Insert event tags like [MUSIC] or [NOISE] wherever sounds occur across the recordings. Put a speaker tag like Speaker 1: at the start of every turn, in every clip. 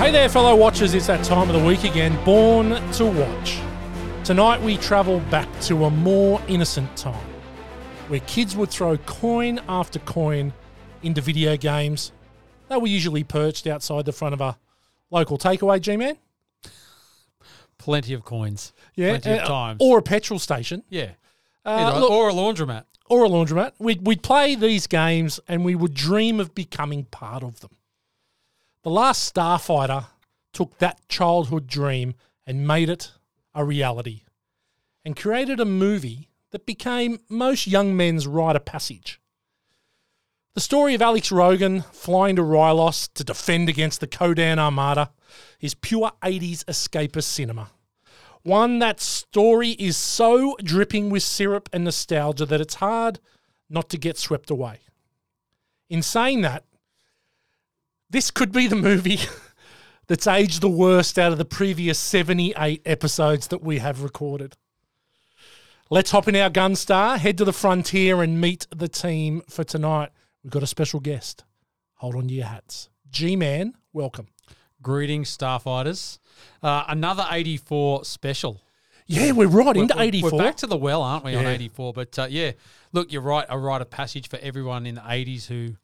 Speaker 1: Hey there, fellow watchers. It's that time of the week again, Born to Watch. Tonight we travel back to a more innocent time where kids would throw coin after coin into video games. They were usually perched outside the front of a local takeaway, G Man.
Speaker 2: Plenty of coins.
Speaker 1: Yeah.
Speaker 2: Plenty of
Speaker 1: uh,
Speaker 2: times.
Speaker 1: Or a petrol station.
Speaker 2: yeah.
Speaker 1: Uh,
Speaker 2: Either-
Speaker 1: look-
Speaker 2: or a laundromat.
Speaker 1: or a laundromat. We'd, we'd play these games and we would dream of becoming part of them. The last Starfighter took that childhood dream and made it a reality and created a movie that became most young men's rite of passage. The story of Alex Rogan flying to Rylos to defend against the Kodan Armada is pure 80s escapist cinema. One that story is so dripping with syrup and nostalgia that it's hard not to get swept away. In saying that, this could be the movie [LAUGHS] that's aged the worst out of the previous 78 episodes that we have recorded. Let's hop in our Gunstar, head to the frontier, and meet the team for tonight. We've got a special guest. Hold on to your hats. G Man, welcome.
Speaker 2: Greetings, Starfighters. Uh, another 84 special.
Speaker 1: Yeah, we're right into
Speaker 2: We're-
Speaker 1: 84.
Speaker 2: We're back to the well, aren't we, on
Speaker 1: Yeah.
Speaker 2: 84? But uh, yeah, look, you're right. A rite of passage for everyone in the 80s who,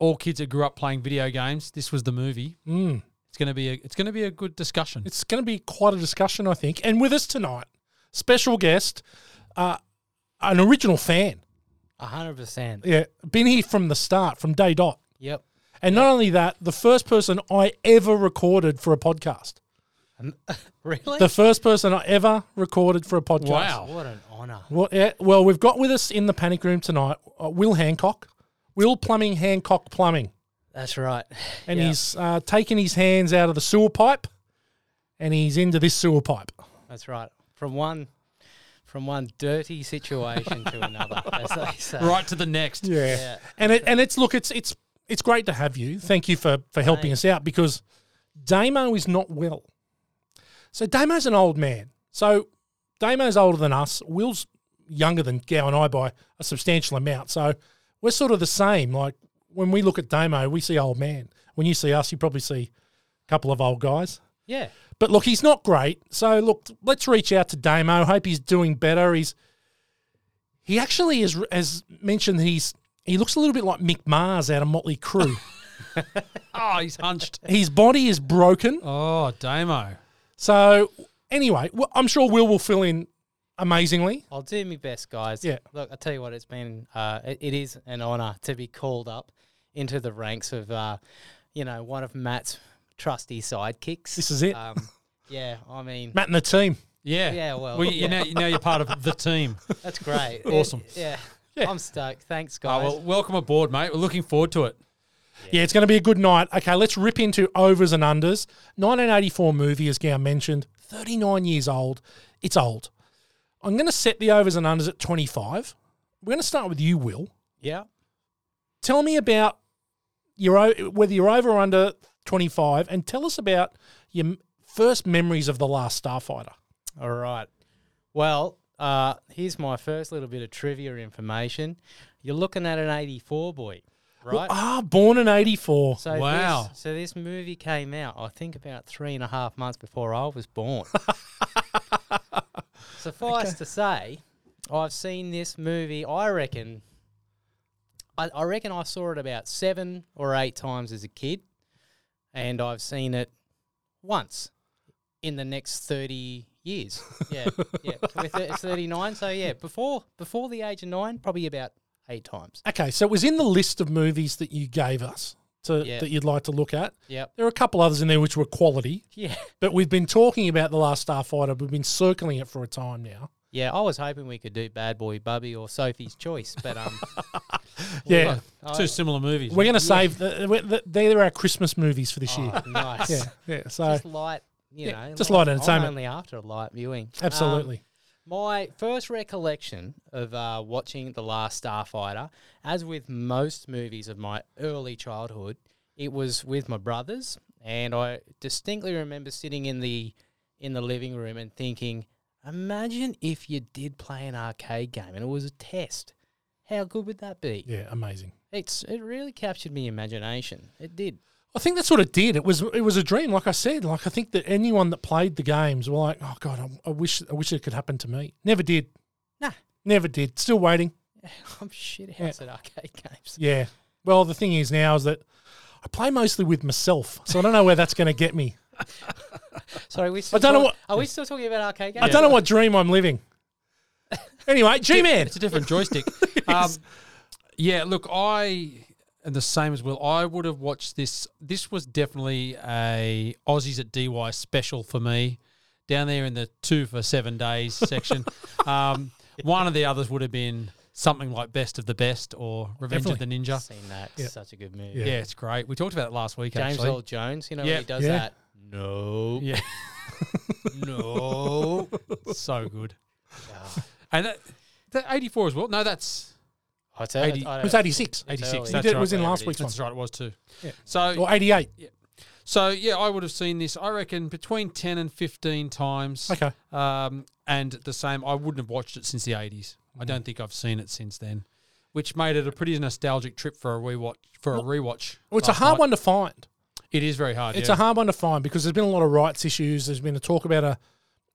Speaker 2: all kids that grew up playing video games, this was the movie.
Speaker 1: Mm.
Speaker 2: It's going to be a, it's going to be a good discussion.
Speaker 1: It's going to be quite a discussion, I think. And with us tonight, special guest, uh, an original fan.
Speaker 3: hundred percent.
Speaker 1: Yeah, been here from the start, from day dot.
Speaker 3: Yep.
Speaker 1: And not only that, the first person I ever recorded for a podcast.
Speaker 3: Really?
Speaker 1: The first person I ever recorded for a podcast.
Speaker 2: Wow.
Speaker 3: what an honor.
Speaker 1: Well, yeah, well, we've got with us in the panic room tonight uh, Will Hancock, Will Plumbing Hancock Plumbing.
Speaker 3: That's right. [LAUGHS]
Speaker 1: And
Speaker 3: Yeah,
Speaker 1: he's uh, taken his hands out of the sewer pipe and he's into this sewer pipe.
Speaker 3: that's right. From one from one dirty situation
Speaker 1: [LAUGHS]
Speaker 3: to another, as they say.
Speaker 2: [LAUGHS] right to the next.
Speaker 1: Yeah.
Speaker 3: Yeah.
Speaker 1: And it and it's look, it's it's it's great to have you. Thank you for for helping us out because Damo is not well. So Damo's an old man. So Damo's older than us. Will's younger than Gow and I by a substantial amount. So we're sort of the same. Like when we look at Damo, we see old man. When you see us, you probably see a couple of old guys.
Speaker 3: Yeah.
Speaker 1: But look, he's not great. So look, let's reach out to Damo. Hope he's doing better. He's he actually is has mentioned that he's he looks a little bit like Mick Mars out of Motley Crue.
Speaker 2: Oh, he's hunched.
Speaker 1: His body is broken.
Speaker 2: Oh, Damo.
Speaker 1: So anyway, well, I'm sure Will will fill in amazingly.
Speaker 3: I'll do my best, guys.
Speaker 1: Yeah.
Speaker 3: Look, I tell you what, it's been uh, it, it is an honor to be called up into the ranks of uh, you know, one of Matt's trusty sidekicks.
Speaker 1: This is it. [LAUGHS]
Speaker 3: Um, yeah, I mean
Speaker 1: Matt and the team.
Speaker 2: Yeah.
Speaker 3: Yeah, well,
Speaker 2: you, you
Speaker 3: yeah.
Speaker 2: Know, you know you're part of the
Speaker 3: [LAUGHS]
Speaker 2: team.
Speaker 1: [LAUGHS]
Speaker 3: that's great.
Speaker 2: Awesome.
Speaker 3: yeah.
Speaker 1: Yeah.
Speaker 3: I'm stoked. Thanks,
Speaker 2: Oh,
Speaker 3: guys.
Speaker 2: well, welcome aboard, mate. We're looking forward to it.
Speaker 1: Yeah, it's going to be a good night. Okay, let's rip into overs and unders. 1984 movie, as Gow mentioned, 39 years old. It's old. I'm going to set the overs and unders at 25. We're going to start with you, Will.
Speaker 3: yeah.
Speaker 1: tell me about your o- whether you're over or under 25 and tell us about your m- first memories of the last starfighter
Speaker 3: All right. Well, uh, here's my first little bit of trivia information. You're looking at an 84 boy, right?
Speaker 1: ah born in 84
Speaker 3: so
Speaker 2: wow.
Speaker 3: This, so this movie came out, I think, about three and a half months before I was born. Suffice to say, I've seen this movie, I reckon, I, I reckon I saw it about seven or eight times as a kid, and I've seen it once in the next 30 years. Yeah, yeah. With it, it's 39, so yeah, before before the age of nine, probably about eight times.
Speaker 1: okay so it was in the list of movies that you gave us to,
Speaker 3: Yeah.
Speaker 1: that you'd like to look at
Speaker 3: Yep. [LAUGHS]
Speaker 1: there are a couple others in there which were quality
Speaker 3: Yeah.
Speaker 1: but we've been talking about the last starfighter we've been circling it for a time now
Speaker 3: Yeah, I was hoping we could do Bad Boy Bubby or Sophie's Choice, but um,
Speaker 1: [LAUGHS] yeah
Speaker 3: Oh,
Speaker 2: Two similar movies.
Speaker 1: we're going to save the, we're- the, they're our christmas movies for this year
Speaker 3: oh, [LAUGHS] nice.
Speaker 1: yeah yeah so
Speaker 3: Just light, you
Speaker 1: Yeah,
Speaker 3: know.
Speaker 1: just light
Speaker 3: I'm
Speaker 1: entertainment.
Speaker 3: only after a light viewing. Um,
Speaker 1: absolutely
Speaker 3: my first recollection of uh, watching The Last Starfighter, as with most movies of my early childhood, it was with my brothers, and I distinctly remember sitting in the in the living room and thinking, "Imagine if you did play an arcade game and it was a test. How good would that be?"
Speaker 1: yeah amazing
Speaker 3: It's it really captured my imagination. It did. [LAUGHS]
Speaker 1: I think that's what it did. It was it was a dream, like I said. Like I think that anyone that played the games were like, "Oh God, I, I wish I wish it could happen to me." Never did.
Speaker 3: Nah.
Speaker 1: never did. Still waiting.
Speaker 3: I'm shit house at arcade games. [LAUGHS]
Speaker 1: Yeah. Well, the thing is now is that I play mostly with myself, so I don't know where that's going to get me.
Speaker 3: Sorry, we. Still
Speaker 1: don't know
Speaker 3: talk-
Speaker 1: what-
Speaker 3: Are we still talking about arcade games?
Speaker 1: I don't know what dream I'm living. Anyway, G-Man.
Speaker 2: It's a
Speaker 1: [LAUGHS]
Speaker 2: different joystick. um, yeah, look, I and the same as Will. I would have watched this. This was definitely a Aussies at DY special for me. Down there in the two for
Speaker 1: [LAUGHS]
Speaker 2: seven days section. um, One of the others would have been something like Best of the Best or Revenge of the Ninja.
Speaker 3: Seen that? Such a good movie.
Speaker 1: Yeah.
Speaker 2: Yeah. it's great. We talked about it last week.
Speaker 3: James
Speaker 2: actually.
Speaker 3: Earl Jones. You know
Speaker 2: Yeah.
Speaker 3: when he does
Speaker 1: Yeah.
Speaker 3: that. No. [LAUGHS]
Speaker 2: Yeah. [LAUGHS] no.
Speaker 1: [LAUGHS]
Speaker 2: So good.
Speaker 3: Yeah.
Speaker 2: And that, that 84 as well. No, that's
Speaker 3: I tell
Speaker 2: Eighty-
Speaker 1: It was 86
Speaker 2: 86. That's
Speaker 3: early.
Speaker 1: did- it
Speaker 2: right.
Speaker 1: was in
Speaker 2: Whatever
Speaker 1: last
Speaker 2: it is.
Speaker 1: week's
Speaker 2: That's
Speaker 1: one.
Speaker 2: right. It was too.
Speaker 1: Yeah.
Speaker 2: So,
Speaker 1: or 88.
Speaker 2: so yeah, I would have seen this, I reckon, between 10 and 15 times.
Speaker 1: Okay.
Speaker 2: Um, and the same, I wouldn't have watched it since the 80s. I don't
Speaker 1: Mm.
Speaker 2: think I've seen it since then, which made it a pretty nostalgic trip for a rewatch. For a rewatch.
Speaker 1: Well, it's a
Speaker 2: last
Speaker 1: hard
Speaker 2: night.
Speaker 1: one to find.
Speaker 2: It is very hard.
Speaker 1: It's
Speaker 2: yeah.
Speaker 1: a hard one to find because there's been a lot of rights issues. There's been a talk about a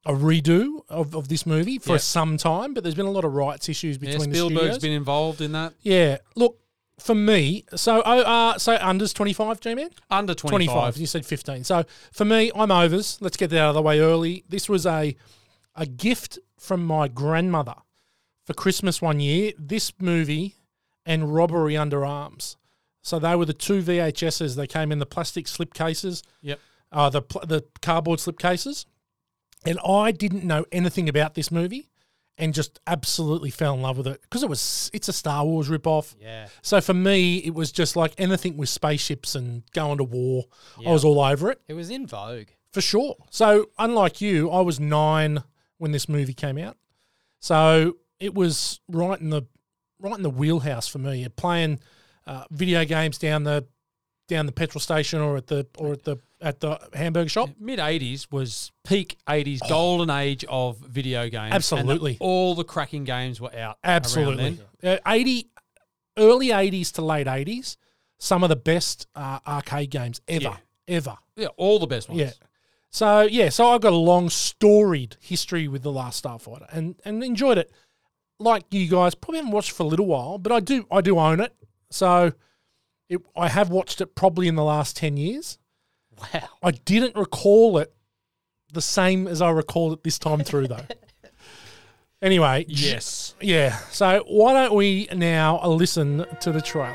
Speaker 1: a redo of, of this movie for
Speaker 2: Yeah.
Speaker 1: some time, but there's been a lot of rights issues
Speaker 2: yeah,
Speaker 1: between the
Speaker 2: Spielberg's
Speaker 1: studios.
Speaker 2: been involved in that.
Speaker 1: yeah, look for me. So oh, uh, so unders 25, G-Man.
Speaker 2: Under 25.
Speaker 1: You said 15. So for me, I'm overs. Let's get that out of the way early. This was a a gift from my grandmother for Christmas one year. This movie and Robbery Under Arms. So they were the two VHSs. They came in the plastic slip cases
Speaker 2: Yep.
Speaker 1: uh, the pl- the cardboard slipcases, and I didn't know anything about this movie, and just absolutely fell in love with it because it was it's a Star Wars ripoff.
Speaker 3: Yeah.
Speaker 1: So for me, it was just like anything with spaceships and going to war. I was all over it
Speaker 3: It was in vogue.
Speaker 1: for sure. So unlike you, I was nine when this movie came out, so it was right in the right in the wheelhouse for me. You're playing uh, video games down the down the petrol station or at the or at the at the hamburger shop.
Speaker 2: mid 80s was peak 80s golden age of video games and
Speaker 1: Oh. Absolutely.
Speaker 2: the- all the cracking games were out around
Speaker 1: Absolutely. Uh,
Speaker 2: then.
Speaker 1: 80, early 80s to late 80s, some of the best uh, arcade games ever,
Speaker 2: Yeah.
Speaker 1: ever.
Speaker 2: yeah all the best ones
Speaker 1: Yeah. So, yeah, so I've got a long, storied history with The Last Starfighter and, and enjoyed it. Like you guys, probably haven't watched it for a little while, but I do I do own it. So it, I have watched it probably in the last 10 years.
Speaker 3: Wow.
Speaker 1: I didn't recall it the same as I recalled it this time through, though. anyway, J-
Speaker 2: yes
Speaker 1: yeah. So why don't we now listen to the trailer?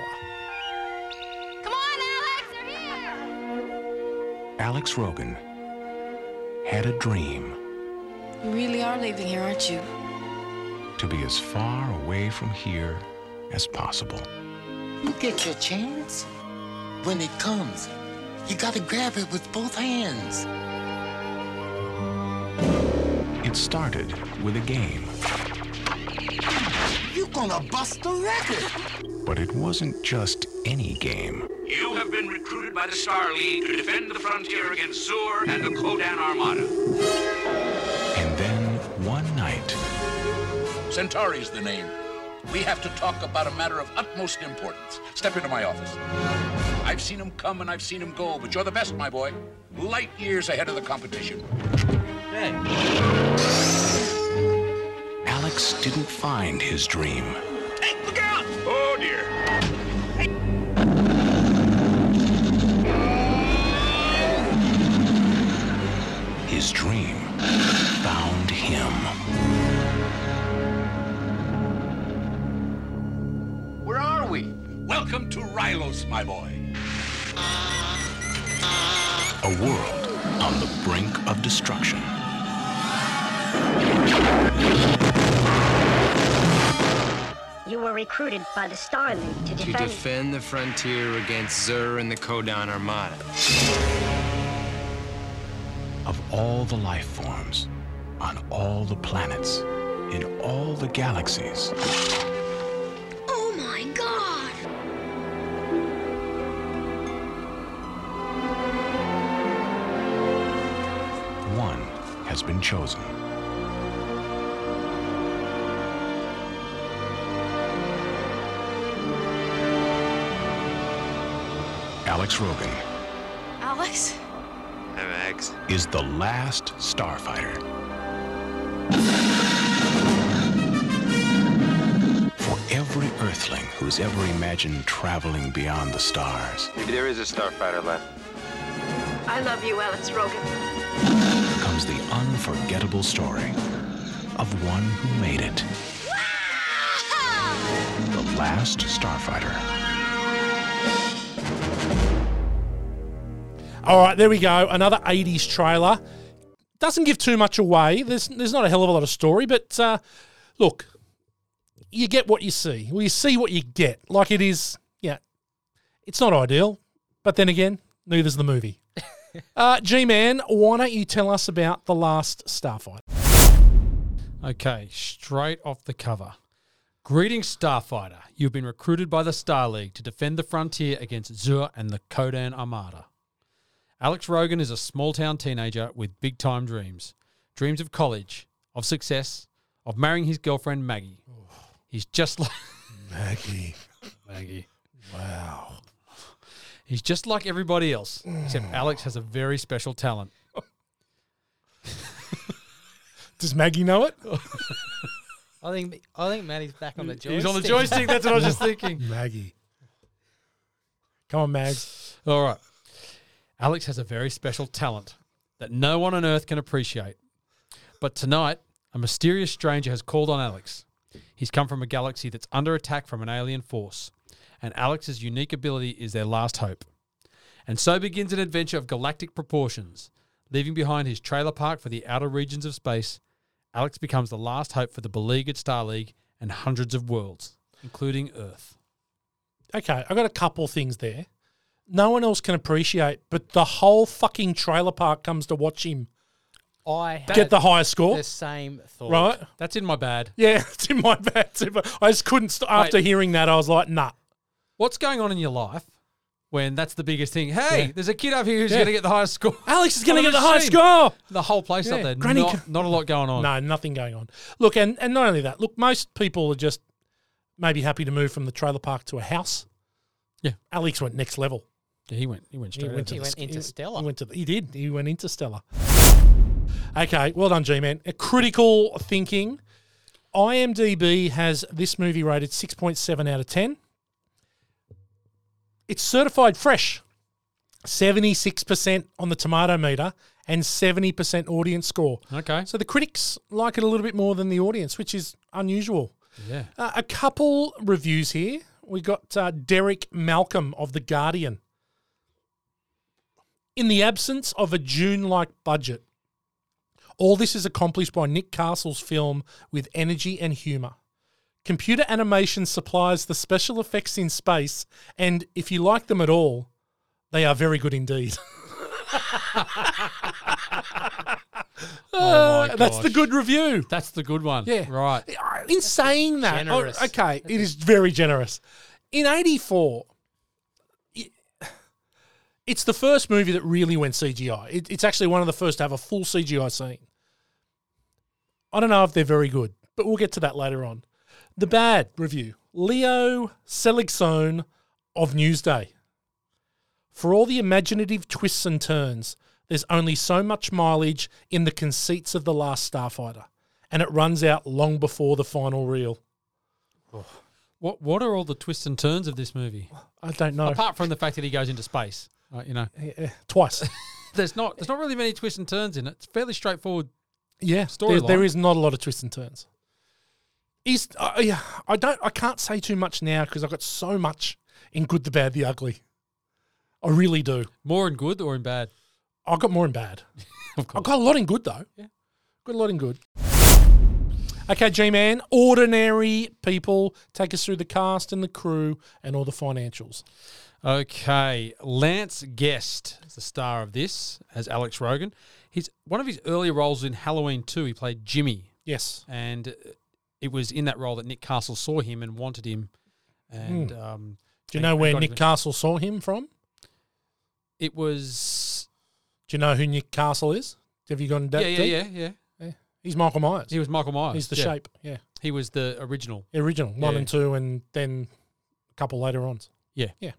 Speaker 4: Come on, Alex, they're here!
Speaker 5: Alex Rogan had a dream
Speaker 6: You really are leaving here, aren't you?
Speaker 5: to be as far away from here as possible.
Speaker 7: You get your chance. When it comes, you gotta grab it with both hands.
Speaker 5: It started with a game,
Speaker 7: You gonna bust the record.
Speaker 5: but it wasn't just any game.
Speaker 8: You have been recruited by the Star League to defend the frontier against Zur and the Kodan Armada.
Speaker 5: And then one night,
Speaker 9: Centauri's the name. We have to talk about a matter of utmost importance. Step into my office. I've seen him come and I've seen him go, but you're the best, my boy. Light years ahead of the competition.
Speaker 5: Alex didn't find his dream.
Speaker 8: Hey, look out! Oh dear.
Speaker 5: His dream found him.
Speaker 9: Where are we? Welcome to Rylos, my boy.
Speaker 5: A world on the brink of destruction.
Speaker 10: You were recruited by the Star League to defend.
Speaker 7: the frontier against Zur and the Kodan Armada.
Speaker 5: Of all the life forms, on all the planets, in all the galaxies,
Speaker 4: Oh my god!
Speaker 5: one has been chosen. Alex Rogan
Speaker 6: Alex?
Speaker 5: I'm Axe. Is the last starfighter. For every Earthling who's ever imagined traveling beyond the stars
Speaker 11: Maybe there is a starfighter left.
Speaker 10: I love you, Alex Rogan.
Speaker 5: comes the unforgettable story of one who made it. The last starfighter.
Speaker 1: All right, there we go. Another 80s trailer. Doesn't give too much away. There's there's not a hell of a lot of story, but uh, look, you get what you see. Well, you see what you get. Like it is, yeah, it's not ideal, but then again, neither's the movie. uh, G Man, why don't you tell us about The Last Starfighter?
Speaker 2: Okay, straight off the cover. Greetings, Starfighter. You've been recruited by the Star League to defend the frontier against Zur and the Kodan Armada. Alex Rogan is a small town teenager with big time dreams dreams of college, of success, of marrying his girlfriend Maggie. He's just like. [LAUGHS]
Speaker 1: Maggie.
Speaker 2: Maggie.
Speaker 1: Wow.
Speaker 2: He's just like everybody else, except Alex has a very special talent.
Speaker 1: Does Maggie know it?
Speaker 3: I think I think Maddie's back on the joystick.
Speaker 2: He's on the joystick, that's what I was just thinking.
Speaker 1: Maggie. Come on, Mags.
Speaker 2: All right. Alex has a very special talent that no one on earth can appreciate. But tonight, a mysterious stranger has called on Alex. He's come from a galaxy that's under attack from an alien force, and Alex's unique ability is their last hope. And so begins an adventure of galactic proportions. Leaving behind his trailer park for the outer regions of space, Alex becomes the last hope for the beleaguered Star League and hundreds of worlds, including Earth.
Speaker 1: Okay, I got a couple things there. No one else can appreciate, but the whole fucking trailer park comes to watch him
Speaker 3: I
Speaker 1: get the highest score.
Speaker 3: The same thought.
Speaker 1: Right?
Speaker 2: That's in my bad.
Speaker 1: Yeah, [LAUGHS] it's in my bad. too, but I just couldn't. St- after
Speaker 2: Mate.
Speaker 1: hearing that, I was like, nah.
Speaker 2: What's going on in your life when that's the biggest thing? Hey,
Speaker 1: Yeah.
Speaker 2: there's a kid up here who's
Speaker 1: Yeah.
Speaker 2: going to get the highest
Speaker 1: [LAUGHS]
Speaker 2: score.
Speaker 1: Alex is going to
Speaker 2: On
Speaker 1: get the highest
Speaker 2: machine.
Speaker 1: score.
Speaker 2: The whole place up
Speaker 1: Yeah.
Speaker 2: there.
Speaker 1: Granny
Speaker 2: not,
Speaker 1: ca-
Speaker 2: not a lot going on.
Speaker 1: No, nothing going on. Look, and, and not only that, look, most people are just maybe happy to move from the trailer park to a house.
Speaker 2: Yeah.
Speaker 1: Alex went next level.
Speaker 2: Yeah, he went. He went straight.
Speaker 1: went
Speaker 2: up
Speaker 1: to
Speaker 3: He
Speaker 1: the
Speaker 3: went
Speaker 1: sk- he-
Speaker 3: interstellar.
Speaker 1: He went to the, he did. He went interstellar. Okay, well done, G man. Critical thinking. IMDb has this movie rated six point seven out of ten. It's certified fresh, seventy six percent on the tomato meter and seventy percent audience score.
Speaker 2: there. Okay.
Speaker 1: So the critics like it a little bit more than the audience, which is unusual.
Speaker 2: yeah.
Speaker 1: Uh, a couple reviews here. We got uh, Derek Malcolm of The Guardian. In the absence of a June like budget, all this is accomplished by Nick Castle's film with energy and humour. Computer animation supplies the special effects in space, and if you like them at all, they are very good indeed.
Speaker 2: Oh my
Speaker 1: [LAUGHS] That's the
Speaker 2: gosh.
Speaker 1: good review.
Speaker 2: That's the good one.
Speaker 1: Yeah.
Speaker 2: Right.
Speaker 1: In saying that, oh,
Speaker 3: generous.
Speaker 1: okay, it is very generous. In '84, it- it's the first movie that really went CGI. It, it's actually one of the first to have a full CGI scene. I don't know if they're very good, but we'll get to that later on. The bad review: Leo Seligson of Newsday. For all the imaginative twists and turns, there's only so much mileage in the conceits of The Last Starfighter, and it runs out long before the final reel.
Speaker 2: What What are all the twists and turns of
Speaker 1: [LAUGHS]
Speaker 2: this movie?
Speaker 1: I don't know.
Speaker 2: Apart from the fact that he goes into space, right, you know,
Speaker 1: Yeah,
Speaker 2: [LAUGHS]
Speaker 1: Twice.
Speaker 2: there's not there's not really many twists and turns in it. It's fairly straightforward.
Speaker 1: yeah. There,
Speaker 2: Storyline.
Speaker 1: there is not a lot of twists and turns. Is I yeah, I don't I can't say too much now because I've got so much in good, the bad, the ugly. I really do.
Speaker 2: More in good or in bad.
Speaker 1: I've got more in bad.
Speaker 2: Of
Speaker 1: I've got a lot in good though. Yeah. Got a lot in good. Okay, G Man, ordinary people take us through the cast and the crew and all the financials.
Speaker 2: Okay, Lance Guest is the star of this as Alex Rogan. He's one of his early roles in Halloween 2. He played Jimmy,
Speaker 1: Yes.
Speaker 2: and uh, it was in that role that Nick Castle saw him and wanted him. And um,
Speaker 1: Hmm. Do you
Speaker 2: and-
Speaker 1: know
Speaker 2: and
Speaker 1: where
Speaker 2: got
Speaker 1: Nick
Speaker 2: him.
Speaker 1: Castle saw him from?
Speaker 2: It was
Speaker 1: Do you know who Nick Castle is? Have you gone that
Speaker 2: yeah, yeah,
Speaker 1: deep?
Speaker 2: yeah, yeah.
Speaker 1: He's Michael Myers.
Speaker 2: He was Michael Myers.
Speaker 1: He's the
Speaker 2: yeah.
Speaker 1: shape. Yeah.
Speaker 2: He was the original.
Speaker 1: The original. One
Speaker 2: Yeah.
Speaker 1: and two and then a couple later on.
Speaker 2: Yeah.
Speaker 1: Yeah.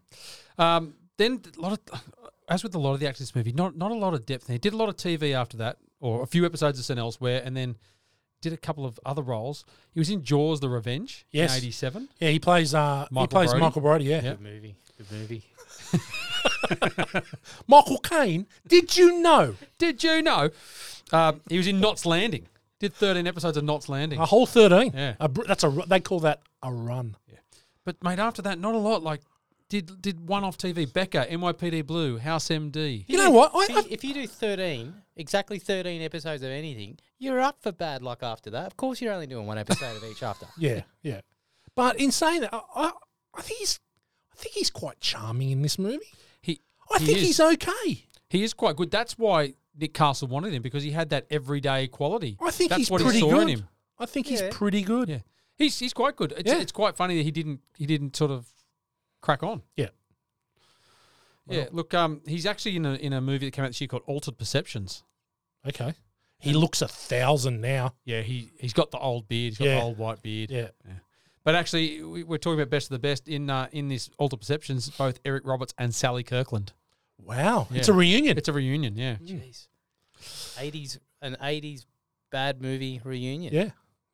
Speaker 2: Um, then a lot of [SIGHS] as with a lot of the actors in this movie, not not a lot of depth. They did a lot of TV after that, or a few episodes of St. Elsewhere, and then did a couple of other roles. He was in Jaws: The Revenge
Speaker 1: Yes.
Speaker 2: in '87.
Speaker 1: Yeah, he plays. Uh, he
Speaker 2: Michael
Speaker 1: plays
Speaker 2: Brody.
Speaker 1: Michael Brody. Yeah.
Speaker 2: Yep.
Speaker 3: Good movie. Good movie.
Speaker 1: Michael Caine. Did you know
Speaker 2: Did you know um, he was in Knots Landing? Did 13 episodes of Knots Landing.
Speaker 1: a whole thirteen?
Speaker 2: Yeah.
Speaker 1: A br- that's a. ru- They call that a run.
Speaker 2: But mate, after that, not a lot. Like did did one off TV. Becca, NYPD Blue, House MD.
Speaker 1: You know what?
Speaker 3: If
Speaker 1: I,
Speaker 3: you, if you do 13, exactly 13 episodes of anything, you're up for bad luck after that. Of course, you're only doing one episode of each
Speaker 1: [LAUGHS]
Speaker 3: after.
Speaker 1: Yeah, yeah. But in saying that, I, I, I think he's, I think he's quite charming in this movie.
Speaker 2: He,
Speaker 1: I
Speaker 2: he
Speaker 1: think
Speaker 2: is,
Speaker 1: he's okay.
Speaker 2: he is quite good. That's why Nick Castle wanted him because he had that everyday quality.
Speaker 1: I think
Speaker 2: That's
Speaker 1: he's
Speaker 2: what
Speaker 1: pretty
Speaker 2: he saw
Speaker 1: good.
Speaker 2: in him.
Speaker 1: I think
Speaker 3: Yeah.
Speaker 1: he's pretty good.
Speaker 2: Yeah, he's he's quite good. It's,
Speaker 1: Yeah.
Speaker 2: it's quite funny that he didn't he didn't sort of crack on.
Speaker 1: Yeah.
Speaker 2: yeah, look, um, he's actually in a in a movie that came out this year called Altered Perceptions.
Speaker 1: Okay. He looks a thousand now.
Speaker 2: Yeah, he he's got the old beard. He's got
Speaker 1: Yeah.
Speaker 2: the old white beard.
Speaker 1: Yeah.
Speaker 2: But actually, we, we're talking about best of the best in uh, in this Altered Perceptions. Both Eric Roberts and Sally Kirkland.
Speaker 1: Wow. It's a
Speaker 2: Yeah.
Speaker 1: reunion.
Speaker 2: It's a reunion. Yeah,
Speaker 3: Jeez. 80s, an 80s bad movie reunion.
Speaker 1: yeah.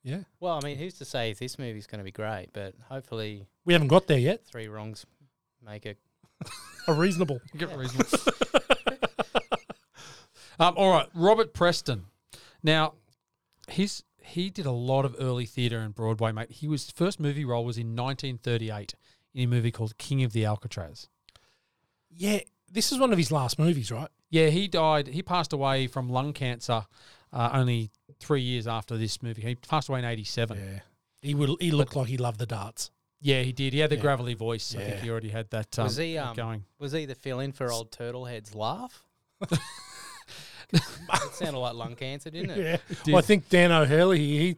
Speaker 1: Yeah.
Speaker 3: Well, I mean, who's to say if this movie's going to be great, but hopefully,
Speaker 1: We haven't got there yet.
Speaker 3: three wrongs make it.
Speaker 1: A reasonable.
Speaker 2: Give it a reason. [LAUGHS] um, all right, Robert Preston. Now, his he did a lot of early theatre and Broadway, mate. He was first movie role was in 1938 in a movie called King of the Alcatraz.
Speaker 1: Yeah. This is one of his last movies, right?
Speaker 2: Yeah, he died. He passed away from lung cancer uh, only three years after this movie. He passed away in 87. Yeah,
Speaker 1: He would. He looked like he loved the darts.
Speaker 2: he did. He had the gravelly voice. I think
Speaker 1: Yeah.
Speaker 2: he already had that um,
Speaker 3: was he um,
Speaker 2: going.
Speaker 3: Was he the fill in for old
Speaker 1: [LAUGHS]
Speaker 3: Turtlehead's laugh? it sounded like lung cancer, didn't it?
Speaker 1: Yeah.
Speaker 2: did.
Speaker 1: Well, I think Dan O'Hurley. He,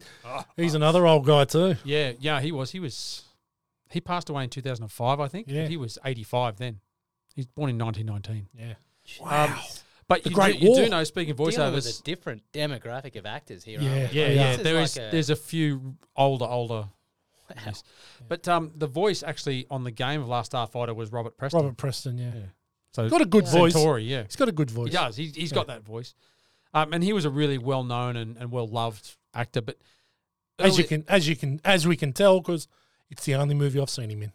Speaker 1: he's another old guy too.
Speaker 2: Yeah, yeah, he was. He was. He passed away in 2005, I think. but
Speaker 1: Yeah.
Speaker 2: he was 85 then. He was born in 1919.
Speaker 1: Yeah.
Speaker 2: Um, but
Speaker 1: The
Speaker 2: you,
Speaker 1: Great
Speaker 2: do, you
Speaker 1: War.
Speaker 2: do know, speaking of
Speaker 3: Dealing with
Speaker 2: voiceovers,
Speaker 3: a different demographic of actors here.
Speaker 1: Yeah.
Speaker 3: aren't we?
Speaker 2: yeah,
Speaker 3: Like,
Speaker 2: yeah,
Speaker 3: this
Speaker 2: there
Speaker 3: is
Speaker 2: is
Speaker 3: like a-
Speaker 2: there's a few older older.
Speaker 3: Wow.
Speaker 2: yes. But um, the voice actually on the game of Last Starfighter was Robert Preston.
Speaker 1: Robert Preston. Yeah.
Speaker 2: so
Speaker 1: Got a good voice.
Speaker 2: Centauri, yeah,
Speaker 1: He's got a good voice.
Speaker 2: he does. He, he's got that voice, um, and he was a really well known and, and well loved actor. But
Speaker 1: As you
Speaker 2: early-
Speaker 1: can, as you can, as we can tell, because it's the only movie I've seen him in.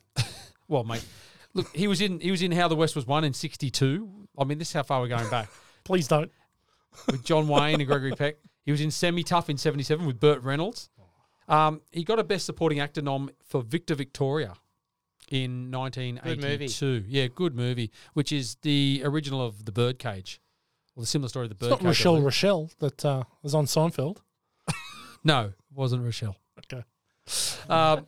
Speaker 2: Well, mate, look, he was in he was in How the West Was Won in '62. I mean, this is how far we're going back
Speaker 1: Please don't.
Speaker 2: with John Wayne and Gregory Peck. He was in Semi Tough in '77 with Burt Reynolds. Um, he got a Best Supporting Actor nom for Victor Victoria in 1982. Yeah, good movie, which is the original of The Birdcage. Well, the similar story of The
Speaker 1: It's
Speaker 2: Birdcage.
Speaker 1: not
Speaker 2: I
Speaker 1: Rochelle
Speaker 2: believe.
Speaker 1: Rochelle that uh, was on Seinfeld.
Speaker 2: No, it wasn't Rochelle.
Speaker 1: Okay.
Speaker 2: Um,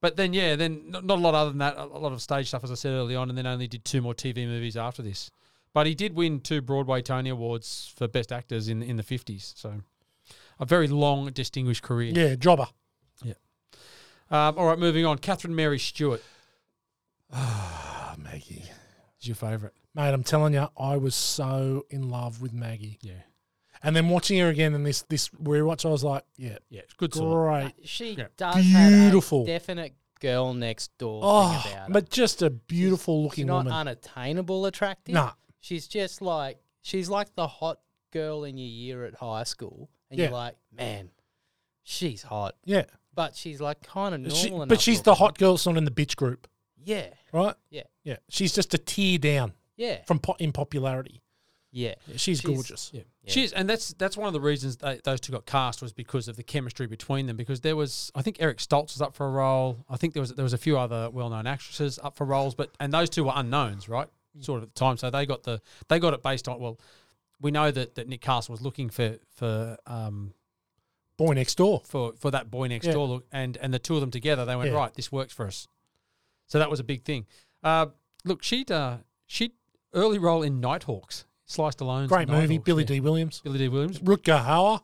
Speaker 2: but then, yeah, then not, not a lot other than that. A a lot of stage stuff, as I said early on, and then only did two more TV movies after this. But he did win two Broadway Tony Awards for Best Actors in in the fifties. So a very long, distinguished career.
Speaker 1: Yeah, Jobber.
Speaker 2: Um, all right, moving on. Catherine Mary Stewart
Speaker 1: Oh, Maggie.
Speaker 2: is your favourite.
Speaker 1: Mate, I'm telling you, I was so in love with Maggie.
Speaker 2: Yeah,
Speaker 1: And then watching her again in this this rewatch, I was like, yeah,
Speaker 2: yeah, it's good. sort.
Speaker 1: great.
Speaker 3: She
Speaker 2: Yeah.
Speaker 3: does beautiful.
Speaker 1: Beautiful.
Speaker 3: definite girl next door
Speaker 1: Oh,
Speaker 3: thing about her.
Speaker 1: but just a beautiful
Speaker 3: She's
Speaker 1: looking
Speaker 3: not
Speaker 1: woman.
Speaker 3: unattainable attractive.
Speaker 1: Nah.
Speaker 3: She's just like she's like the hot girl in your year at high school, and you're
Speaker 1: Yeah.
Speaker 3: like, man, she's hot,
Speaker 1: Yeah.
Speaker 3: but she's like kind of normal.
Speaker 1: She-
Speaker 3: enough
Speaker 1: but she's the
Speaker 3: looking.
Speaker 1: hot girl that's not in the bitch group,
Speaker 3: Yeah,
Speaker 1: right?
Speaker 3: yeah,
Speaker 1: Yeah. She's just a tear down
Speaker 3: yeah,
Speaker 1: from po- in popularity.
Speaker 3: yeah.
Speaker 1: Yeah, she's,
Speaker 3: She's-
Speaker 1: gorgeous.
Speaker 2: Yeah. She is, and that's that's one of the reasons they, those two got cast was because of the chemistry between them. Because there was, I think Eric Stoltz was up for a role. I think there was there was a few other well known actresses up for roles, but and those two were unknowns, right? Sort of at the time, so they got the they got it based on well, we know that, that Nick Castle was looking for for um
Speaker 1: Boy next door.
Speaker 2: for for that boy next
Speaker 1: Yeah.
Speaker 2: door look, and and the two of them together, they went
Speaker 1: Yeah.
Speaker 2: right, this works for us. So that was a big thing. Uh, look, she would uh, she early role in Nighthawks, Sliced Alone,
Speaker 1: Great movie. Billy D. Williams.
Speaker 2: Billy D. Williams.
Speaker 1: Rutger Hauer.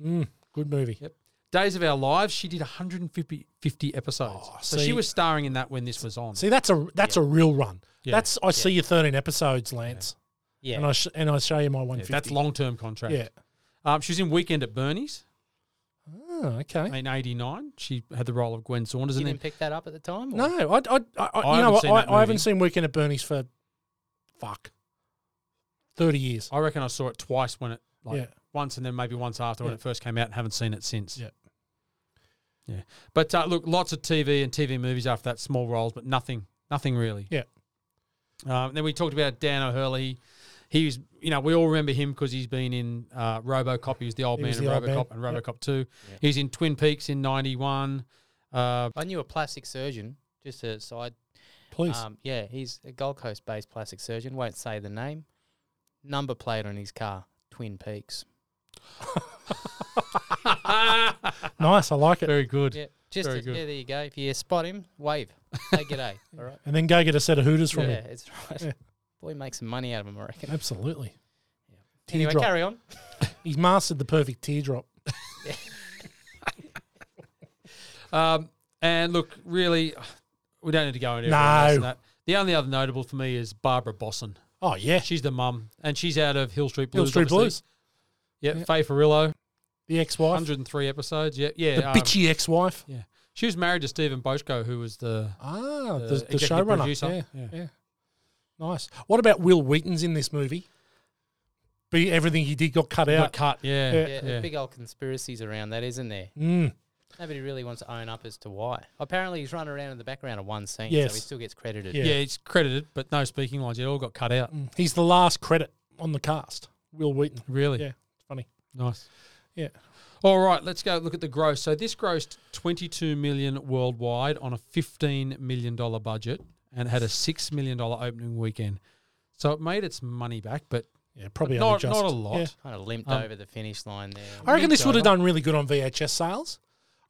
Speaker 1: Mm, good movie.
Speaker 2: Yep. Days of Our Lives, she did 150 50 episodes.
Speaker 1: Oh,
Speaker 2: so
Speaker 1: see-
Speaker 2: she was starring in that when this was on.
Speaker 1: See, that's a that's a real run.
Speaker 2: Yeah.
Speaker 1: That's I see your 13 episodes, Lance,
Speaker 3: Yeah.
Speaker 1: and I sh- and I show you my 150.
Speaker 2: that's long term contract.
Speaker 1: Yeah.
Speaker 2: Um, she was in Weekend at Bernie's
Speaker 1: Oh, okay.
Speaker 2: in 89. She had the role of Gwen Saunders.
Speaker 3: you
Speaker 2: And then,
Speaker 3: didn't pick that up at the time. or-
Speaker 1: No, I, I, I, I,
Speaker 2: I
Speaker 1: you know
Speaker 2: haven't
Speaker 1: what?
Speaker 2: seen that
Speaker 1: I, I haven't
Speaker 2: movie.
Speaker 1: seen Weekend at Bernie's for fuck 30 years.
Speaker 2: I reckon I saw it twice when it, like,
Speaker 1: Yeah.
Speaker 2: once and then maybe once after when
Speaker 1: Yeah.
Speaker 2: it first came out and haven't seen it since.
Speaker 1: Yeah.
Speaker 2: Yeah. But uh, look, lots of TV and TV movies after that, small roles, but nothing, nothing really.
Speaker 1: Yeah.
Speaker 2: Um, then we talked about Dan O'Hurley. He was, you know, we all remember him because he's been in uh, RoboCop. He was the old
Speaker 1: He
Speaker 2: man
Speaker 1: was
Speaker 2: in
Speaker 1: the old
Speaker 2: RoboCop
Speaker 1: man.
Speaker 2: and
Speaker 1: Yep.
Speaker 2: RoboCop 2. He was in Twin Peaks in 91. Uh,
Speaker 3: I knew a plastic surgeon, just a side.
Speaker 1: Please.
Speaker 2: Um,
Speaker 3: Um, yeah, he's a Gold Coast based plastic surgeon. Won't say the name. Number plate on his car, Twin Peaks.
Speaker 2: uh,
Speaker 1: Nice. I like it.
Speaker 2: very good.
Speaker 3: Yeah, just
Speaker 2: very
Speaker 3: a-
Speaker 2: good.
Speaker 3: yeah, there you go. If you spot him, wave. Say g'day. All right.
Speaker 1: And then go get a set of hooters from
Speaker 3: yeah,
Speaker 1: him.
Speaker 3: it's right. Boy makes some money out of him, I
Speaker 1: [LAUGHS]
Speaker 3: reckon.
Speaker 1: Absolutely.
Speaker 3: Anyway,
Speaker 1: Teardrop.
Speaker 3: carry on.
Speaker 1: He's mastered the perfect teardrop.
Speaker 2: Um, and look, really, we don't need to go into everything
Speaker 1: No.
Speaker 2: else in that. The only other notable for me is Barbara Bosson.
Speaker 1: Oh, yeah.
Speaker 2: She's the mum, and she's out of Hill Street Blues.
Speaker 1: Hill Street
Speaker 2: obviously.
Speaker 1: Blues.
Speaker 2: Yep, Faye Farillo,
Speaker 1: The ex wife.
Speaker 2: 103 episodes. Yeah, yeah.
Speaker 1: The
Speaker 2: um,
Speaker 1: bitchy ex wife.
Speaker 2: Yeah, she was married to Stephen Boschko, who was the
Speaker 1: Ah,
Speaker 2: the
Speaker 1: the, the,
Speaker 2: Uh, executive
Speaker 1: showrunner.
Speaker 2: producer.
Speaker 1: Yeah,
Speaker 2: Yeah.
Speaker 1: yeah. Nice. What about Will Wheaton's in this movie? Be everything he did got cut
Speaker 2: got
Speaker 1: out.
Speaker 2: cut. Yeah,
Speaker 1: Yeah.
Speaker 3: Yeah, there's big old conspiracies around that, isn't there?
Speaker 1: Mm.
Speaker 3: Nobody really wants to own up as to why. Apparently, he's running around in the background of one scene, so he
Speaker 1: Yes.
Speaker 3: still gets credited.
Speaker 1: Yeah.
Speaker 2: Yeah, it's credited, but no speaking lines. It all got cut out.
Speaker 1: Mm. He's the last credit on the cast. Will Wheaton.
Speaker 2: Really?
Speaker 1: Yeah, it's funny.
Speaker 2: Nice.
Speaker 1: Yeah.
Speaker 2: All right, let's go look at the gross. So this grossed 22 million worldwide on a 15 million dollar budget and had a 6 million dollar opening weekend. So it made its money back, but
Speaker 1: Yeah, probably
Speaker 2: not-
Speaker 1: only just-
Speaker 2: not a lot.
Speaker 1: yeah.
Speaker 3: Kind of limped
Speaker 2: Um,
Speaker 3: over the finish line there.
Speaker 1: I reckon this
Speaker 2: Minked
Speaker 1: would have
Speaker 2: over.
Speaker 1: done really good on VHS sales.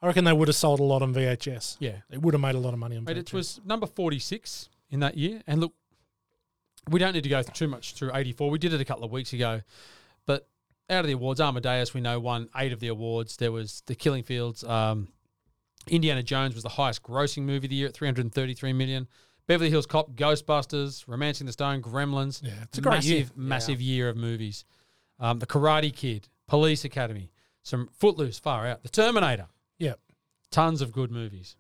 Speaker 1: I reckon they would have sold a lot on VHS.
Speaker 2: yeah.
Speaker 1: It would have made a lot of money on
Speaker 2: But
Speaker 1: VHS.
Speaker 2: it was number 46 in that year. And look, we don't need to go too much through 84. We did it a couple of weeks ago. But out of the awards, Amadeus, we know, won eight of the awards. There was The Killing Fields. Um, Indiana Jones was the highest grossing movie of the year at 333 million. Beverly Hills Cop, Ghostbusters, Romancing the Stone, Gremlins.
Speaker 1: Yeah, it's a great
Speaker 2: massive,
Speaker 1: year.
Speaker 2: massive year of movies. Um, the Karate Kid, Police Academy, some Footloose, far out. The Terminator,
Speaker 1: Yeah.
Speaker 2: tons of good movies.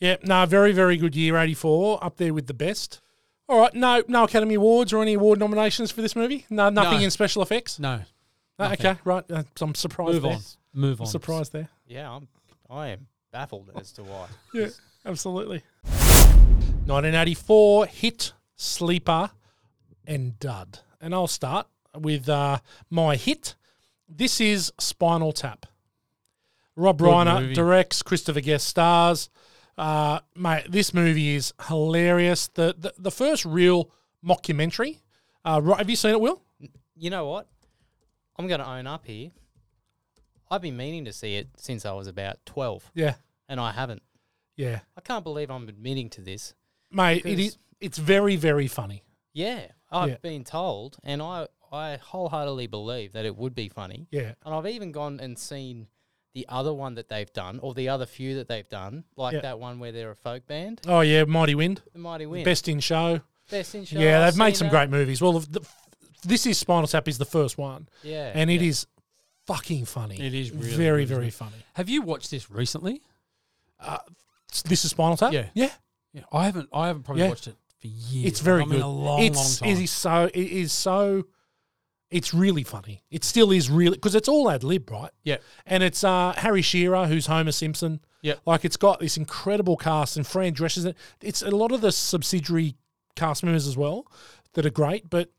Speaker 1: Yeah, no, very, very good year, 84, up there with the best. All right, no no Academy Awards or any award nominations for this movie? No, nothing
Speaker 2: No.
Speaker 1: in special effects?
Speaker 2: No,
Speaker 1: No,
Speaker 2: nothing.
Speaker 1: okay, right. uh, I'm surprised
Speaker 2: move
Speaker 1: there.
Speaker 2: on, move on.
Speaker 1: I'm surprised there.
Speaker 3: Yeah, I'm, I am baffled as to why.
Speaker 1: Yeah, absolutely. 1984 hit, sleeper, and dud. And I'll start with uh, my hit. This is Spinal Tap. Rob
Speaker 2: Good
Speaker 1: Reiner
Speaker 2: movie.
Speaker 1: directs, Christopher Guest stars. Uh, mate, this movie is hilarious. The the, the first real mockumentary. Uh, right, have you seen it, Will?
Speaker 3: You know what? I'm going to own up here. I've been meaning to see it since I was about 12,
Speaker 1: Yeah,
Speaker 3: and I haven't.
Speaker 1: yeah,
Speaker 3: I can't believe I'm admitting to this.
Speaker 1: mate. It
Speaker 3: Because-
Speaker 1: is. It's very very funny.
Speaker 3: Yeah, I've
Speaker 1: Yeah.
Speaker 3: been told, and I, I wholeheartedly believe that it would be funny.
Speaker 1: Yeah,
Speaker 3: And I've even gone and seen the other one that they've done, or the other few that they've done, like
Speaker 1: Yeah.
Speaker 3: that one where they're a folk band,
Speaker 1: Oh yeah, Mighty Wind,
Speaker 3: The Mighty Wind.
Speaker 1: best in show.
Speaker 3: Best in show.
Speaker 1: Yeah,
Speaker 3: I've
Speaker 1: they've made
Speaker 3: seen
Speaker 1: some
Speaker 3: that.
Speaker 1: great movies. Well, the, the, this is Spinal Tap is the first one,
Speaker 3: Yeah.
Speaker 1: and it
Speaker 3: yeah.
Speaker 1: is fucking funny.
Speaker 2: It is really
Speaker 1: very,
Speaker 2: good, isn't
Speaker 1: very
Speaker 2: it?
Speaker 1: funny.
Speaker 2: Have you watched this recently?
Speaker 1: S- This is Spinal Tap.
Speaker 2: Yeah.
Speaker 1: yeah,
Speaker 2: Yeah, I haven't. I haven't probably
Speaker 1: Yeah.
Speaker 2: watched it for years.
Speaker 1: it's very
Speaker 2: I mean,
Speaker 1: good.
Speaker 2: a long,
Speaker 1: it's
Speaker 2: long time.
Speaker 1: it is so it is so. It's really funny. It still is really because it's all ad lib, right?
Speaker 2: Yeah,
Speaker 1: And it's uh, Harry Shearer who's Homer Simpson.
Speaker 2: yeah,
Speaker 1: Like it's got this incredible cast and Fran dresses it. It's a lot of the subsidiary cast members as well that are great, but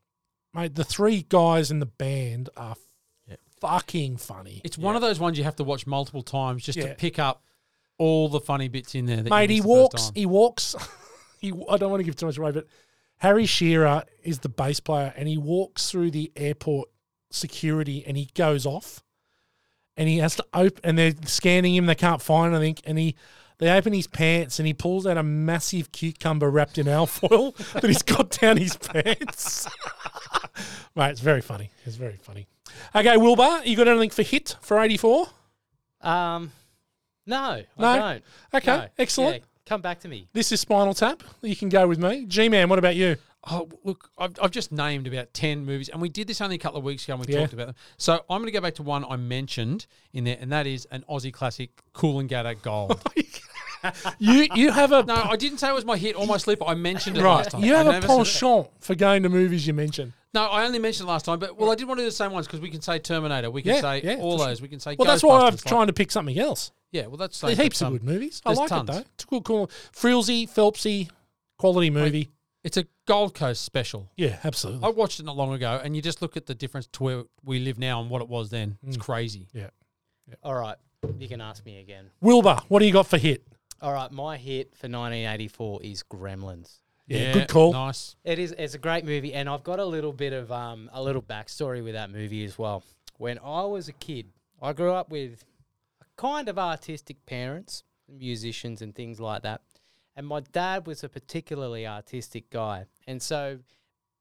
Speaker 1: mate, the three guys in the band are fucking funny.
Speaker 2: it's one of those ones you have to watch multiple times just
Speaker 1: Yeah.
Speaker 2: to pick up all the funny bits in there. That you
Speaker 1: mate, he
Speaker 2: missed the first
Speaker 1: walks,
Speaker 2: time.
Speaker 1: he walks. [LAUGHS] He I don't want to give too much away, but Harry Shearer is the bass player, and he walks through the airport security, and he goes off, and he has to open, and they're scanning him. They can't find anything, and he. They open his pants and he pulls out a massive cucumber wrapped in [LAUGHS] alfoil that he's got down his pants. [LAUGHS] Mate, it's very funny. It's very funny. Okay, Wilbur, you got anything for hit for 84?
Speaker 3: Um, no,
Speaker 1: No?
Speaker 3: I don't.
Speaker 1: Okay,
Speaker 3: No.
Speaker 1: excellent.
Speaker 3: Yeah, come back to me.
Speaker 1: This is Spinal Tap. You can go with me. G Man, what about you?
Speaker 2: Oh, look, I've, I've just named about 10 movies, and we did this only a couple of weeks ago and we
Speaker 1: Yeah.
Speaker 2: talked about them. So I'm going to
Speaker 1: [LAUGHS]
Speaker 2: go back to one I mentioned in there, and that is an Aussie classic, Cool and Gatter Gold.
Speaker 1: you you have a
Speaker 2: no. I didn't say it was my hit or my sleeper. I mentioned it
Speaker 1: right.
Speaker 2: last time.
Speaker 1: You
Speaker 2: I
Speaker 1: have a
Speaker 2: never said it.
Speaker 1: penchant for going to movies. You mentioned.
Speaker 2: No, I only mentioned it last time, but well, I did want to do the same ones because we can say Terminator, we can
Speaker 1: Yeah,
Speaker 2: say
Speaker 1: yeah, for
Speaker 2: all
Speaker 1: sure.
Speaker 2: those, we can say.
Speaker 1: Well, that's why I'm
Speaker 2: Ghostbusters, like-
Speaker 1: trying to pick something else.
Speaker 2: Yeah, well, that's
Speaker 1: There's
Speaker 2: like
Speaker 1: heaps of
Speaker 2: some-
Speaker 1: good movies.
Speaker 2: there's
Speaker 1: I like
Speaker 2: tons.
Speaker 1: it though. It's a good call. Frilzy, Phelpsy, quality movie.
Speaker 2: It's a Gold Coast special.
Speaker 1: yeah, absolutely.
Speaker 2: I watched it not long ago, and you just look at the difference to where we live now and what it was then. It's
Speaker 1: Mm.
Speaker 2: crazy.
Speaker 1: Yeah.
Speaker 3: All right, you can ask me again.
Speaker 1: Wilbur, what do you got for hit?
Speaker 3: All right, my hit for 1984 is Gremlins.
Speaker 1: Yeah, good call.
Speaker 2: Nice.
Speaker 3: It is. It's a great movie, and I've got a little bit of um, a little backstory with that movie as well. When I was a kid, I grew up with kind of artistic parents, musicians, and things like that. And my dad was a particularly artistic guy, and so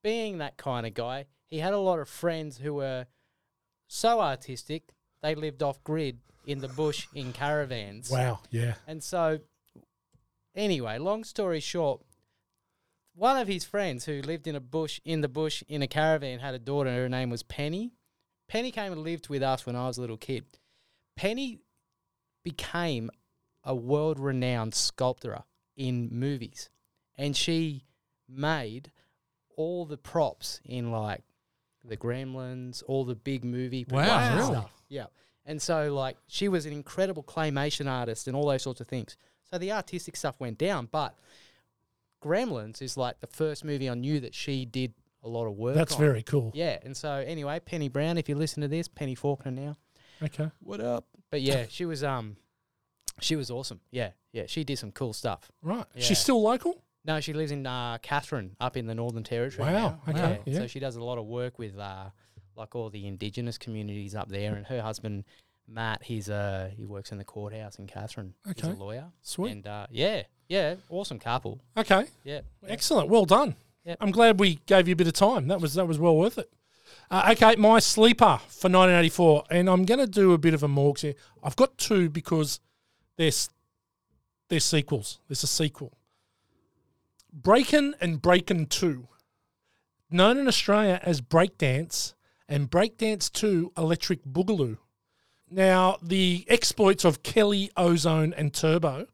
Speaker 3: being that kind of guy, he had a lot of friends who were so artistic they lived off grid in the bush in caravans.
Speaker 1: Wow. Yeah.
Speaker 3: [LAUGHS] And so, anyway, long story short, one of his friends who lived in a bush, in the bush, in a caravan, had a daughter. Her name was Penny. Penny came and lived with us when I was a little kid. Penny became a world renowned sculptor in movies, and she made all the props in like the Gremlins, all the big movie
Speaker 2: Wow,
Speaker 3: production
Speaker 2: really?
Speaker 3: stuff. Yeah. And so, like, she was an incredible claymation artist and all those sorts of things. So the artistic stuff went down, but Gremlins is like the first movie I knew that she did a lot of work.
Speaker 1: That's
Speaker 3: on.
Speaker 1: very cool.
Speaker 3: Yeah. And so, anyway, Penny Brown, if you listen to this, Penny Faulkner now.
Speaker 1: Okay.
Speaker 3: What up? But yeah, she was um, she was awesome. Yeah, yeah, she did some cool stuff.
Speaker 1: Right.
Speaker 3: Yeah.
Speaker 1: She's still local.
Speaker 3: No, she lives in uh, Catherine up in the Northern Territory.
Speaker 1: Wow,
Speaker 3: now.
Speaker 1: okay, yeah.
Speaker 3: So she does a lot of work with uh, like all the Indigenous communities up there, and her husband Matt, he's uh, he works in the courthouse in Catherine.
Speaker 1: Okay,
Speaker 3: He's a lawyer.
Speaker 1: sweet.
Speaker 3: And uh, yeah, yeah, awesome couple.
Speaker 1: Okay.
Speaker 3: Yeah.
Speaker 1: Excellent. Well done.
Speaker 3: Yep.
Speaker 1: I'm glad we gave you a bit of time. That was that was well worth it. Uh, okay, my sleeper for 1984, and I'm going to do a bit of a morgue here. I've got two because they're s- they're sequels. There's a sequel. Breakin' and Breakin' Two, known in Australia as Breakdance and Breakdance Two Electric Boogaloo. Now, the exploits of Kelly, Ozone, and Turbo.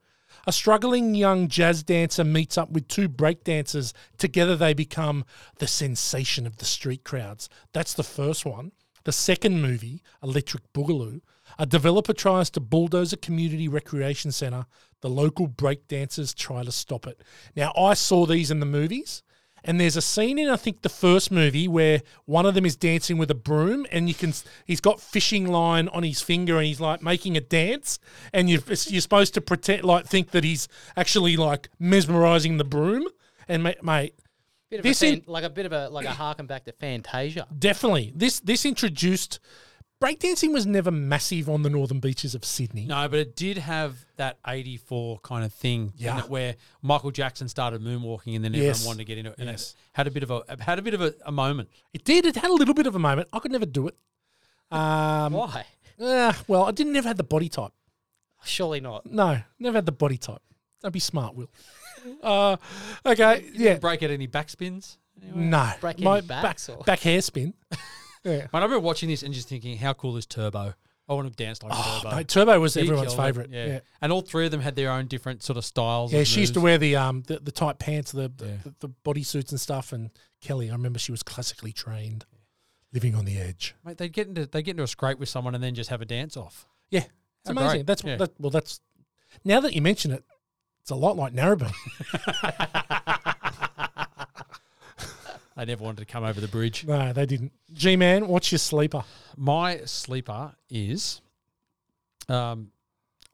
Speaker 1: A struggling young jazz dancer meets up with two breakdancers. Together, they become the sensation of the street crowds. That's the first one. The second movie, Electric Boogaloo, a developer tries to bulldoze a community recreation centre. The local breakdancers try to stop it. Now, I saw these in the movies. And there's a scene in I think the first movie where one of them is dancing with a broom, and you can he's got fishing line on his finger, and he's like making a dance, and you you're supposed to pretend like think that he's actually like mesmerizing the broom, and mate, mate
Speaker 3: Bit of
Speaker 1: This
Speaker 3: a fan,
Speaker 1: in-
Speaker 3: like a bit of a like a harken back to Fantasia.
Speaker 1: definitely this this introduced breakdancing was never massive on the northern beaches of Sydney.
Speaker 2: No, but it did have that 84 kind of thing in
Speaker 1: Yeah.
Speaker 2: it where Michael Jackson started moonwalking and then
Speaker 1: Yes.
Speaker 2: everyone wanted to get into it. And
Speaker 1: Yes.
Speaker 2: it had a bit of a had a bit of a, a moment.
Speaker 1: It did. It had a little bit of a moment. I could never do it. Um,
Speaker 3: Why?
Speaker 1: eh, well, I didn't ever have the body type.
Speaker 3: Surely not.
Speaker 1: No, never had the body type. Don't be smart,
Speaker 3: [LAUGHS]
Speaker 1: Will. uh, okay, yeah.
Speaker 2: Break out any backspins.
Speaker 1: No,
Speaker 3: Break
Speaker 1: my
Speaker 3: any
Speaker 1: back,
Speaker 3: backs or-
Speaker 1: back hair
Speaker 2: [LAUGHS]
Speaker 1: spin. yeah.
Speaker 2: But I remember watching this and just thinking, how cool is Turbo? I want to dance like Turbo.
Speaker 1: Oh, No, Turbo was
Speaker 2: He
Speaker 1: everyone's
Speaker 2: killed it.
Speaker 1: favourite. Yeah,
Speaker 2: Yeah.
Speaker 1: yeah.
Speaker 2: and all three of them had their own different sort of styles. and
Speaker 1: she used to
Speaker 2: moves.
Speaker 1: wear the um the, the tight pants, the the,
Speaker 2: Yeah.
Speaker 1: the, the bodysuits and stuff. And Kelly, I remember she was classically trained, living on the edge.
Speaker 2: Mate, they'd get into they get into a scrape with someone and then just have a dance off.
Speaker 1: Yeah, it's
Speaker 2: Oh,
Speaker 1: amazing.
Speaker 2: great.
Speaker 1: That's
Speaker 2: Yeah.
Speaker 1: that, well, that's now that you mention it, it's a lot like Narrabeen. [LAUGHS]
Speaker 2: They never wanted to come over the bridge.
Speaker 1: no, they didn't. G man, what's your sleeper?
Speaker 2: My sleeper is, um,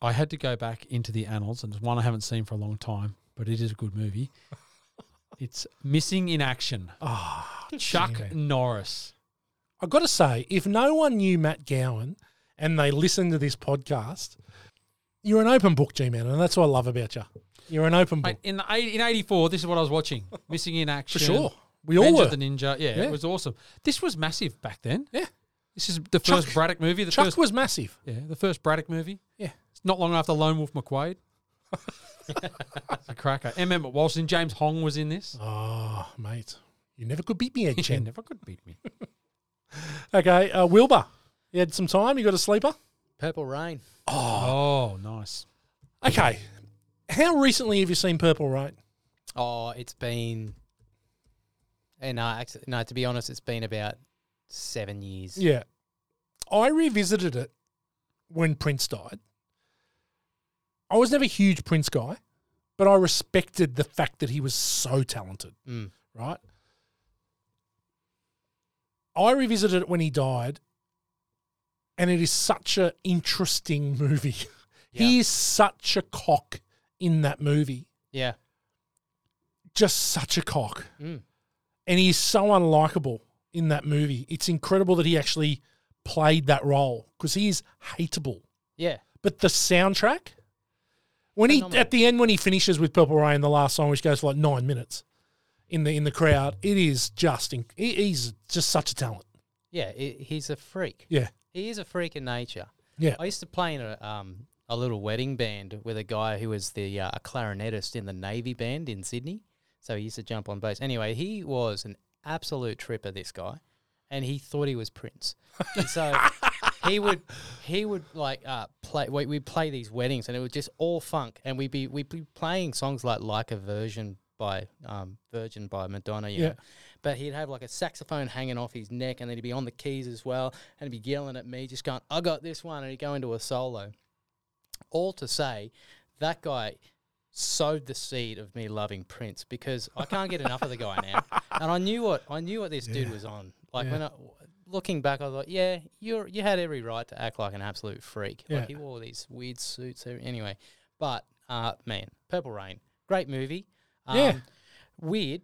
Speaker 2: I had to go back into the annals, and it's one I haven't seen for a long time, but it is a
Speaker 1: [LAUGHS]
Speaker 2: good movie. it's Missing in Action.
Speaker 1: Ah,
Speaker 2: Chuck
Speaker 1: G-Man.
Speaker 2: Norris.
Speaker 1: I've got to say, if no one knew Matt Gowan and they listened to this podcast, you're an open book, G Man, and that's what I love about you. You're an open book.
Speaker 2: Mate, in the eight, in '84, this is what I
Speaker 1: [LAUGHS]
Speaker 2: was watching. Missing in Action.
Speaker 1: sure. We all
Speaker 2: Revenge
Speaker 1: were.
Speaker 2: of the Ninja. Yeah,
Speaker 1: Yeah.
Speaker 2: it was awesome. This was massive back then.
Speaker 1: Yeah.
Speaker 2: This is the
Speaker 1: Chuck-
Speaker 2: first Braddock movie. The
Speaker 1: Chuck
Speaker 2: first,
Speaker 1: was massive.
Speaker 2: yeah, the first Braddock movie.
Speaker 1: Yeah.
Speaker 2: It's not long after Lone Wolf McQuade. it's a cracker. M. Emmett Walston, James Hong was in this.
Speaker 1: Oh, mate. You never could beat me,
Speaker 2: [LAUGHS]
Speaker 1: Ed
Speaker 2: He
Speaker 1: Chen.
Speaker 2: never could beat me.
Speaker 1: okay, uh, Wilbur, you had some time. You got a sleeper? Oh,
Speaker 3: Purple Rain.
Speaker 2: Oh, nice.
Speaker 1: Okay. How recently have you seen Purple Rain?
Speaker 3: Oh, it's been. And no, actually, no. To be honest, it's been about seven years.
Speaker 1: Yeah. I revisited it when Prince died. I was never a huge Prince guy, but I respected the fact that he was so talented,
Speaker 3: Mm.
Speaker 1: right? I revisited it when he died, and it is such an interesting [LAUGHS] movie. He is such a cock in that movie.
Speaker 3: Yeah.
Speaker 1: Just such a cock
Speaker 3: Mm.
Speaker 1: and he's so unlikable in that movie. It's incredible that he actually played that role because he is hateable.
Speaker 3: Yeah.
Speaker 1: But the soundtrack, when he at the end when he finishes with Purple Rain, the last song which goes for like nine minutes in the in the crowd, it is just inc- he- he's just such a talent.
Speaker 3: Yeah. It, he's a freak.
Speaker 1: Yeah.
Speaker 3: He is a freak in nature.
Speaker 1: Yeah.
Speaker 3: I used to play in a um a little wedding band with a guy who was the uh, a clarinetist in the Navy band in Sydney. So he used to jump on bass. Anyway, he was an absolute tripper. This guy, and he thought he was Prince. And so he would he would like uh play. We we'd play these weddings, and it was just all funk. And we'd be we'd be playing songs like like a version by um Virgin by Madonna. You
Speaker 1: Yeah.
Speaker 3: Know? But he'd have like a saxophone hanging off his neck, and then he'd be on the keys as well, and he'd be yelling at me, just going, "I got this one," and he'd go into a solo. All to say, that guy sowed the seed of me loving Prince because I can't get enough of
Speaker 1: [LAUGHS]
Speaker 3: the guy now, and I knew what I knew what this dude was on. Like when I, looking back, I thought, yeah, you you had every right to act like an absolute freak.
Speaker 1: Yeah.
Speaker 3: Like he wore these weird suits every- anyway. But uh, man, Purple Rain, great movie. Um,
Speaker 1: Yeah.
Speaker 3: weird.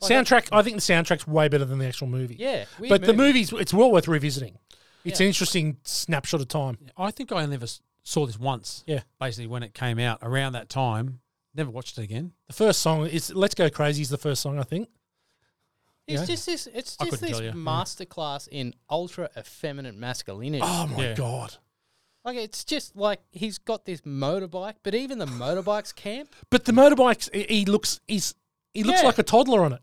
Speaker 3: Like, I-
Speaker 1: soundtrack, I think the soundtrack's way better than the actual movie.
Speaker 3: Yeah, weird
Speaker 1: but the
Speaker 3: movie.
Speaker 1: movie's it's well worth revisiting. It's
Speaker 3: Yeah.
Speaker 1: an interesting snapshot of time.
Speaker 2: I think I only ever s- saw this once.
Speaker 1: Yeah.
Speaker 2: Basically, when it came out around that time, never watched it again.
Speaker 1: The first song is "Let's Go Crazy" is the first song I think.
Speaker 3: It's
Speaker 1: Yeah.
Speaker 3: just this. It's
Speaker 2: I couldn't
Speaker 3: just this
Speaker 2: tell you, yeah.
Speaker 3: masterclass in ultra effeminate masculinity.
Speaker 1: Oh my
Speaker 2: Yeah.
Speaker 1: god!
Speaker 3: Like it's just like he's got this motorbike, but even the motorbike's camp.
Speaker 1: But the motorbikes, he- he looks he's he looks
Speaker 3: Yeah.
Speaker 1: like a toddler on it.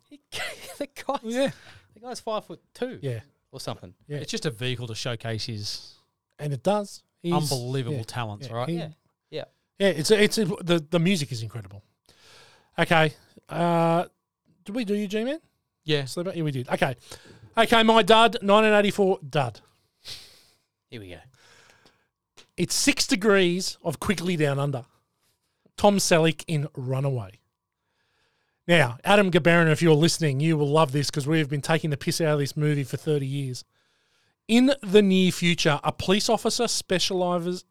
Speaker 3: [LAUGHS] the guy's
Speaker 1: Yeah.
Speaker 3: the guy's five foot two.
Speaker 1: Yeah,
Speaker 3: or something.
Speaker 1: Yeah.
Speaker 2: It's just a vehicle to showcase his
Speaker 1: and it does. He's-
Speaker 2: unbelievable
Speaker 1: yeah.
Speaker 2: talents,
Speaker 1: Yeah,
Speaker 2: right?
Speaker 1: he-
Speaker 3: Yeah, yeah.
Speaker 1: yeah, it's a, it's a, the the music is incredible. Okay, uh, did we do you G man?
Speaker 2: Yeah.
Speaker 1: Sleeper? Yeah, we did. Okay, okay, my dud, 1984 dud.
Speaker 3: Here we go.
Speaker 1: It's six degrees of quickly down under. Tom Selleck in Runaway. Now, Adam Gabarin, if you're listening, you will love this because we have been taking the piss out of this movie for 30 years. In the near future, a police officer [LAUGHS] specializes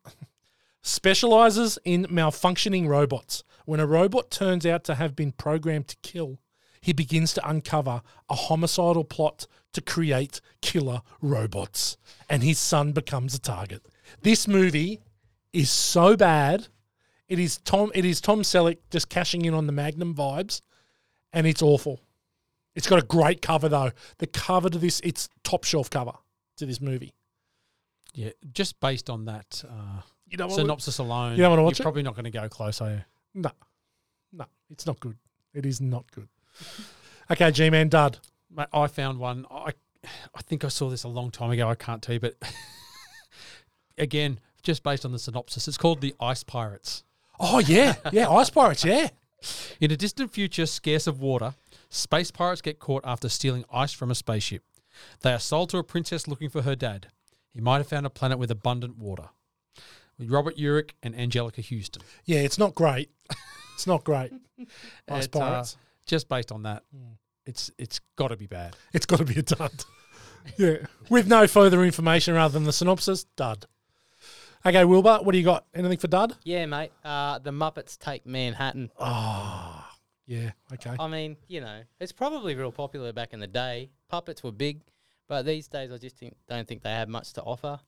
Speaker 1: specializes in malfunctioning robots. When a robot turns out to have been programmed to kill, he begins to uncover a homicidal plot to create killer robots, and his son becomes a target. This movie is so bad. It is Tom. It is Tom Selleck just cashing in on the Magnum vibes, and it's awful. It's got a great cover though. The cover to this, it's top shelf cover to this movie.
Speaker 2: Yeah. Just based on that uh,
Speaker 1: You know what? Oh, we-
Speaker 2: synopsis alone,
Speaker 1: You don't wanna watch
Speaker 2: are
Speaker 1: it?
Speaker 2: probably not going to go close, are you?
Speaker 1: No, no, it's not good. It is not good. [LAUGHS] Okay, G Man Dud.
Speaker 2: Mate, I found one. I I think I saw this a long time ago. I can't tell you, but [LAUGHS] again, just based on the synopsis, it's called The Ice Pirates.
Speaker 1: Oh yeah, [LAUGHS] yeah, Ice Pirates. Yeah,
Speaker 2: In a distant future scarce of water, space pirates get caught after stealing ice from a spaceship. They are sold to a princess looking for her dad. He might have found a planet with abundant water. With Robert Urich and Angelica Houston.
Speaker 1: yeah, it's not great. It's not
Speaker 2: [LAUGHS]
Speaker 1: great. Ice
Speaker 2: It's, uh,
Speaker 1: Pirates.
Speaker 2: just based on that,
Speaker 1: Hmm.
Speaker 2: it's it's got to be bad.
Speaker 1: It's got to be a dud. yeah. With no further information rather than the synopsis, dud. Okay, Wilbur, what do you got? Anything for dud?
Speaker 3: Yeah, mate. Uh, the Muppets take Manhattan.
Speaker 1: Oh, yeah. Okay.
Speaker 2: Uh,
Speaker 3: I mean, you know, it's probably real popular back in the day. Puppets were big, but these days I just think, don't think they have much to offer.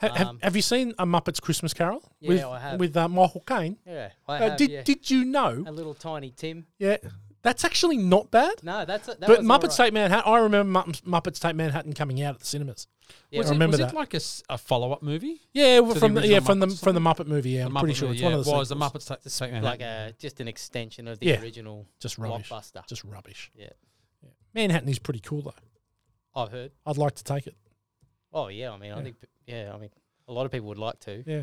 Speaker 1: Ha- have,
Speaker 3: um,
Speaker 1: have you seen a Muppets Christmas Carol?
Speaker 3: Yeah,
Speaker 1: with,
Speaker 3: I have.
Speaker 1: With uh, Michael Caine.
Speaker 3: Yeah, I
Speaker 1: Uh,
Speaker 3: have.
Speaker 1: did
Speaker 3: yeah.
Speaker 1: Did you know?
Speaker 3: a little tiny Tim.
Speaker 1: Yeah, that's actually not bad.
Speaker 3: No, that's a, that
Speaker 1: but
Speaker 3: was
Speaker 1: Muppets
Speaker 3: all right.
Speaker 1: Take Manhattan. I remember Mupp- Muppets Take Manhattan coming out at the cinemas.
Speaker 3: Yeah.
Speaker 1: I
Speaker 2: Was,
Speaker 1: remember
Speaker 2: it, was
Speaker 1: that.
Speaker 2: it like a, s- a follow up movie?
Speaker 1: yeah, well,
Speaker 2: to the
Speaker 1: from the, yeah
Speaker 2: original
Speaker 1: from the
Speaker 2: Muppets
Speaker 1: from the Muppet movie. Yeah, I'm
Speaker 2: The Muppet
Speaker 1: pretty sure it's
Speaker 2: movie,
Speaker 1: one
Speaker 2: yeah,
Speaker 1: of the
Speaker 2: it was the
Speaker 1: sequels.
Speaker 2: Muppets Take, Take Manhattan.
Speaker 3: like a just an extension of the
Speaker 1: Yeah.
Speaker 3: original
Speaker 1: Just rubbish.
Speaker 3: blockbuster.
Speaker 1: Just rubbish.
Speaker 3: yeah,
Speaker 1: Manhattan is pretty cool though.
Speaker 3: I've heard.
Speaker 1: I'd like to take it.
Speaker 3: Oh yeah, I mean, I think yeah, I mean, a lot of people would like to.
Speaker 1: Yeah.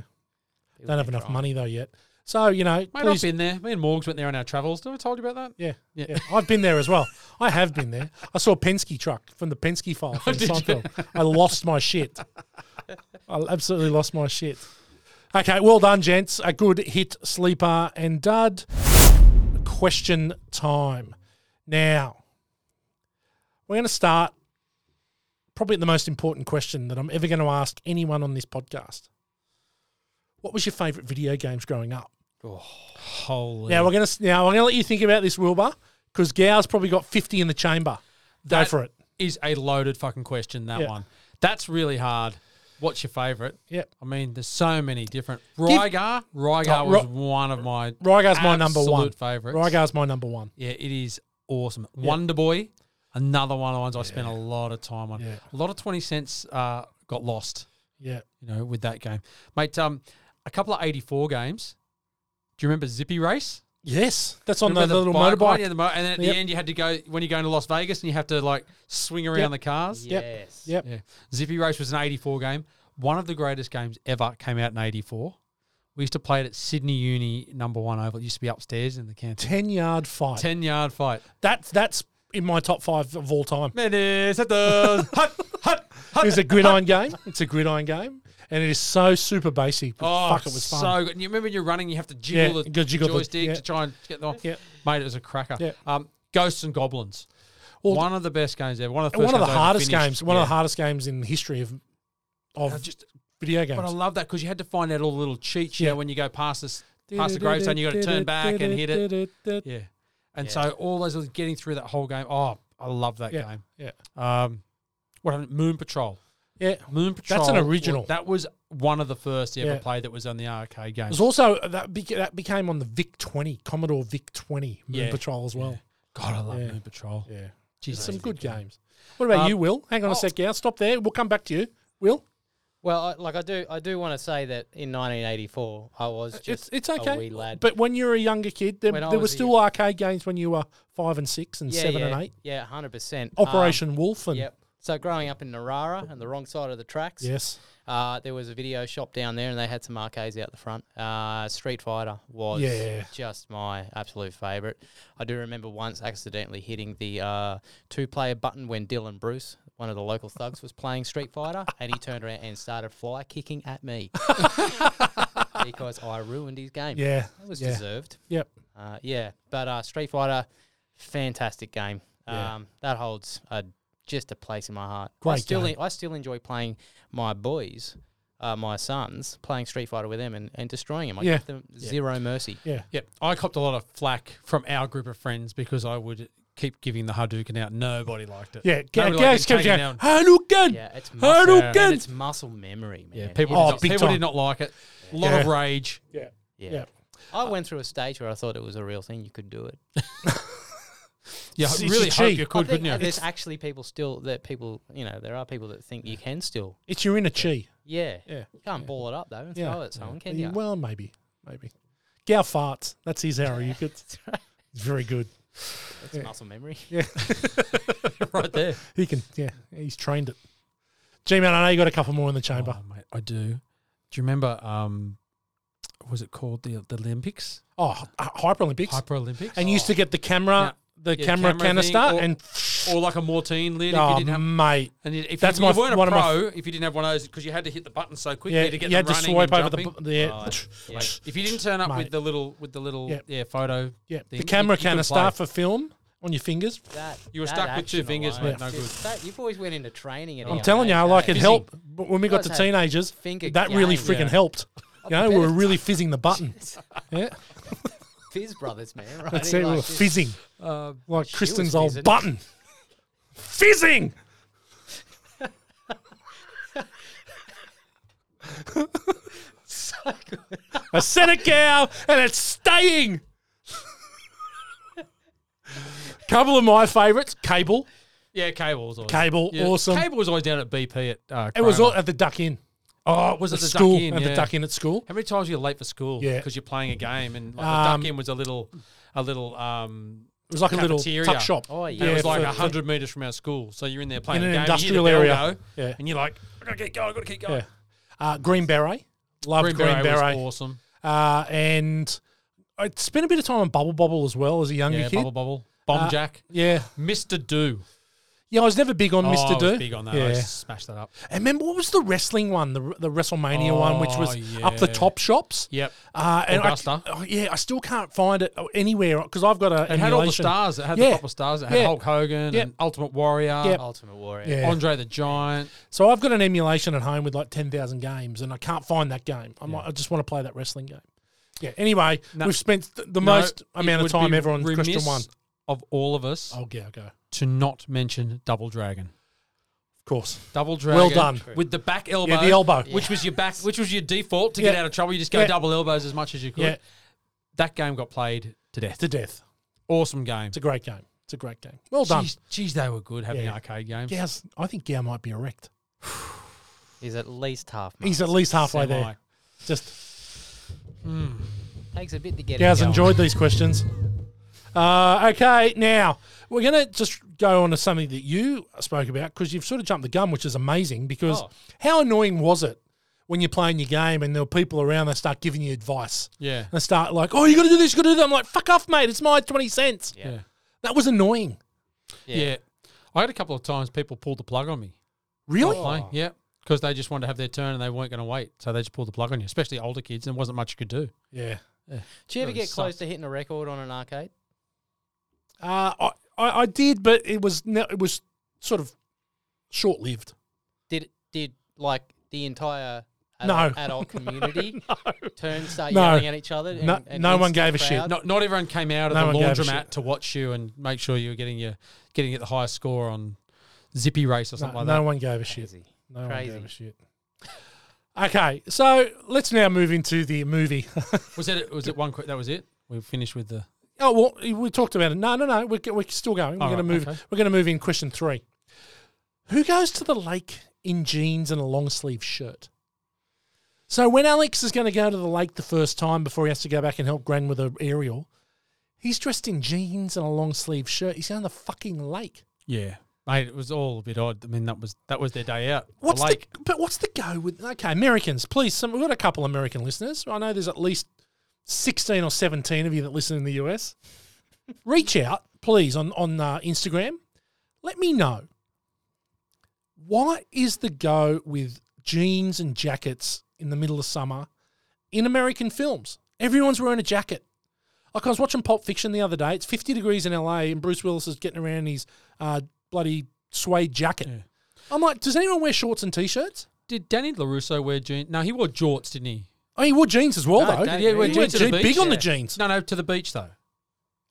Speaker 3: People
Speaker 1: Don't have
Speaker 3: can
Speaker 1: enough
Speaker 3: try.
Speaker 1: money though yet. So you know,
Speaker 2: Mate, I've
Speaker 1: please.
Speaker 2: been there. Me and Morgs went there on our travels. Did I told you about that?
Speaker 1: Yeah, yeah, I've been there as well. I have been there. I saw a Penske truck from the Penske file
Speaker 2: [LAUGHS]
Speaker 1: from
Speaker 2: Oh, Did you?
Speaker 1: Seinfeld. I lost my shit. I absolutely lost my shit. Okay, well done, gents. A good hit, sleeper and dud. Question time. Now, we're going to start probably at the most important question that I'm ever going to ask anyone on this podcast. What was your favourite video games growing up?
Speaker 2: Holy.
Speaker 1: Now we're gonna now I'm gonna let you think about this, Wilbur, because Gow's probably got fifty in the chamber. Go
Speaker 2: That
Speaker 1: for it.
Speaker 2: Is a loaded fucking question that
Speaker 1: Yeah.
Speaker 2: one. That's really hard. What's your favourite?
Speaker 1: Yep.
Speaker 2: I mean, there's so many different. Rygar. Rygar
Speaker 1: Oh,
Speaker 2: was
Speaker 1: Ry-
Speaker 2: one of my
Speaker 1: Rygar's my number
Speaker 2: absolute
Speaker 1: one.
Speaker 2: favourites.
Speaker 1: Rygar's my number one.
Speaker 2: Yeah, it is awesome. Wonder Boy, another one of the ones I spent a lot of time on.
Speaker 1: Yeah.
Speaker 2: A lot of twenty cents uh, got lost,
Speaker 1: Yeah.
Speaker 2: you know, with that game, mate. Um, a couple of eighty four games. Do you remember Zippy Race?
Speaker 1: Yes, that's on the,
Speaker 2: Remember
Speaker 1: little
Speaker 2: bike
Speaker 1: motorbike.
Speaker 2: ride? Yeah, the mo- and then at
Speaker 1: Yep.
Speaker 2: the end, you had to go when you go into Las Vegas, and you have to like swing around
Speaker 1: Yep.
Speaker 2: the cars.
Speaker 1: Yep.
Speaker 3: Yes.
Speaker 1: Yep.
Speaker 2: Yeah. Zippy Race was an 84 game. One of the greatest games ever came out in 84. We used to play it at Sydney Uni number one oval. It used to be upstairs in the canteen. [LAUGHS]
Speaker 1: Ten yard fight.
Speaker 2: 10 yard fight.
Speaker 1: That that's in my top five of all
Speaker 2: [LAUGHS]
Speaker 1: time.
Speaker 2: Menace
Speaker 1: [LAUGHS]
Speaker 2: at the hut, hut, hut.
Speaker 1: It's a gridiron game. It's a gridiron game, and it is so super basic. But
Speaker 2: Oh,
Speaker 1: fuck, it was fun.
Speaker 2: so good. And you remember when you're running, you have to jiggle
Speaker 1: Yeah,
Speaker 2: the
Speaker 1: you gotta jiggle the-
Speaker 2: joystick
Speaker 1: yeah.
Speaker 2: to try and get the.
Speaker 1: Yeah.
Speaker 2: Mate, it was a cracker.
Speaker 1: Yeah.
Speaker 2: Um, Ghosts and Goblins.
Speaker 1: Well,
Speaker 2: one of the best games ever. One of the
Speaker 1: and
Speaker 2: first
Speaker 1: one of the
Speaker 2: games I ever
Speaker 1: hardest
Speaker 2: finished.
Speaker 1: games. One
Speaker 2: Yeah.
Speaker 1: of the hardest games in the history of of
Speaker 2: just-
Speaker 1: video
Speaker 2: But I
Speaker 1: games.
Speaker 2: love that because you had to find out all the little cheats. You
Speaker 1: Yeah.
Speaker 2: know, when you go past this, past the gravestone, you got to turn back and hit it. Yeah, and so all those little getting through that whole game. Oh, I love that
Speaker 1: Yeah.
Speaker 2: game.
Speaker 1: Yeah.
Speaker 2: Um, what happened? Moon Patrol.
Speaker 1: Yeah.
Speaker 2: Moon Patrol.
Speaker 1: an
Speaker 2: wa-
Speaker 1: original.
Speaker 2: That was one of the first you
Speaker 1: Yeah.
Speaker 2: ever played. That was on the arcade game.
Speaker 1: There's also uh, that bec- that became on the Vic 20 Commodore Vic 20 Moon
Speaker 2: Yeah.
Speaker 1: Patrol as well.
Speaker 2: God, I love
Speaker 1: Yeah.
Speaker 2: Moon Patrol.
Speaker 1: Yeah,
Speaker 2: Jeez,
Speaker 1: There's
Speaker 2: I
Speaker 1: some
Speaker 2: hate
Speaker 1: good
Speaker 2: that game.
Speaker 1: games. What about
Speaker 2: Um,
Speaker 1: you, Will? Hang on
Speaker 2: oh.
Speaker 1: a sec, Gow. Stop there. We'll come back to you, Will.
Speaker 3: Well, I, like I do, I do want to say that in 1984, I was just
Speaker 1: It's it's
Speaker 3: a wee
Speaker 1: okay.
Speaker 3: lad.
Speaker 1: But when you were a younger kid, there,
Speaker 3: When I
Speaker 1: there were
Speaker 3: was a
Speaker 1: still arcade games when you were five and six and
Speaker 3: yeah,
Speaker 1: seven
Speaker 3: yeah,
Speaker 1: and eight.
Speaker 3: yeah, hundred percent. Um,
Speaker 1: Operation Wolf and
Speaker 3: Yep. So growing up in Narara and the wrong side of the tracks,
Speaker 1: yes,
Speaker 3: uh, there was a video shop down there, and they had some arcades out the front. Uh, Street Fighter was
Speaker 1: Yeah.
Speaker 3: just my absolute favourite. I do remember once accidentally hitting the uh, two-player button when Dylan Bruce, one of the local thugs, was playing Street Fighter, and he turned around and started fly kicking
Speaker 1: [LAUGHS]
Speaker 3: at me because I ruined his game.
Speaker 1: yeah,
Speaker 3: That was
Speaker 1: yeah,
Speaker 3: deserved.
Speaker 1: yep.
Speaker 3: Uh, yeah, but uh, Street Fighter, fantastic game.
Speaker 1: Yeah.
Speaker 3: Um, that holds uh, just a place in my heart. I
Speaker 1: Great
Speaker 3: still,
Speaker 1: game.
Speaker 3: en- I still enjoy playing my boys, uh, my sons, playing Street Fighter with them and, and destroying them. I
Speaker 1: Yeah.
Speaker 3: give them zero mercy.
Speaker 1: Yeah,
Speaker 2: Yep, I copped a lot of flack from our group of friends because I would keep giving the Hadouken out. Nobody liked it.
Speaker 1: yeah. Ga-
Speaker 2: Nobody
Speaker 1: Gaz
Speaker 2: liked it.
Speaker 1: comes
Speaker 2: Taking
Speaker 1: out.
Speaker 2: down-
Speaker 1: Hadouken.
Speaker 3: Yeah, it's muscle,
Speaker 1: Hadouken.
Speaker 3: and it's muscle memory, man.
Speaker 2: Yeah, people,
Speaker 1: Oh,
Speaker 2: did, not,
Speaker 1: big
Speaker 2: people
Speaker 1: time.
Speaker 2: did not like it. A lot of
Speaker 1: Yeah.
Speaker 2: rage.
Speaker 1: yeah.
Speaker 3: Yeah.
Speaker 1: yeah.
Speaker 3: I went through a stage where I thought it was a real thing. You could do it.
Speaker 2: Yeah,
Speaker 1: It's-
Speaker 2: I
Speaker 1: it's
Speaker 2: really
Speaker 1: a
Speaker 2: hope
Speaker 1: cheat.
Speaker 2: you
Speaker 3: I
Speaker 2: could,
Speaker 3: think
Speaker 2: couldn't you?
Speaker 3: There's actually people still that people, you know, there are people that think you can still.
Speaker 1: It's your inner chi.
Speaker 3: Yeah.
Speaker 1: Yeah.
Speaker 3: You can't ball it up though and
Speaker 1: Yeah.
Speaker 3: throw it at someone, can
Speaker 1: Yeah,
Speaker 3: you?
Speaker 1: Well, maybe, maybe. Gow farts. That's his arrow. You
Speaker 2: [LAUGHS]
Speaker 1: could. Very good.
Speaker 3: It's muscle memory.
Speaker 1: [LAUGHS]
Speaker 2: right there.
Speaker 1: He can. Yeah, he's trained it. G man, I know you got a couple more in the chamber.
Speaker 2: Oh, mate, I do. Do you remember? Um, was it called the the Olympics?
Speaker 1: Oh, H- Hyper Olympics.
Speaker 2: Hyper Olympics.
Speaker 1: and you used to get the camera, the
Speaker 2: Yeah,
Speaker 1: camera,
Speaker 2: camera
Speaker 1: canister,
Speaker 2: thing, or-
Speaker 1: and
Speaker 2: or like a Mortine lid.
Speaker 1: oh,
Speaker 2: if you didn't have,
Speaker 1: mate,
Speaker 2: and you- if
Speaker 1: that's
Speaker 2: you,
Speaker 1: my-
Speaker 2: you weren't
Speaker 1: one
Speaker 2: a
Speaker 1: of my-
Speaker 2: pro, if you didn't have one of those, because you had to hit the button so quickly
Speaker 1: yeah,
Speaker 2: to get
Speaker 1: you had
Speaker 2: them
Speaker 1: to
Speaker 2: running
Speaker 1: swipe
Speaker 2: and
Speaker 1: over the,
Speaker 2: jumping. Oh,
Speaker 1: bu- the yeah,
Speaker 2: Yeah. If you didn't turn up
Speaker 1: Mate.
Speaker 2: with the little with the little
Speaker 1: Yeah.
Speaker 2: yeah, photo,
Speaker 1: yeah,
Speaker 2: thing,
Speaker 1: the camera
Speaker 2: you- you couldn't
Speaker 1: canister
Speaker 2: play.
Speaker 1: for film on your fingers.
Speaker 3: That
Speaker 2: You were
Speaker 3: that
Speaker 2: stuck with two
Speaker 3: action
Speaker 2: fingers,
Speaker 3: alone
Speaker 2: mate, no
Speaker 3: is
Speaker 2: good.
Speaker 3: just- that- you've always went into training. At a
Speaker 1: I'm
Speaker 3: young
Speaker 1: telling you,
Speaker 3: age,
Speaker 1: I like
Speaker 3: eh?
Speaker 1: it helped. But when we got to
Speaker 3: Guys had
Speaker 1: teenagers,
Speaker 3: finger
Speaker 1: that really
Speaker 3: game.
Speaker 1: freaking
Speaker 2: Yeah.
Speaker 1: helped. You know, we
Speaker 3: bet
Speaker 1: were
Speaker 3: it
Speaker 1: really fizzing the
Speaker 2: [LAUGHS]
Speaker 1: button. Yeah,
Speaker 3: Fizz brothers,
Speaker 1: [LAUGHS]
Speaker 3: man. Right?
Speaker 1: that's it. We were fizzing
Speaker 2: uh,
Speaker 1: like
Speaker 3: was
Speaker 1: Kristen's old
Speaker 3: fizzing.
Speaker 1: button. Fizzing. I said it, Gow, and it's staying. Couple of my favourites, Cable.
Speaker 2: Yeah, cable was always
Speaker 1: Cable, awesome.
Speaker 2: Cable was always down at BP at. Uh,
Speaker 1: It was
Speaker 2: Cromer.
Speaker 1: all at the Duck Inn.
Speaker 2: Oh, it was
Speaker 1: At
Speaker 2: at
Speaker 1: the
Speaker 2: the
Speaker 1: school.
Speaker 2: Duck Inn,
Speaker 1: at the
Speaker 2: yeah.
Speaker 1: Duck Inn at school.
Speaker 2: How many times were you late for school?
Speaker 1: Yeah.
Speaker 2: because you're playing a game, and like,
Speaker 1: Um,
Speaker 2: the duck in was a little, a little. Um,
Speaker 1: It was like a
Speaker 2: Cafeteria.
Speaker 1: little tuck shop.
Speaker 3: Oh, yeah.
Speaker 2: and it was like
Speaker 1: for-
Speaker 2: a hundred meters from our school, so you're in there playing
Speaker 1: In
Speaker 2: a
Speaker 1: an
Speaker 2: game.
Speaker 1: industrial
Speaker 2: you hit a bell
Speaker 1: area.
Speaker 2: go,
Speaker 1: Yeah.
Speaker 2: and you're like, I gotta keep going, I gotta keep going.
Speaker 1: Yeah. Uh, Green Beret. Love Green,
Speaker 2: Green, Beret
Speaker 1: Beret.
Speaker 2: was awesome.
Speaker 1: Uh, and I spent a bit of time on Bubble Bobble as well as a younger
Speaker 2: Yeah,
Speaker 1: kid.
Speaker 2: Bubble Bobble. Bomb
Speaker 1: Uh,
Speaker 2: Jack.
Speaker 1: Yeah.
Speaker 2: Mr. Do.
Speaker 1: Yeah, I was never big on
Speaker 2: Oh,
Speaker 1: Mr.
Speaker 2: I
Speaker 1: Do.
Speaker 2: was big on that. I smashed that up.
Speaker 1: And remember, what was the wrestling one? The, the WrestleMania
Speaker 2: Oh,
Speaker 1: one, which was up the
Speaker 2: yeah.
Speaker 1: top shops.
Speaker 2: Yep.
Speaker 1: Uh, and I-
Speaker 2: Augusta.
Speaker 1: oh, yeah, I still can't find it anywhere because I've got a.
Speaker 2: It had all the
Speaker 1: emulation.
Speaker 2: stars. It had
Speaker 1: Yeah.
Speaker 2: the couple of stars. It had
Speaker 1: Yeah.
Speaker 2: Hulk Hogan
Speaker 1: Yep.
Speaker 2: and Ultimate Warrior.
Speaker 1: Yep.
Speaker 3: Ultimate Warrior.
Speaker 1: Yeah.
Speaker 2: Andre the Giant.
Speaker 1: So I've got an emulation at home with like ten thousand games, and I can't find that game. I'm like, I just want to play that wrestling game. Yeah. Anyway,
Speaker 2: No.
Speaker 1: we've spent th- the
Speaker 2: No,
Speaker 1: most amount
Speaker 2: it
Speaker 1: of
Speaker 2: would
Speaker 1: time
Speaker 2: be
Speaker 1: ever on Christian
Speaker 2: remiss
Speaker 1: One. Of
Speaker 2: Of all of us.
Speaker 1: Oh, yeah, go.
Speaker 2: To not mention Double Dragon.
Speaker 1: course.
Speaker 2: Double dragon.
Speaker 1: Well done.
Speaker 2: With the back elbow.
Speaker 1: Yeah, the elbow.
Speaker 2: Which was your back which was your default to
Speaker 1: Yeah.
Speaker 2: get out of trouble. You just go
Speaker 1: Yeah.
Speaker 2: double elbows as much as you could.
Speaker 1: Yeah.
Speaker 2: That game got played to death.
Speaker 1: To death.
Speaker 2: Awesome game.
Speaker 1: It's a great game. It's a great game. Well done.
Speaker 2: Jeez, geez, they were good having
Speaker 1: Yeah.
Speaker 2: arcade games.
Speaker 1: Gow's, I think Gow might be erect.
Speaker 3: He's at least half.
Speaker 1: He's at least halfway
Speaker 2: Semi.
Speaker 1: there. Just
Speaker 3: Takes a bit to get.
Speaker 1: Gow's
Speaker 3: him going.
Speaker 1: enjoyed these questions. Uh, okay, now we're going to just go on to something that you spoke about because you've sort of jumped the gun, which is amazing. Because
Speaker 2: Oh.
Speaker 1: how annoying was it when you're playing your game and there are people around that start giving you advice?
Speaker 2: Yeah.
Speaker 1: and start like, "Oh, you got to do this, you got to do that." I'm like, "Fuck off, mate! It's my twenty cents."
Speaker 3: Yeah.
Speaker 2: Yeah.
Speaker 1: That was annoying.
Speaker 2: Yeah. I had a couple of times people pulled the plug on me.
Speaker 1: Really?
Speaker 2: Not playing. Yeah. Because they just wanted to have their turn and they weren't going to wait. So they just pulled the plug on you, especially older kids, and there wasn't much you could do.
Speaker 1: Yeah.
Speaker 3: Do you ever
Speaker 2: Really
Speaker 3: get close
Speaker 2: sucked.
Speaker 3: to hitting a record on an arcade?
Speaker 1: Uh, I, I I did, but it was no, it was sort of short lived.
Speaker 3: Did did like the entire
Speaker 1: [LAUGHS] No.
Speaker 3: adult, adult community turn start
Speaker 1: No.
Speaker 3: yelling at each other? And,
Speaker 1: No-
Speaker 3: and
Speaker 1: no one
Speaker 3: instant
Speaker 1: gave a shit.
Speaker 3: crowd?
Speaker 2: Not, not everyone came out of
Speaker 1: No
Speaker 2: the
Speaker 1: one gave a shit.
Speaker 2: laundromat to watch you and make sure you were getting your getting at the highest score on Zippy Race or
Speaker 1: No,
Speaker 2: something like
Speaker 1: no
Speaker 2: that.
Speaker 1: one gave a shit.
Speaker 3: Crazy.
Speaker 1: No
Speaker 3: Crazy.
Speaker 1: one gave a shit. Okay, so let's now move into the
Speaker 2: [LAUGHS]
Speaker 1: movie.
Speaker 2: Was it? Was it one? Quick, that was it. We finished with the.
Speaker 1: oh well, we talked about it. No, no, no. We're, we're still going. We're
Speaker 2: All
Speaker 1: going to
Speaker 2: right,
Speaker 1: move.
Speaker 2: okay.
Speaker 1: We're going to move in question three. Who goes to the lake in jeans and a long sleeve shirt? So when Alex is going to go to the lake the first time before he has to go back and help Gran with her aerial, he's dressed in jeans and a long sleeve shirt. He's going to the fucking lake.
Speaker 2: Yeah, mate. It was all a bit odd. I mean, that was that was their day out.
Speaker 1: What's
Speaker 2: the lake?
Speaker 1: the but what's the go with okay Americans? Please, some, we've got a couple American listeners. I know there's at least sixteen or seventeen of you that listen in the US. Reach out, please, on on uh, Instagram. Let me know why is the go with jeans and jackets in the middle of summer in American films? Everyone's wearing a jacket. Like I was watching Pulp Fiction the other day. It's fifty degrees in LA, and Bruce Willis is getting around in his uh, bloody suede jacket. I'm like, does anyone wear shorts and t-shirts?
Speaker 2: Did Danny Larusso wear jeans? No, he wore jorts, didn't he?
Speaker 1: Oh, he wore jeans as well,
Speaker 2: No,
Speaker 1: though.
Speaker 2: Danny-
Speaker 1: he
Speaker 2: he went to the
Speaker 1: jeans.
Speaker 2: beach,
Speaker 1: Big on the
Speaker 2: yeah.
Speaker 1: jeans.
Speaker 2: No, no, to the beach though.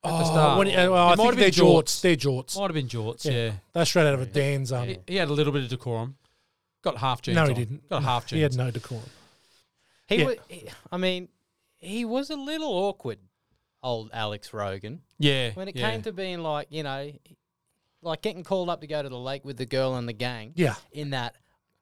Speaker 1: oh,
Speaker 2: the start.
Speaker 1: when he- uh, well,
Speaker 2: It
Speaker 1: I
Speaker 2: might
Speaker 1: think
Speaker 2: have
Speaker 1: they're
Speaker 2: been
Speaker 1: jorts.
Speaker 2: jorts.
Speaker 1: They're jorts.
Speaker 2: Might have been jorts. Yeah,
Speaker 1: They're straight out of a Dan's um,
Speaker 2: He, he had a little bit of decorum. Got half jeans.
Speaker 1: No, he
Speaker 2: on.
Speaker 1: didn't.
Speaker 2: Got half jeans.
Speaker 1: He had no decorum.
Speaker 3: He,
Speaker 1: Yeah.
Speaker 3: wa- he- I mean, he was a little awkward, old Alex Rogan,
Speaker 2: Yeah.
Speaker 3: when it
Speaker 2: yeah.
Speaker 3: came to being like, you know, like getting called up to go to the lake with the girl and the gang.
Speaker 1: Yeah.
Speaker 3: In that,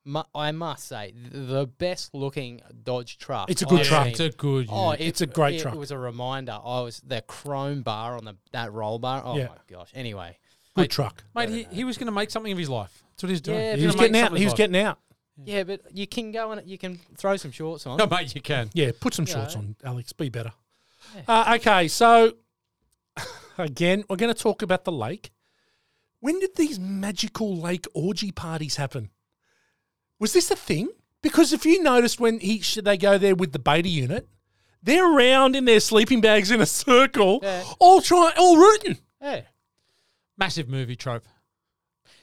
Speaker 3: mu- I must say, th- the best looking Dodge truck.
Speaker 1: It's a good
Speaker 3: I've
Speaker 1: truck.
Speaker 3: seen.
Speaker 2: It's a good.
Speaker 3: Oh,
Speaker 2: unit.
Speaker 1: It's a great
Speaker 3: it,
Speaker 1: truck.
Speaker 3: It was a reminder. I was the chrome bar on the that roll bar. Oh
Speaker 1: Yeah.
Speaker 3: my gosh. Anyway,
Speaker 1: Good truck.
Speaker 2: mate. He, he was going to make something of his life. [LAUGHS] That's what he's doing.
Speaker 3: Yeah,
Speaker 1: He was
Speaker 2: gonna make
Speaker 1: getting out.
Speaker 2: something of
Speaker 1: He
Speaker 2: his
Speaker 1: was
Speaker 2: life.
Speaker 1: getting out.
Speaker 3: yeah, but you can go and you can throw some shorts on.
Speaker 2: No, mate, you can.
Speaker 1: Yeah, put some shorts
Speaker 3: know.
Speaker 1: on, Alex. Be better. Uh, okay, so [LAUGHS] again, we're going to talk about the lake. When did these magical lake orgy parties happen? Was this a thing? Because if you noticed when he sh- they go there with the beta unit, they're around in their sleeping bags in a circle,
Speaker 3: Yeah.
Speaker 1: all trying, all rooting.
Speaker 3: Yeah.
Speaker 2: Massive movie trope.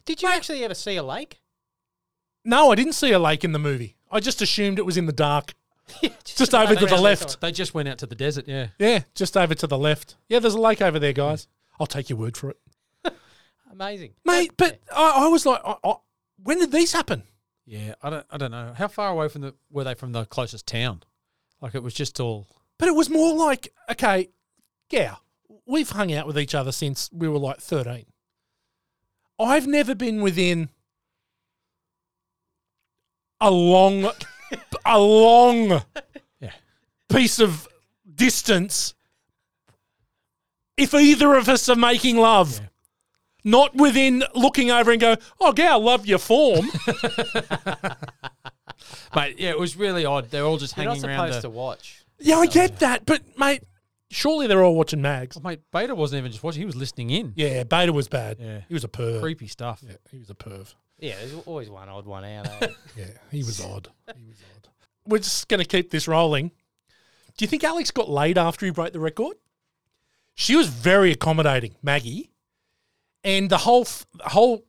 Speaker 3: Did you actually ever see a lake? [LAUGHS]
Speaker 1: No, I didn't see a lake in the movie. I just assumed it was in the dark, just over to the left.
Speaker 2: They just went out to the desert. Yeah.
Speaker 1: Yeah, just over to the left. Yeah, there's a lake over there, guys. I'll take your word for it.
Speaker 3: Amazing.
Speaker 1: mate. But I, I was like, I, I, when did these happen?
Speaker 2: Yeah, I don't, I don't know. How far away from the were they from the closest town? Like it was just all.
Speaker 1: But it was more like, okay, yeah, we've hung out with each other since we were like thirteen. I've never been within a long, a long
Speaker 2: Yeah.
Speaker 1: piece of distance. If either of us are making love, not within looking over and go, oh, yeah, I love your form.
Speaker 2: But yeah, it was really odd. They're all just
Speaker 3: You're not
Speaker 2: hanging around.
Speaker 3: supposed
Speaker 2: The,
Speaker 3: to watch.
Speaker 1: Yeah, I get that, but mate, surely they're all watching Mags.
Speaker 2: Oh, mate, Beta wasn't even just watching; he was listening in.
Speaker 1: Yeah, Beta was bad.
Speaker 2: Yeah.
Speaker 1: He was a perv.
Speaker 2: Creepy stuff.
Speaker 1: Yeah, he was a perv.
Speaker 3: Yeah, there's always one odd one out. eh?
Speaker 1: Yeah, he was odd. He was odd. We're just going to keep this rolling. Do you think Alex got laid after he broke the record? She was very accommodating, Maggie, and the whole f- the whole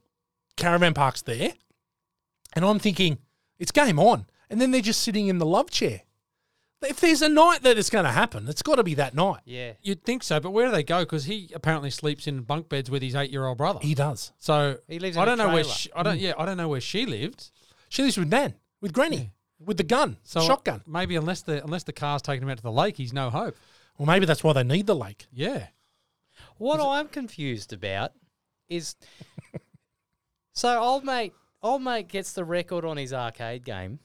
Speaker 1: caravan park's there. And I'm thinking it's game on, and then they're just sitting in the love chair. If there's a night that it's going to happen, it's got to be that night.
Speaker 3: yeah.
Speaker 2: You'd think so, but where do they go? Because he apparently sleeps in bunk beds with his eight-year-old brother.
Speaker 1: He does.
Speaker 2: so
Speaker 3: He lives
Speaker 2: I
Speaker 3: in a
Speaker 2: don't know where
Speaker 3: trailer. Hmm.
Speaker 2: she, I don't. Yeah, I don't know where she lived.
Speaker 1: She lives with Nan, with Granny, with the gun,
Speaker 2: So
Speaker 1: shotgun.
Speaker 2: Maybe unless the unless the car's taking him out to the lake, he's no hope.
Speaker 1: Well, maybe that's why they need the lake.
Speaker 2: Yeah.
Speaker 3: What I'm confused about is [LAUGHS] so old mate old mate gets the record on his arcade game.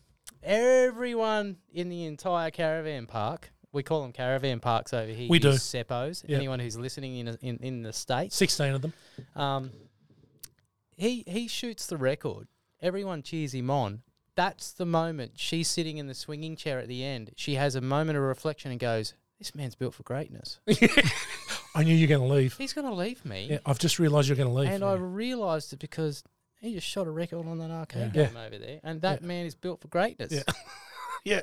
Speaker 3: Everyone in the entire caravan park, we call them caravan parks over here.
Speaker 1: We do.
Speaker 3: use Seppos.
Speaker 1: Yeah.
Speaker 3: Anyone who's listening in, in in the states,
Speaker 1: Sixteen of them.
Speaker 3: um, he he shoots the record. Everyone cheers him on. That's the moment she's sitting in the swinging chair at the end. She has a moment of reflection and goes, "This man's built
Speaker 1: [LAUGHS]
Speaker 3: for greatness.
Speaker 1: I knew you were going to leave.
Speaker 3: He's going to leave me."
Speaker 1: Yeah, I've just realised you're going to leave.
Speaker 3: And I realised it because he just shot a record on that arcade
Speaker 1: Yeah.
Speaker 3: game over there, and that man is built for greatness. [LAUGHS]
Speaker 1: Yeah. yeah,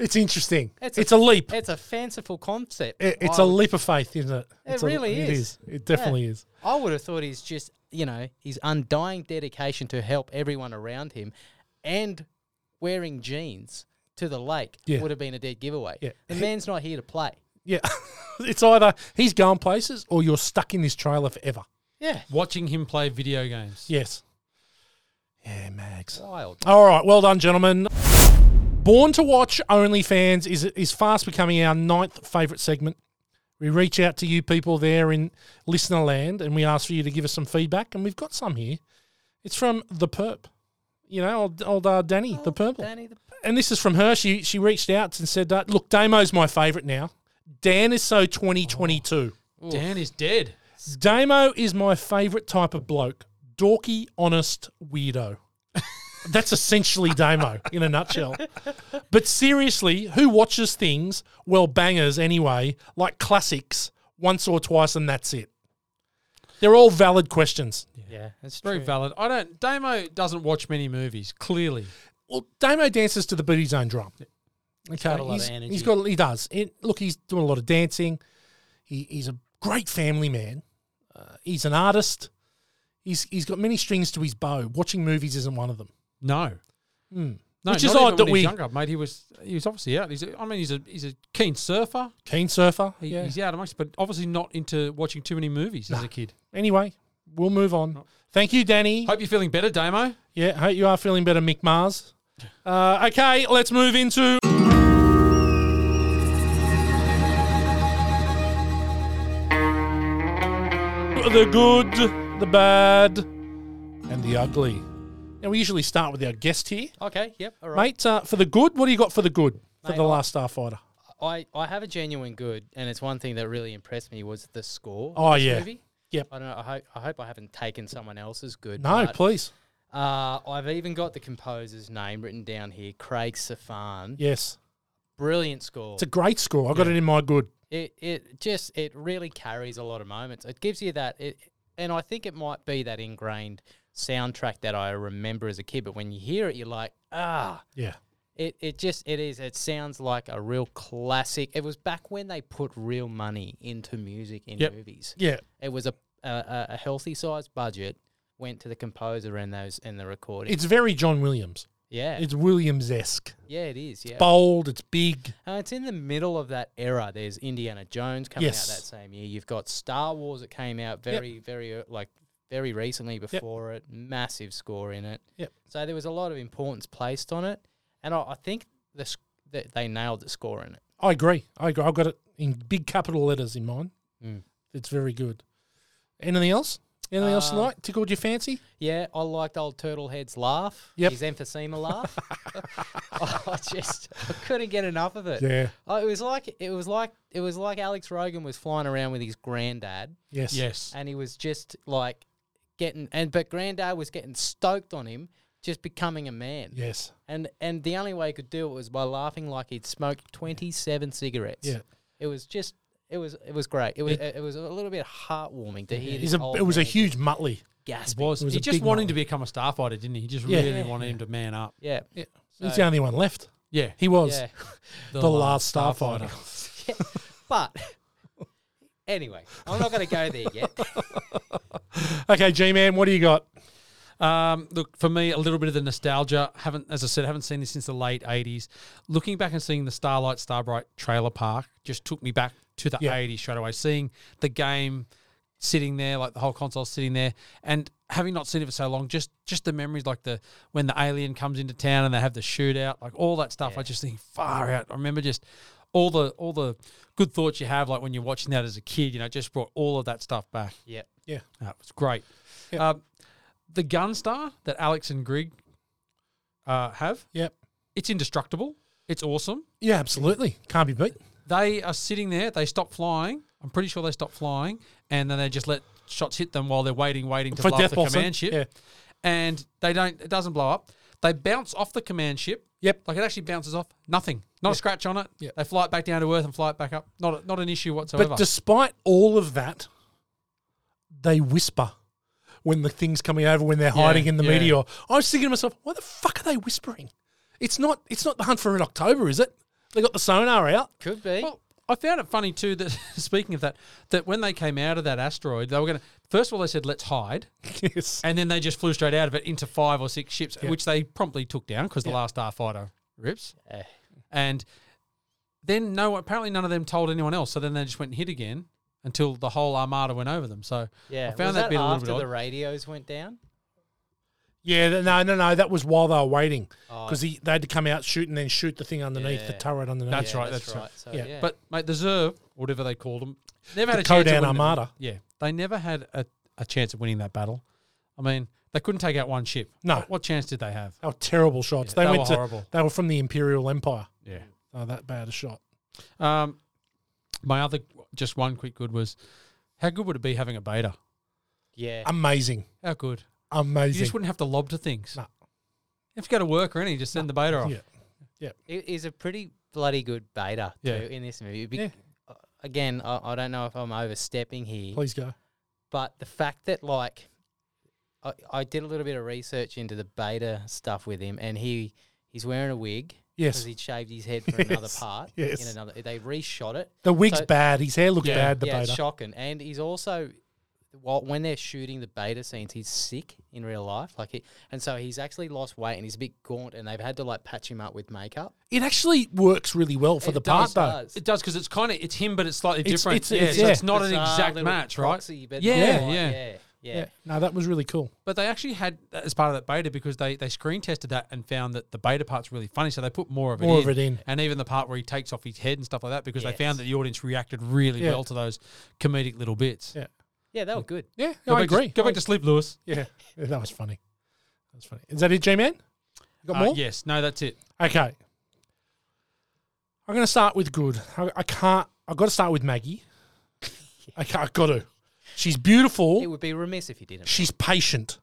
Speaker 1: it's interesting.
Speaker 3: It's
Speaker 1: It's, a,
Speaker 3: a-
Speaker 1: leap.
Speaker 3: It's a fanciful concept.
Speaker 1: It- it's a
Speaker 3: a
Speaker 1: leap of faith, isn't it?
Speaker 3: It
Speaker 1: It's
Speaker 3: really
Speaker 1: a, It
Speaker 3: is.
Speaker 1: is. It definitely is.
Speaker 3: I would have thought he's just, you know, his undying dedication to help everyone around him, and wearing jeans to the lake
Speaker 1: Yeah.
Speaker 3: would have been a dead giveaway.
Speaker 1: Yeah.
Speaker 3: The man's not here to play.
Speaker 1: Yeah, [LAUGHS] it's either he's going places or you're stuck in this trailer forever.
Speaker 3: Yeah.
Speaker 2: Watching him play video games.
Speaker 1: Yes. Yeah, Mags.
Speaker 3: Wild.
Speaker 1: All right, well done, gentlemen. Born to Watch OnlyFans is is fast becoming our ninth favourite segment. We reach out to you people there in listener land, and we ask for you to give us some feedback, and we've got some here. It's from the Perp, you know, old, old uh, Danny the Purple,
Speaker 3: Danny the
Speaker 1: and this is from her. She she reached out and said, uh, "Look, Damo's my favourite now. Dan is so 2022.
Speaker 2: Dan is dead.
Speaker 1: Damo is my favourite type of bloke: dorky, honest weirdo." That's essentially Damo in a nutshell. But seriously, who watches things, well, bangers anyway, like classics, once or twice and that's it? They're all valid questions.
Speaker 3: Yeah, that's
Speaker 2: Very
Speaker 3: true.
Speaker 2: valid. I don't. Damo doesn't watch many movies. Clearly,
Speaker 1: Well, Damo dances to the beat his own drum. Okay,
Speaker 3: got a lot of
Speaker 1: he's-
Speaker 3: energy.
Speaker 1: he's got he does. It, look, he's doing a lot of dancing. He, he's a great family man. Uh, he's an artist. He's he's got many strings to his bow. Watching movies isn't one of them.
Speaker 2: no. No,
Speaker 1: Hmm. Which is
Speaker 2: not
Speaker 1: odd
Speaker 2: even when
Speaker 1: that
Speaker 2: he was
Speaker 1: we-
Speaker 2: younger, mate. He was he was obviously out. He's a, I mean he's a he's a keen surfer.
Speaker 1: Keen surfer.
Speaker 2: He,
Speaker 1: yeah.
Speaker 2: He's out amongst, but obviously not into watching too many movies as a kid.
Speaker 1: Anyway, we'll move on. Thank you, Danny.
Speaker 2: Hope you're feeling better, Damo.
Speaker 1: Yeah, hope you are feeling better, Mick Mars. Uh, okay, let's move into. The good, the bad, and the ugly. Now, we usually start with our guest here.
Speaker 3: Okay. Yep. All right.
Speaker 1: Mate, uh, for the good, what do you got for the good for
Speaker 3: Mate,
Speaker 1: the
Speaker 3: I-
Speaker 1: last Starfighter?
Speaker 3: I, I have a genuine good, and it's one thing that really impressed me was the score. of
Speaker 1: Oh,
Speaker 3: this
Speaker 1: yeah.
Speaker 3: movie.
Speaker 1: Yep.
Speaker 3: I don't know. I hope I hope I haven't taken someone else's good.
Speaker 1: No,
Speaker 3: but,
Speaker 1: please.
Speaker 3: uh, I've even got the composer's name written down here, Craig Safan.
Speaker 1: Yes.
Speaker 3: Brilliant score.
Speaker 1: It's a great score. I got it in my good.
Speaker 3: it it just it really carries a lot of moments. It gives you that it, and I think it might be that ingrained soundtrack that I remember as a kid. But when you hear it, you're like, ah,
Speaker 1: Yeah.
Speaker 3: it, it just it is it sounds like a real classic. It was back when they put real money into music in
Speaker 1: Yep.
Speaker 3: movies.
Speaker 1: Yeah.
Speaker 3: It was a a- a, a healthy sized budget went to the composer and those and the recording.
Speaker 1: It's very John Williams.
Speaker 3: yeah,
Speaker 1: It's Williams esque.
Speaker 3: yeah, it is. Yeah,
Speaker 1: Bold, it's big.
Speaker 3: Uh, it's in the middle of that era. There's Indiana Jones coming
Speaker 1: Yes.
Speaker 3: out that same year. You've got Star Wars that came out very, very uh, like very recently before it. Massive score in it.
Speaker 1: Yep.
Speaker 3: So there was a lot of importance placed on it, and I, I think the sc- that they nailed the score in it.
Speaker 1: I agree. I agree. I've got it in big capital letters in mine. It's very good. Anything else? Anything
Speaker 2: Uh,
Speaker 1: else you
Speaker 3: Um,
Speaker 1: like? Tickled your fancy?
Speaker 3: Yeah, I liked old Turtlehead's laugh.
Speaker 1: Yep.
Speaker 3: His emphysema
Speaker 1: [LAUGHS]
Speaker 3: laugh. [LAUGHS] I just I couldn't get enough of it.
Speaker 1: Yeah.
Speaker 3: Oh, it was like it was like it was like Alex Rogan was flying around with his granddad.
Speaker 1: Yes.
Speaker 2: Yes.
Speaker 3: and he was just like getting and but granddad was getting stoked on him just becoming a man.
Speaker 1: Yes.
Speaker 3: And and the only way he could do it was by laughing like he'd smoked twenty seven cigarettes.
Speaker 1: Yeah.
Speaker 3: It was just it was it was great. It was it, was a little bit heartwarming to hear.
Speaker 1: He's
Speaker 3: This
Speaker 1: a,
Speaker 3: old
Speaker 1: it was a
Speaker 3: man.
Speaker 1: huge mutley.
Speaker 3: Gasping.
Speaker 2: was.
Speaker 1: It was
Speaker 2: he
Speaker 1: a
Speaker 2: just
Speaker 1: big
Speaker 2: wanted
Speaker 1: moment.
Speaker 2: to become a starfighter, didn't he? He just
Speaker 1: Yeah.
Speaker 2: really
Speaker 1: Yeah.
Speaker 2: wanted him to man up.
Speaker 3: Yeah.
Speaker 1: Yeah.
Speaker 3: So-
Speaker 1: He's the only one left.
Speaker 2: Yeah.
Speaker 1: He was
Speaker 3: [LAUGHS] Yeah.
Speaker 1: the,
Speaker 2: The
Speaker 1: last
Speaker 2: last
Speaker 1: Starfighter.
Speaker 3: [LAUGHS] But anyway, I'm not going to go there
Speaker 2: [LAUGHS]
Speaker 3: yet.
Speaker 1: okay, G Man, what do you got?
Speaker 2: Um, look for me, a little bit of the nostalgia. Haven't, as I said, haven't seen this since the late '80s. Looking back and seeing the Starlight Starbright Trailer Park just took me back to the
Speaker 1: Yeah.
Speaker 2: '80s straight away. Seeing the game sitting there, like the whole console sitting there, and having not seen it for so long, just just the memories, like the when the alien comes into town and they have the shootout, like all that stuff. I just think far out. I remember just all the all the good thoughts you have, like when you're watching that as a kid. You know, just brought all of that stuff back.
Speaker 3: Yeah.
Speaker 1: Yeah.
Speaker 2: That was great. Um, the Gunstar that Alex and Grig uh, have,
Speaker 1: Yep.
Speaker 2: it's indestructible. It's awesome.
Speaker 1: Yeah, absolutely. Can't be beat.
Speaker 2: They are sitting there. They stop flying. I'm pretty sure they stop flying, and then they just let shots hit them while they're waiting, waiting to
Speaker 1: For
Speaker 2: blow
Speaker 1: Death
Speaker 2: up the
Speaker 1: Bolson,
Speaker 2: command ship.
Speaker 1: yeah.
Speaker 2: And they don't. It doesn't blow up. They bounce off the command ship.
Speaker 1: Yep.
Speaker 2: Like it actually bounces off. Nothing. Not a scratch on it.
Speaker 1: Yep.
Speaker 2: They fly it back down to Earth and fly it back up. Not a, not an issue whatsoever.
Speaker 1: But despite all of that, they whisper when the thing's coming over, when they're hiding in the
Speaker 2: yeah.
Speaker 1: meteor. I was thinking to myself, why the fuck are they whispering? It's not it's not the hunt for Red October, is it? They got the sonar out. [LAUGHS]
Speaker 3: Could be.
Speaker 2: Well, I found it funny too that [LAUGHS] speaking of that, that when they came out of that asteroid, they were going to first of all they said let's hide,
Speaker 1: yes.
Speaker 2: and then they just flew straight out of it into five or six ships, which they promptly took down because the last Starfighter rips,
Speaker 3: Eh.
Speaker 2: and then no, apparently none of them told anyone else. So then they just went and hit again until the whole armada went over them. So
Speaker 3: Yeah.
Speaker 2: I found
Speaker 3: was
Speaker 2: that,
Speaker 3: that,
Speaker 2: bit a little
Speaker 3: after
Speaker 2: bit odd.
Speaker 3: the radios went down.
Speaker 1: Yeah, th- no, no, no. That was while they were waiting
Speaker 2: Oh.
Speaker 1: because they had to come out, shoot, and then shoot the thing underneath the
Speaker 3: Yeah.
Speaker 1: turret underneath.
Speaker 2: That's
Speaker 3: Yeah,
Speaker 2: right.
Speaker 3: that's
Speaker 2: That's, right.
Speaker 3: right. So,
Speaker 1: Yeah,
Speaker 3: yeah.
Speaker 2: But mate, the Zerv, whatever they called them, never
Speaker 1: The
Speaker 2: had a
Speaker 1: Codan
Speaker 2: chance. of winning it.
Speaker 1: Armada.
Speaker 2: Yeah, they never had a, a chance of winning that battle. I mean, they couldn't take out one ship.
Speaker 1: No.
Speaker 2: What, what chance did they have?
Speaker 1: They were terrible shots.
Speaker 2: Yeah,
Speaker 1: they,
Speaker 2: they
Speaker 1: went to,
Speaker 2: were horrible.
Speaker 1: They were from the Imperial Empire.
Speaker 2: Yeah.
Speaker 1: Oh, that bad a shot.
Speaker 2: Um, my other just one quick good was, how good would it be having a beta?
Speaker 3: Yeah.
Speaker 1: Amazing,
Speaker 2: How good? You
Speaker 1: amazing.
Speaker 2: just wouldn't have to lob to things.
Speaker 1: No.
Speaker 2: If you go to work or anything, just send the beta off.
Speaker 1: yeah,
Speaker 3: It is a pretty bloody good beta
Speaker 2: Yeah.
Speaker 3: too in this movie. Be-
Speaker 1: Yeah.
Speaker 3: uh, Again, I, I don't know if I'm overstepping here,
Speaker 1: please go.
Speaker 3: but the fact that like I, I did a little bit of research into the beta stuff with him, and he he's wearing a wig.
Speaker 1: Yes.
Speaker 3: because he'd shaved his head for
Speaker 2: [LAUGHS]
Speaker 3: another
Speaker 1: Yes,
Speaker 3: part.
Speaker 1: yes.
Speaker 3: in another they reshot it.
Speaker 1: The wig's
Speaker 3: So-
Speaker 1: bad. His hair looked
Speaker 2: Yeah,
Speaker 1: bad. The
Speaker 3: yeah, it's
Speaker 1: beta.
Speaker 3: shocking. And he's also, while when they're shooting the beta scenes, he's sick in real life. Like he, and so he's actually lost weight and he's a bit gaunt, and they've had to like patch him up with makeup.
Speaker 1: It actually works really well for
Speaker 3: It
Speaker 1: the
Speaker 3: does,
Speaker 1: part though.
Speaker 3: does.
Speaker 2: It does because it's kind of it's him, but it's slightly
Speaker 1: It's-
Speaker 2: different.
Speaker 1: it's-
Speaker 2: yeah,
Speaker 1: it's-
Speaker 2: so
Speaker 1: yeah.
Speaker 2: it's not an
Speaker 3: Bizarre
Speaker 2: exact
Speaker 3: little
Speaker 2: match,
Speaker 3: proxy,
Speaker 2: right?
Speaker 3: but
Speaker 2: yeah,
Speaker 3: not quite.
Speaker 2: yeah,
Speaker 3: yeah, yeah.
Speaker 1: No, that was really cool.
Speaker 2: But they actually had that as part of that beta because they, they screen tested that and found that the beta part's really funny, so they put more of it
Speaker 1: More
Speaker 2: in.
Speaker 1: of it in.
Speaker 2: And even the part where he takes off his head and stuff like that because they
Speaker 3: Yes.
Speaker 2: found that the audience reacted really
Speaker 1: Yeah.
Speaker 2: well to those comedic little bits.
Speaker 1: Yeah.
Speaker 3: Yeah, they were good.
Speaker 1: Yeah,
Speaker 2: Go
Speaker 1: I [LAUGHS]
Speaker 2: back
Speaker 1: agree.
Speaker 2: To, go back to sleep, Lewis.
Speaker 1: yeah, Yeah, that was funny. That was funny. Is that it, G Man? You got
Speaker 2: Uh,
Speaker 1: more?
Speaker 2: yes. No, that's it.
Speaker 1: Okay. I'm going to start with good. I, I can't. I've got to start with
Speaker 2: [LAUGHS]
Speaker 1: Maggie. I can't, I've got to. She's beautiful.
Speaker 3: It would be remiss if you didn't.
Speaker 1: she's patient,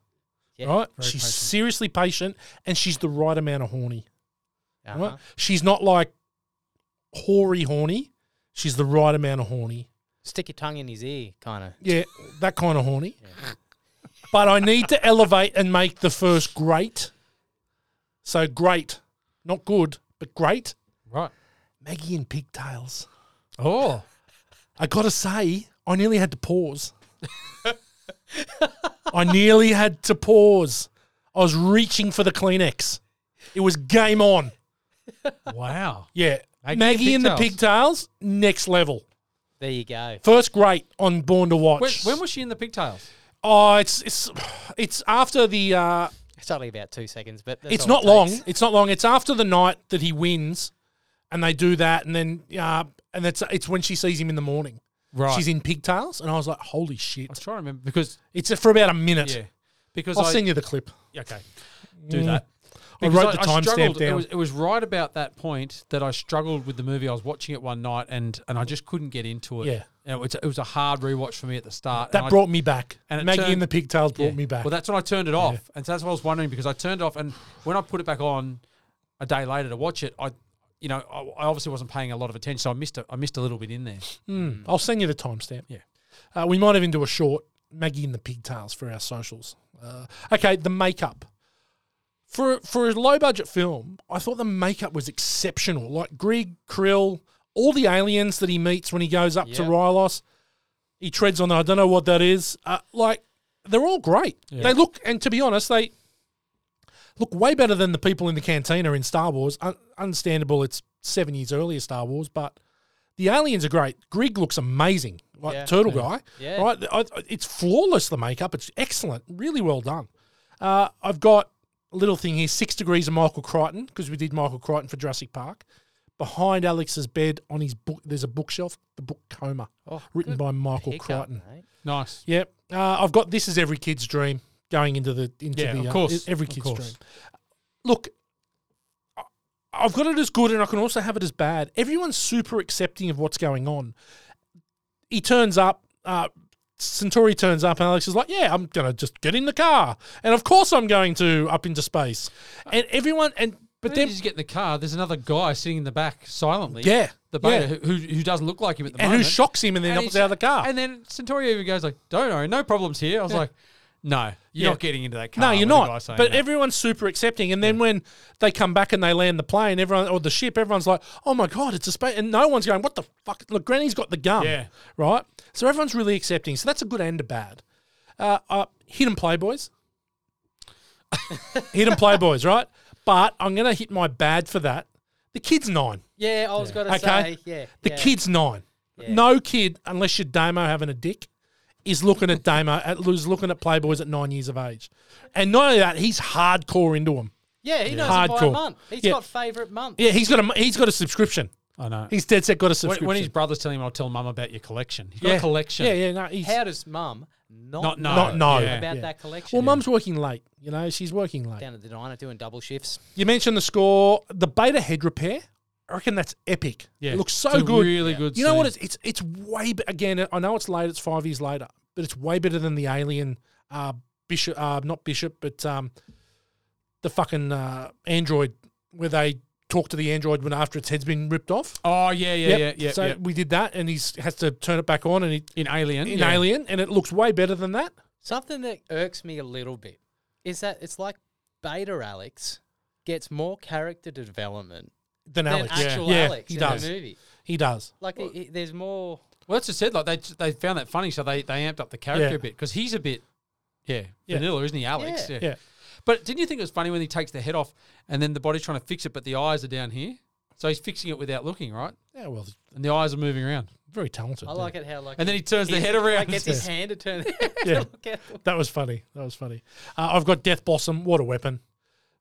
Speaker 3: Yeah.
Speaker 1: right?
Speaker 2: very
Speaker 1: She's
Speaker 2: patient.
Speaker 1: seriously patient, and she's the right amount of horny.
Speaker 3: Uh-huh.
Speaker 1: Right? She's not like hoary horny. She's the right amount of horny.
Speaker 3: Stick your tongue in his ear, kind of.
Speaker 1: Yeah, that kind of horny. But I need to elevate and make the first great. So great, not good, but great.
Speaker 2: Right.
Speaker 1: Maggie in pigtails.
Speaker 2: Oh.
Speaker 1: I gotta say, I nearly had to pause. I nearly had to pause. I was reaching for the Kleenex. It was game on. [LAUGHS]
Speaker 2: wow.
Speaker 1: Yeah.
Speaker 2: Maggie in
Speaker 1: Maggie in the
Speaker 2: pigtails.
Speaker 1: pigtails, next level.
Speaker 3: There you go.
Speaker 1: First great on Born to Watch.
Speaker 2: When, when was she in the pigtails?
Speaker 1: oh, it's it's it's after the uh
Speaker 3: It's only about two seconds, but that's
Speaker 1: it's
Speaker 3: all
Speaker 1: not
Speaker 3: it
Speaker 1: long.
Speaker 3: takes.
Speaker 1: It's not long. It's after the night that he wins, and they do that, and then uh, and that's it's when she sees him in the morning.
Speaker 2: Right.
Speaker 1: She's in pigtails, and I was like, "Holy shit!"
Speaker 2: I'm trying to remember because
Speaker 1: It's for about a minute.
Speaker 2: yeah, because
Speaker 1: I'll
Speaker 2: I,
Speaker 1: send you the clip.
Speaker 2: Okay, do that.
Speaker 1: I
Speaker 2: Because
Speaker 1: wrote the timestamp
Speaker 2: struggled- It
Speaker 1: down.
Speaker 2: was, it was right about that point that I struggled with the movie. I was watching it one night and and I just couldn't get into it.
Speaker 1: Yeah.
Speaker 2: And it was, it was a hard rewatch for me at the start.
Speaker 1: That
Speaker 2: and I-
Speaker 1: brought me back.
Speaker 2: it
Speaker 1: Maggie
Speaker 2: turned-
Speaker 1: and the Pigtails brought
Speaker 2: Yeah.
Speaker 1: me back.
Speaker 2: Well, that's when I turned it off, and so that's what I was wondering because I turned it off, and when I put it back on a day later to watch it, I, you know, I, I obviously wasn't paying a lot of attention, so I missed a, I missed a little bit
Speaker 1: [LAUGHS]
Speaker 2: in there.
Speaker 1: Mm. I'll send you the timestamp.
Speaker 2: Yeah.
Speaker 1: Uh, we might even do a short Maggie and the Pigtails for our socials. Uh, okay, the makeup. For, for a low budget film, I thought the makeup was exceptional. Like Grig, Krill, all the aliens that he meets when he goes up to
Speaker 2: Yep.
Speaker 1: Rylos, he treads on. I don't know what that is. Uh, like they're all great.
Speaker 2: Yeah.
Speaker 1: They look, and to be honest, they look way better than the people in the cantina in Star Wars. Un- understandable, it's seven years earlier Star Wars, but the aliens are great. Grig looks amazing, like
Speaker 2: Yeah.
Speaker 1: Turtle
Speaker 2: Yeah.
Speaker 1: Guy.
Speaker 2: Yeah.
Speaker 1: Right? I, I- it's flawless, the makeup. It's excellent. Really well done. Uh, I've got a little thing here Six Degrees of Michael Crichton, because we did Michael Crichton for Jurassic Park. Behind Alex's bed on his book, there's a bookshelf, the book Coma,
Speaker 2: Oh,
Speaker 1: written by Michael Crichton.
Speaker 2: eh? Nice.
Speaker 1: Yep. Uh, I've got this is every kid's dream going into the into
Speaker 2: Yeah,
Speaker 1: the
Speaker 2: of
Speaker 1: uh,
Speaker 2: course,
Speaker 1: every
Speaker 2: of
Speaker 1: kid's
Speaker 2: course.
Speaker 1: dream. Look, I- I've got it as good, and I can also have it as bad. Everyone's super accepting of what's going on. He turns up. Uh, Centauri turns up, and Alex is like, "Yeah, I'm gonna just get in the car, and of course I'm going to up into space." And everyone, and but
Speaker 2: But then
Speaker 1: then
Speaker 2: you just get in the car. There's another guy sitting in the back silently.
Speaker 1: Yeah,
Speaker 2: the
Speaker 1: yeah.
Speaker 2: beta who, who who doesn't look like him at the
Speaker 1: And who
Speaker 2: moment,
Speaker 1: shocks him and then
Speaker 2: And
Speaker 1: helps
Speaker 2: he's-
Speaker 1: out of the car.
Speaker 2: And then Centauri even goes like, "Don't know, no problems here." I was
Speaker 1: Yeah.
Speaker 2: like, "No, you're
Speaker 1: Yeah.
Speaker 2: not getting into that car."
Speaker 1: No, you're
Speaker 2: with the guy
Speaker 1: not.
Speaker 2: saying
Speaker 1: But
Speaker 2: that.
Speaker 1: everyone's super accepting. And then when they come back and they land the plane, everyone or the ship, everyone's like, "Oh my god, it's a space!" And no one's going, "What the fuck?" Look, Granny's got the gun.
Speaker 2: Yeah.
Speaker 1: Right. So everyone's really accepting. So that's a good and a bad. Uh, uh, hidden playboys. [LAUGHS] hidden playboys, right? But I'm gonna hit my bad for that. The kid's nine.
Speaker 3: Yeah, I was gonna say. Yeah,
Speaker 1: The
Speaker 3: yeah.
Speaker 1: kid's nine. No kid, unless you're Damo having a dick, is looking at Damo at is looking at Playboys at nine years of age, and not only that, he's hardcore into them.
Speaker 3: Yeah, he knows it by a month. He's got favourite month.
Speaker 1: Yeah, he's got a he's got a subscription.
Speaker 2: I know.
Speaker 1: He's dead set got a
Speaker 2: When,
Speaker 1: subscription.
Speaker 2: when his brother's telling him, "I'll tell Mum about your collection," he's got
Speaker 1: Yeah.
Speaker 2: a collection.
Speaker 1: Yeah, yeah, no, he's-
Speaker 3: How does mum
Speaker 2: Not
Speaker 3: not,
Speaker 2: know.
Speaker 3: know
Speaker 1: not no
Speaker 2: Yeah.
Speaker 3: about
Speaker 1: Yeah.
Speaker 3: that collection?
Speaker 1: Well, Mum's working late. You know, she's working late.
Speaker 3: down at the diner doing double shifts.
Speaker 1: You mentioned the score, the beta head repair. I reckon that's epic.
Speaker 2: Yeah,
Speaker 1: it looks so
Speaker 2: it's a
Speaker 1: good.
Speaker 2: really Yeah. good
Speaker 1: You know what? It's
Speaker 2: scene.
Speaker 1: it's it's way be- again. I know it's late. It's five years later, but it's way better than the Alien uh, Bishop. Uh, not Bishop, but um, the fucking uh, android where they talk to the android when after its head's been ripped off.
Speaker 2: Oh yeah, yeah,
Speaker 1: Yep.
Speaker 2: yeah, yeah.
Speaker 1: So
Speaker 2: yeah.
Speaker 1: we did that, and he's has to turn it back on, and he,
Speaker 2: in Alien,
Speaker 1: in
Speaker 2: yeah.
Speaker 1: Alien, and it looks way better than that.
Speaker 3: Something that irks me a little bit is that it's like Beta Alex gets more character development
Speaker 1: Than Alex. Yeah.
Speaker 3: actual
Speaker 1: Yeah,
Speaker 3: Alex
Speaker 1: he
Speaker 3: in
Speaker 1: does.
Speaker 3: the movie.
Speaker 1: He does.
Speaker 3: Like, it, it- there's more.
Speaker 2: Well, that's just said. Like they they found that funny, so they they amped up the character
Speaker 1: Yeah.
Speaker 2: a bit because he's a bit, yeah,
Speaker 1: Yeah.
Speaker 2: vanilla, isn't he, Alex?
Speaker 1: Yeah. Yeah.
Speaker 2: But didn't you think it was funny when he takes the head off and then the body's trying to fix it, but the eyes are down here, so he's fixing it without looking, right?
Speaker 1: Yeah, well, he's
Speaker 2: And the eyes are moving around.
Speaker 1: very talented.
Speaker 3: I
Speaker 1: yeah.
Speaker 3: like it how like.
Speaker 2: And then he turns the
Speaker 3: he-
Speaker 2: head around.
Speaker 3: Like [LAUGHS] gets his hand to turn.
Speaker 1: Yeah. [LAUGHS]
Speaker 3: to look at them.
Speaker 1: That was funny. That was funny. Uh, I've got Death Blossom. What a weapon!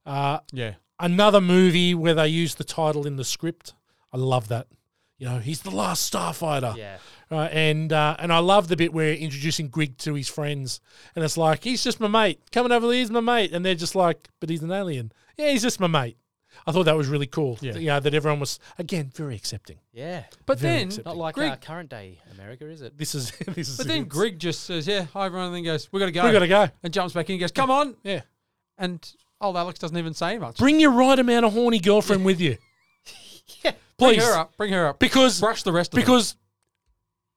Speaker 1: Uh,
Speaker 2: Yeah.
Speaker 1: another movie where they use the title in the script. I love that. You know, he's the last starfighter.
Speaker 3: Yeah.
Speaker 1: Right, and uh, and I love the bit where introducing Grig to his friends, and it's like he's just my mate. Coming over, he's my mate, and they're just like, but he's an alien. Yeah, he's just my mate. I thought that was really cool.
Speaker 2: Yeah.
Speaker 1: You know, that everyone was again very accepting.
Speaker 3: Yeah.
Speaker 2: But
Speaker 1: Very
Speaker 2: then,
Speaker 1: accepting.
Speaker 3: Not like
Speaker 2: Greg-
Speaker 3: uh, current day America, is it?
Speaker 1: This is [LAUGHS] this is.
Speaker 2: but then
Speaker 1: it.
Speaker 2: Grig just says, "Yeah, hi everyone," and then goes, "We gotta go."
Speaker 1: we gotta go.
Speaker 2: And jumps back in. and Goes, "Come on!"
Speaker 1: Yeah,
Speaker 2: And old Alex doesn't even say much.
Speaker 1: bring your right amount of horny girlfriend with you.
Speaker 3: Yeah.
Speaker 1: Please.
Speaker 2: Bring her up. Bring her up.
Speaker 1: Because-
Speaker 2: brush the rest of them.
Speaker 1: because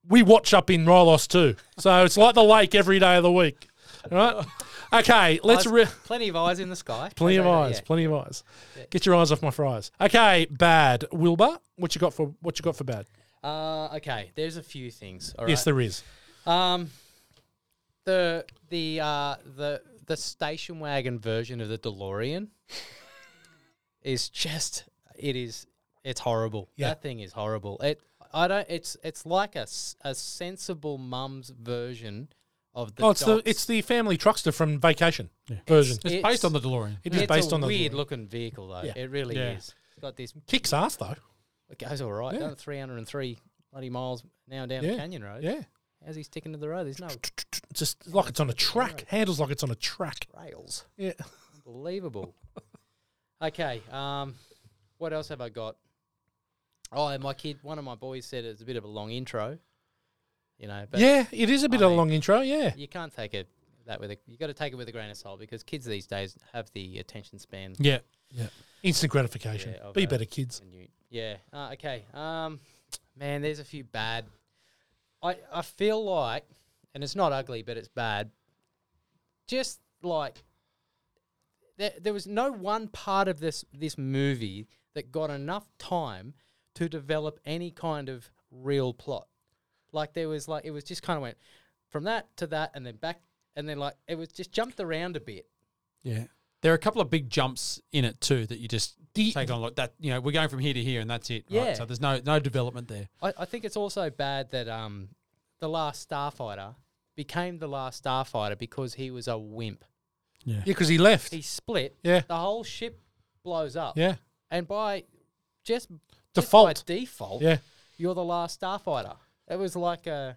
Speaker 1: we watch up in Rylos too. So it's like the lake every day of the week. All right.
Speaker 3: [LAUGHS]
Speaker 1: Okay, let's
Speaker 3: Eyes-
Speaker 1: re-
Speaker 3: plenty of eyes in the sky.
Speaker 1: plenty of
Speaker 3: Okay,
Speaker 1: eyes,
Speaker 3: yeah.
Speaker 1: plenty of eyes. Get your eyes off my fries. Okay, bad Wilbur. What you got for what you got for bad?
Speaker 3: Uh, okay, there's a few things. all
Speaker 1: Yes,
Speaker 3: right?
Speaker 1: there is.
Speaker 3: Um, the the uh the the station wagon version of the DeLorean is just it is it's horrible.
Speaker 1: Yeah.
Speaker 3: That thing is horrible. It I don't. It's it's like a, s- a sensible mum's version of the.
Speaker 1: oh, it's
Speaker 3: Dots.
Speaker 1: the it's the family truckster from Vacation version.
Speaker 2: it's, based on the DeLorean.
Speaker 1: It is
Speaker 3: it's
Speaker 1: based
Speaker 3: a
Speaker 1: on the
Speaker 3: weird looking vehicle though.
Speaker 1: Yeah.
Speaker 3: It really
Speaker 2: Yeah.
Speaker 3: is. It's got this.
Speaker 1: kicks ass though.
Speaker 3: It goes all right.
Speaker 1: Yeah.
Speaker 3: Down 303 bloody miles now down
Speaker 1: Yeah.
Speaker 3: Canyon Road.
Speaker 1: Yeah,
Speaker 3: How's he sticking to the road? There's no
Speaker 1: just like it's on a track. Handles like it's on a track.
Speaker 3: rails.
Speaker 1: Yeah.
Speaker 3: Unbelievable. okay. Um, what else have I got? Oh, and my kid, one of my boys said it's a bit of a long intro. You know,
Speaker 1: yeah, it is a bit
Speaker 3: I
Speaker 1: of a
Speaker 3: mean,
Speaker 1: long intro. Yeah,
Speaker 3: You can't take it that with a. You got to take it with a grain of salt because kids these days have the attention span.
Speaker 1: yeah, yeah. Instant gratification.
Speaker 3: Yeah, of
Speaker 1: Be
Speaker 3: a-
Speaker 1: better, kids.
Speaker 3: And you- yeah. Uh, okay. Um, man, there's a few bad. I I feel like, and it's not ugly, but it's bad. Just like there, there was no one part of this this movie that got enough time to develop any kind of real plot. Like there was like it was just kind of went from that to that and then back and then like it was just jumped around a bit.
Speaker 2: Yeah. There are a couple of big jumps in it too that you just
Speaker 1: The-
Speaker 2: take on like that. You know, we're going from here to here, and that's it.
Speaker 3: Yeah.
Speaker 2: Right? So there's no no development there.
Speaker 3: I, I think it's also bad that um, the last Starfighter became the last Starfighter because he was a wimp.
Speaker 1: Yeah, because he left.
Speaker 3: He split.
Speaker 1: Yeah.
Speaker 3: The whole ship blows up.
Speaker 1: Yeah.
Speaker 3: And by just just
Speaker 1: Default.
Speaker 3: by default,
Speaker 1: Yeah.
Speaker 3: you're the last Starfighter. It was like a,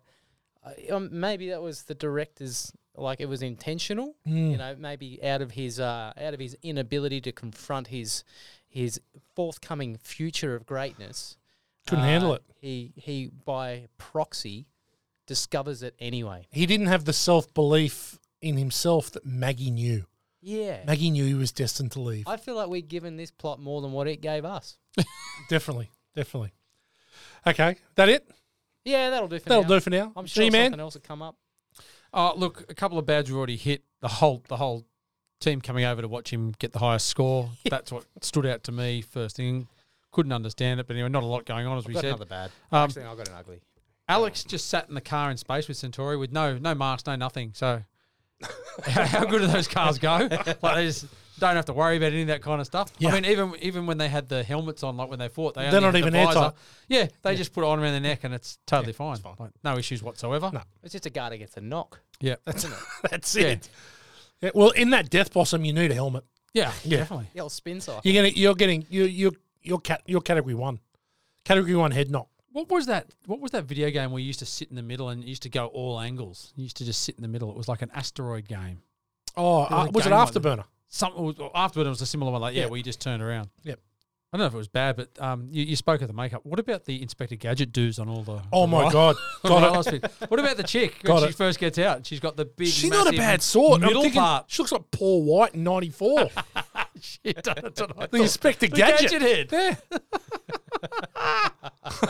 Speaker 3: I- um, maybe that was the director's like it was intentional.
Speaker 1: Mm.
Speaker 3: You know, maybe out of his uh, out of his inability to confront his his forthcoming future of greatness.
Speaker 1: Couldn't handle it.
Speaker 3: He he by proxy discovers it anyway.
Speaker 1: He didn't have the self belief in himself that Maggie knew.
Speaker 3: Yeah.
Speaker 1: Maggie knew he was destined to leave.
Speaker 3: I feel like we've given this plot more than what it gave us.
Speaker 1: definitely, definitely. Okay, that it.
Speaker 3: Yeah, that'll do for
Speaker 1: That'll
Speaker 3: now.
Speaker 1: do for now.
Speaker 3: I'm sure
Speaker 1: G-Man?
Speaker 3: something else will come up.
Speaker 2: Oh, look, a couple of bads were already hit. The whole the whole team coming over to watch him get the highest score. That's what stood out to me first thing. Couldn't understand it, but anyway, not a lot going on as we
Speaker 3: got
Speaker 2: said.
Speaker 3: another bad.
Speaker 2: Um,
Speaker 3: Actually, I've got an ugly.
Speaker 2: Alex just sat in the car in space with Centauri with no no marks, no nothing. So [LAUGHS] how, how good do those cars go? Like they just don't have to worry about any of that kind of stuff.
Speaker 1: Yeah.
Speaker 2: I mean, even even when they had the helmets on, like when they fought, they
Speaker 1: They're
Speaker 2: only
Speaker 1: not
Speaker 2: had the
Speaker 1: even
Speaker 2: visor.
Speaker 1: airtight.
Speaker 2: Yeah, they just put it on around the neck, and it's totally fine.
Speaker 1: fine.
Speaker 2: Like, no issues whatsoever.
Speaker 1: No.
Speaker 3: It's just a guard against a knock.
Speaker 2: Yeah,
Speaker 1: That's [LAUGHS] that's
Speaker 2: Yeah.
Speaker 1: it. Yeah, well, in that death blossom, you need a helmet.
Speaker 2: yeah,
Speaker 1: Yeah.
Speaker 2: definitely.
Speaker 3: The old spin cycle.
Speaker 1: You're gonna, you're getting, you, you, you're cat, you're category one, category one head knock.
Speaker 2: What was that? What was that video game where you used to sit in the middle and it used to go all angles? You used to just sit in the middle. It was like an asteroid game.
Speaker 1: Oh,
Speaker 2: There was
Speaker 1: uh,
Speaker 2: a
Speaker 1: was it
Speaker 2: game like that.
Speaker 1: afterburner?
Speaker 2: Something was, or afterward, it was a similar one. Like yeah,
Speaker 1: Yeah.
Speaker 2: where you just turned around.
Speaker 1: Yep.
Speaker 2: I don't know if it was bad, but um, you, you spoke of the makeup. What about the Inspector Gadget dudes on all the?
Speaker 1: Oh
Speaker 2: the
Speaker 1: my
Speaker 2: [LAUGHS] Ry-
Speaker 1: God.
Speaker 2: the
Speaker 1: Got it.
Speaker 2: Rylos bit? What about the chick when
Speaker 1: Got
Speaker 2: she
Speaker 1: it.
Speaker 2: first gets out? She's got the big.
Speaker 1: She's not a
Speaker 2: massive
Speaker 1: bad sort. I'm
Speaker 2: Middle
Speaker 1: thinking [LAUGHS]
Speaker 2: part.
Speaker 1: she looks like Paul White in '94.
Speaker 2: She done it tonight.
Speaker 1: the Inspector
Speaker 2: [LAUGHS] The
Speaker 1: Gadget.
Speaker 2: Gadget head.
Speaker 1: There.
Speaker 2: [LAUGHS]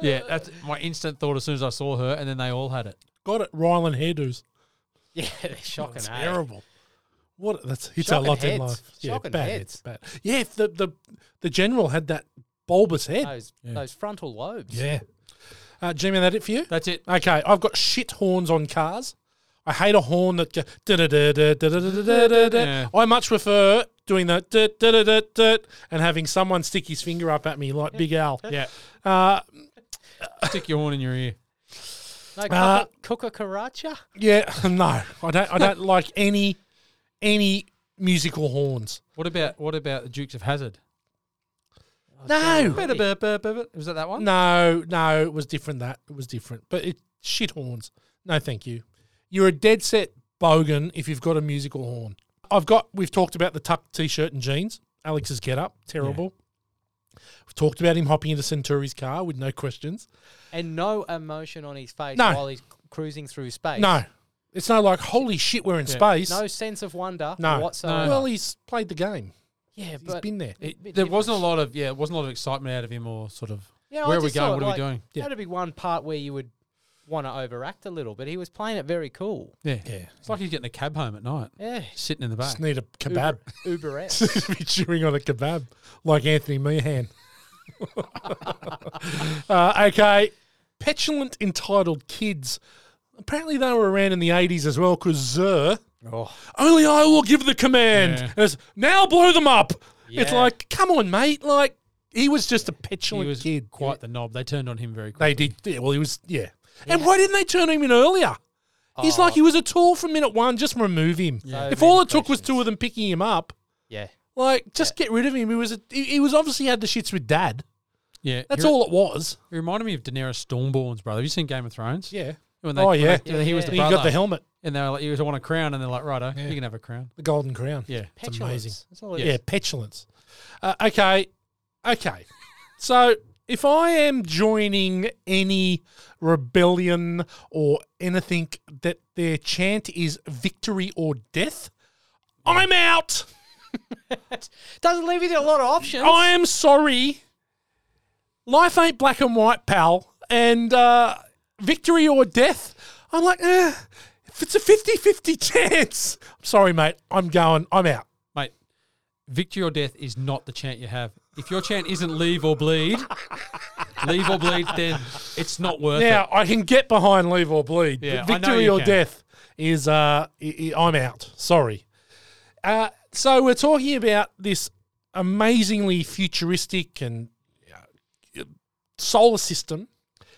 Speaker 2: yeah, that's my instant thought as soon as I saw her, and then they all had it.
Speaker 1: Got it. Ryland hairdos.
Speaker 3: Yeah, [LAUGHS] they're shocking. eh?
Speaker 1: Terrible. What that's it's
Speaker 3: Shocking
Speaker 1: a lot
Speaker 3: heads.
Speaker 1: in life. Yeah,
Speaker 3: Shocking
Speaker 1: bad
Speaker 3: heads.
Speaker 1: Bad. Yeah, if the, the the general had that bulbous head.
Speaker 3: Those those frontal lobes.
Speaker 1: Yeah. Uh, Jimmy, that it for you?
Speaker 2: That's it.
Speaker 1: Okay, I've got shit horns on cars. I hate a horn that go, da-da-da-da-da-da-da-da-da. I much prefer doing the da da da da and having someone stick his finger up at me like Big Al.
Speaker 2: Yeah,
Speaker 1: Uh,
Speaker 2: stick your horn in your ear.
Speaker 3: No
Speaker 1: Uh,
Speaker 3: Kuka Karacha.
Speaker 1: yeah, [LAUGHS] no, I don't. I
Speaker 3: [LAUGHS]
Speaker 1: don't like any any musical horns.
Speaker 2: What about what about the Dukes of Hazard?
Speaker 3: Oh,
Speaker 1: No,
Speaker 2: Was that that one?
Speaker 1: No, no, it was different. That it was different, but it shit horns. No, thank you. You're a dead set bogan if you've got a musical horn. I've got. We've talked about the tucked t-shirt and jeans. Alex's get up, terrible. We've talked about him hopping into Centauri's car with no questions.
Speaker 3: And no emotion on his face
Speaker 1: No.
Speaker 3: while he's c- cruising through space.
Speaker 1: No, it's no like holy shit, we're in
Speaker 2: Yeah.
Speaker 1: space.
Speaker 3: No sense of wonder
Speaker 1: no.
Speaker 3: whatsoever.
Speaker 1: Well, he's played the game.
Speaker 3: yeah,
Speaker 1: He's
Speaker 3: but
Speaker 1: been there.
Speaker 2: It-
Speaker 3: bit
Speaker 2: there wasn't a lot of yeah, it wasn't a lot of excitement out of him or sort of
Speaker 3: yeah, I
Speaker 2: where are we
Speaker 3: just thought,
Speaker 2: going? What are
Speaker 3: like,
Speaker 2: we doing?
Speaker 1: Yeah.
Speaker 3: That'd be one part where you would want to overact a little, but he was playing it very cool.
Speaker 2: Yeah,
Speaker 1: Yeah.
Speaker 2: It's like he's getting a cab home at night,
Speaker 3: Yeah,
Speaker 2: sitting in the back.
Speaker 1: Just need a kebab.
Speaker 3: Uber
Speaker 2: [LAUGHS]
Speaker 3: S.
Speaker 1: to [LAUGHS] be chewing on a kebab like Anthony Meehan. [LAUGHS] uh, okay, petulant entitled kids. Apparently they were around in the eighties as well, because Zer. Only I will give the command.
Speaker 2: Oh. Yeah.
Speaker 1: And it's, now blow them up. It's
Speaker 3: Yeah.
Speaker 1: like, come on, mate. Like he was just a
Speaker 2: He
Speaker 1: petulant
Speaker 2: was
Speaker 1: kid.
Speaker 2: quite the knob. They turned on him very quick.
Speaker 1: They did. Yeah, well, he was. Yeah. And why didn't they turn him in earlier? He's
Speaker 2: Oh.
Speaker 1: like he was a tool from minute one. Just remove him.
Speaker 3: Yeah.
Speaker 1: If
Speaker 3: So
Speaker 1: all
Speaker 3: many
Speaker 1: it took was
Speaker 3: questions.
Speaker 1: two of them picking him up,
Speaker 3: yeah,
Speaker 1: like, just get rid of him. He was a, he, he was obviously had the shits with dad.
Speaker 2: Yeah,
Speaker 1: That's
Speaker 2: he,
Speaker 1: all it was.
Speaker 2: He reminded me of Daenerys Stormborn's brother. Have you seen Game of Thrones?
Speaker 1: Yeah.
Speaker 2: When
Speaker 1: Oh, yeah.
Speaker 2: when they- he was
Speaker 3: Yeah.
Speaker 2: the
Speaker 1: He
Speaker 2: brother.
Speaker 1: got the helmet,
Speaker 2: and they were like, "You want a crown?" And they're like, "Righto, you can have a crown."
Speaker 1: the golden crown.
Speaker 2: Yeah,
Speaker 1: It's
Speaker 3: Petulance.
Speaker 1: amazing.
Speaker 3: That's all it
Speaker 1: yeah,
Speaker 3: is.
Speaker 1: petulance. Uh, okay, okay. [LAUGHS] So if I am joining any rebellion or anything that their chant is victory or death, I'm out.
Speaker 3: Doesn't leave you a lot of options.
Speaker 2: Oh.
Speaker 1: I am sorry. Life ain't black and white, pal. And uh, victory or death, I'm like, eh, if it's a 50 50 chance, I'm sorry, mate. I'm going, I'm out.
Speaker 2: Mate, victory or death is not the chant you have. If your chant isn't leave or bleed, leave or bleed, then it's not worth
Speaker 1: now,
Speaker 2: it.
Speaker 1: I can get behind leave or bleed.
Speaker 2: Yeah, I
Speaker 1: but
Speaker 2: know
Speaker 1: victory
Speaker 2: you
Speaker 1: or
Speaker 2: can.
Speaker 1: death is, uh, I- I- I'm out. Sorry. Uh, so we're talking about this amazingly futuristic and uh, solar system,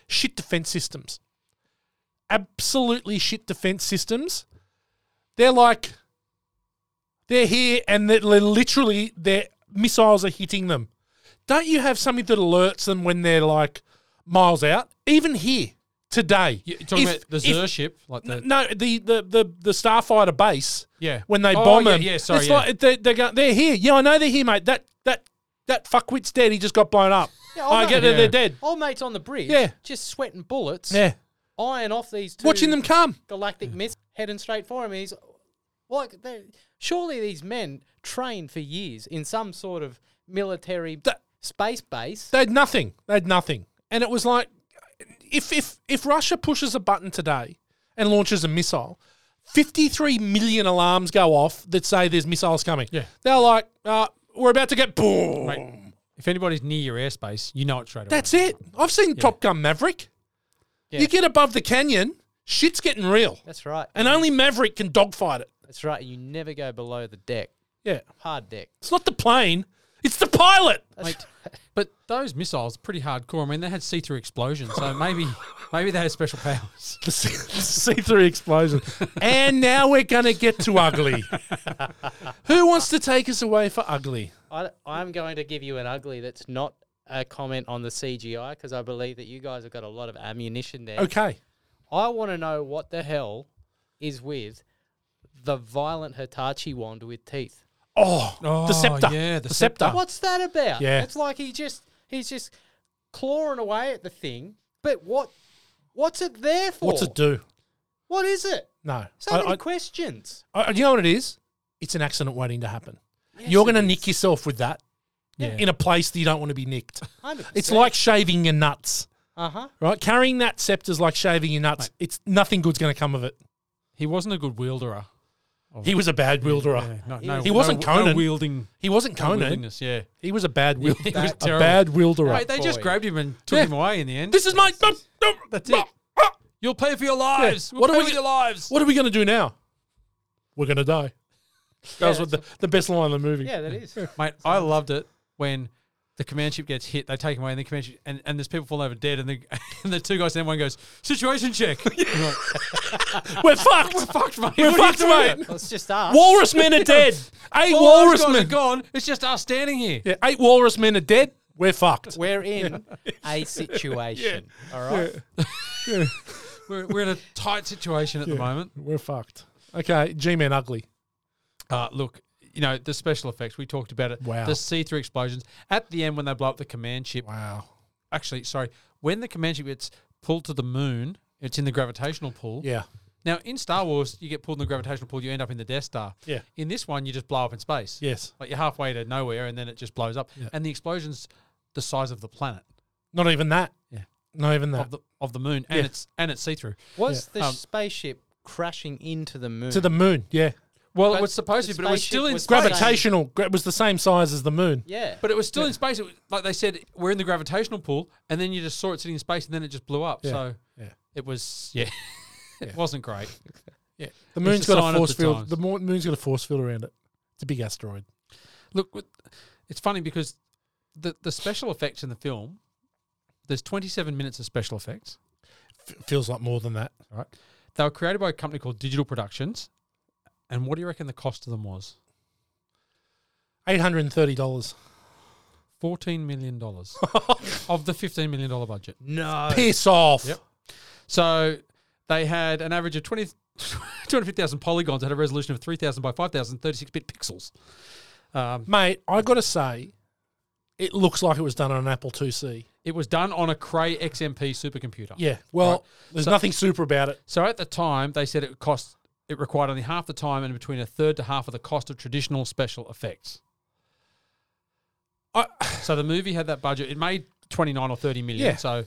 Speaker 1: shit defense systems. Absolutely shit defense systems. They're like, they're here and they're they're literally, their missiles are hitting them. Don't you have something that alerts them when they're like miles out? Even here, today.
Speaker 2: You're talking
Speaker 1: If-
Speaker 2: about the
Speaker 1: if-
Speaker 2: Xur ship, like the,
Speaker 1: no, the the the, the Starfighter base.
Speaker 2: Yeah.
Speaker 1: When they
Speaker 2: Oh,
Speaker 1: bomb
Speaker 2: yeah,
Speaker 1: them,
Speaker 2: yeah, sorry,
Speaker 1: it's
Speaker 2: yeah.
Speaker 1: like they, they're go- they're here. Yeah, I know they're here, mate. That that that fuckwit's dead. He just got blown up.
Speaker 3: Yeah,
Speaker 1: I
Speaker 3: mate-
Speaker 1: get that they're dead.
Speaker 3: Old mate's on the bridge.
Speaker 1: Yeah.
Speaker 3: Just sweating bullets.
Speaker 1: Yeah.
Speaker 3: Eyeing off these two.
Speaker 1: Watching them come.
Speaker 3: Galactic myths heading straight for him. He's like, they- surely these men trained for years in some sort of military space base.
Speaker 1: They had nothing. They had nothing, and it was like, if if if Russia pushes a button today and launches a missile, fifty three million alarms go off that say there's missiles coming.
Speaker 2: Yeah.
Speaker 1: They're like, uh, we're about to get boom.
Speaker 2: Mate, if anybody's near your airspace, you know it straight away.
Speaker 1: That's it. I've seen Top Gun Maverick.
Speaker 3: Yeah.
Speaker 1: You get above the canyon, shit's getting real.
Speaker 3: That's right.
Speaker 1: And only Maverick can dogfight it.
Speaker 3: That's right. You never go below the deck.
Speaker 1: Yeah.
Speaker 3: Hard deck.
Speaker 1: It's not the plane, it's the pilot.
Speaker 3: That's-
Speaker 2: But those missiles are pretty hardcore. I mean, they had see-through explosions,
Speaker 1: [LAUGHS]
Speaker 2: so maybe maybe they had special powers.
Speaker 1: The see- the see-through explosion. and now we're going to get to ugly. Who wants to take us away for ugly?
Speaker 3: I, I'm going to give you an ugly that's not a comment on the CGI because I believe that you guys have got a lot of ammunition there.
Speaker 1: Okay.
Speaker 3: I want to know what the hell is with the violent Hitachi wand with teeth.
Speaker 1: Oh,
Speaker 2: Oh,
Speaker 1: the scepter.
Speaker 2: yeah, the scepter.
Speaker 3: What's that about?
Speaker 1: Ah. Yeah.
Speaker 3: It's like he just he's just clawing away at the thing. But what what's it there for?
Speaker 1: What's it do?
Speaker 3: What is it?
Speaker 1: No.
Speaker 3: So
Speaker 1: I-
Speaker 3: many
Speaker 1: I-
Speaker 3: questions.
Speaker 1: I, you know what it is? It's an accident waiting to happen. You're going to nick yourself with that
Speaker 2: Yeah.
Speaker 1: in a place that you don't want to be
Speaker 2: [LAUGHS]
Speaker 1: nicked.
Speaker 3: 100%.
Speaker 1: It's like shaving your nuts,
Speaker 3: uh huh.
Speaker 1: right? Carrying that scepter's like shaving your nuts. It's nothing good's going to come of it.
Speaker 2: He wasn't a good wielderer.
Speaker 1: He was a bad wielderer.
Speaker 2: No,
Speaker 3: He
Speaker 2: no,
Speaker 3: was-
Speaker 1: He wasn't
Speaker 2: no,
Speaker 1: Conan.
Speaker 2: No wielding.
Speaker 1: He wasn't
Speaker 2: no
Speaker 1: Conan.
Speaker 2: wieldingness, yeah.
Speaker 1: He was a bad wielder.
Speaker 2: he was
Speaker 1: a
Speaker 2: terrible.
Speaker 1: bad wielderer.
Speaker 2: Mate, they just
Speaker 3: boy.
Speaker 2: grabbed him and took
Speaker 1: Yeah.
Speaker 2: him away in the end.
Speaker 1: this is my.
Speaker 2: That's it. You'll pay for your lives. We'll
Speaker 1: What are
Speaker 2: pay
Speaker 1: we-
Speaker 2: for your lives.
Speaker 1: What are we going to do now? We're going to die. That was what the, the best line in the movie.
Speaker 3: Yeah, that
Speaker 1: [LAUGHS]
Speaker 3: is.
Speaker 2: Mate, I loved it when the command ship gets hit. They take him away, and the command ship, and, and there's people falling over dead, and the [LAUGHS] and the two guys, and one goes situation check. I'm like,
Speaker 1: We're fucked. We're
Speaker 2: Fucked, mate.
Speaker 1: We're
Speaker 2: What are you
Speaker 1: fucked,
Speaker 2: doing?
Speaker 1: mate.
Speaker 3: Well, it's just us.
Speaker 1: Walrus men are
Speaker 2: [LAUGHS]
Speaker 1: dead. Eight
Speaker 2: All those
Speaker 1: walrus
Speaker 2: guys are
Speaker 1: men.
Speaker 2: gone. Oh, It's just us standing here.
Speaker 1: Yeah, eight walrus men are dead. We're fucked. [LAUGHS]
Speaker 3: We're in a situation. All right.
Speaker 2: We're, we're in a tight situation at the moment.
Speaker 1: We're fucked. Okay, G men ugly.
Speaker 2: Uh, look, you know the special effects. We talked about it.
Speaker 1: Wow.
Speaker 2: The see-through explosions at the end when they blow up the command ship.
Speaker 1: Wow.
Speaker 2: Actually, sorry, when the command ship gets pulled to the moon, it's in the gravitational pull.
Speaker 1: Yeah.
Speaker 2: Now in Star Wars, you get pulled in the gravitational pull, you end up in the Death Star.
Speaker 1: Yeah.
Speaker 2: In this one, you just blow up in space.
Speaker 1: Yes.
Speaker 2: Like you're halfway to nowhere, and then it just blows up, and the explosion's the size of the planet
Speaker 1: Not even that.
Speaker 2: Yeah.
Speaker 1: Not even that.
Speaker 2: of the of the moon, and
Speaker 1: Yeah.
Speaker 2: it's and it's see-through.
Speaker 3: Was the
Speaker 2: Um,
Speaker 3: spaceship crashing into the moon?
Speaker 1: to the moon. Yeah.
Speaker 2: Oh, Well,
Speaker 3: But
Speaker 2: it was supposed
Speaker 3: the
Speaker 2: to, but it was
Speaker 3: spaceship
Speaker 2: still in
Speaker 3: was
Speaker 2: space.
Speaker 3: Gravitation.
Speaker 1: Gravitational. gra- It was the same size as the moon.
Speaker 3: yeah.
Speaker 2: But it was still in space. It was, like they said, we're in the gravitational pull, and then you just saw it sitting in space, and then it just blew up.
Speaker 1: Yeah.
Speaker 2: So
Speaker 1: Yeah.
Speaker 2: it was [LAUGHS] yeah, it wasn't great.
Speaker 1: Yeah, the moon's
Speaker 2: a
Speaker 1: got
Speaker 2: sign
Speaker 1: a
Speaker 2: of
Speaker 1: force
Speaker 2: the
Speaker 1: field.
Speaker 2: times.
Speaker 1: The mo- moon's got a force field around it. It's a big asteroid.
Speaker 2: Look, w- it's funny because the the special effects in the film, there's 27 minutes of special effects.
Speaker 1: F- feels like more than that.
Speaker 2: All right, they were created by a company called Digital Productions, and what do you reckon the cost of them was?
Speaker 1: Eight hundred and thirty dollars.
Speaker 2: Fourteen million dollars of the 15 million dollar budget.
Speaker 3: no.
Speaker 1: Piss off.
Speaker 2: Oh. Yep. So they had an average of [LAUGHS] 20, 250,000 polygons at a resolution of 3,000 by 5,000 36 bit pixels. Um,
Speaker 1: mate. I got to say, It looks like it was done on an Apple IIc.
Speaker 2: It was done on a Cray XMP supercomputer.
Speaker 1: Yeah. Well,
Speaker 2: Right.
Speaker 1: there's
Speaker 2: So-
Speaker 1: nothing super about it.
Speaker 2: So at the time, they said it cost it required only half the time and between a third to half of the cost of traditional special effects. so the movie had that budget. It made twenty nine or thirty million.
Speaker 1: Yeah.
Speaker 2: So,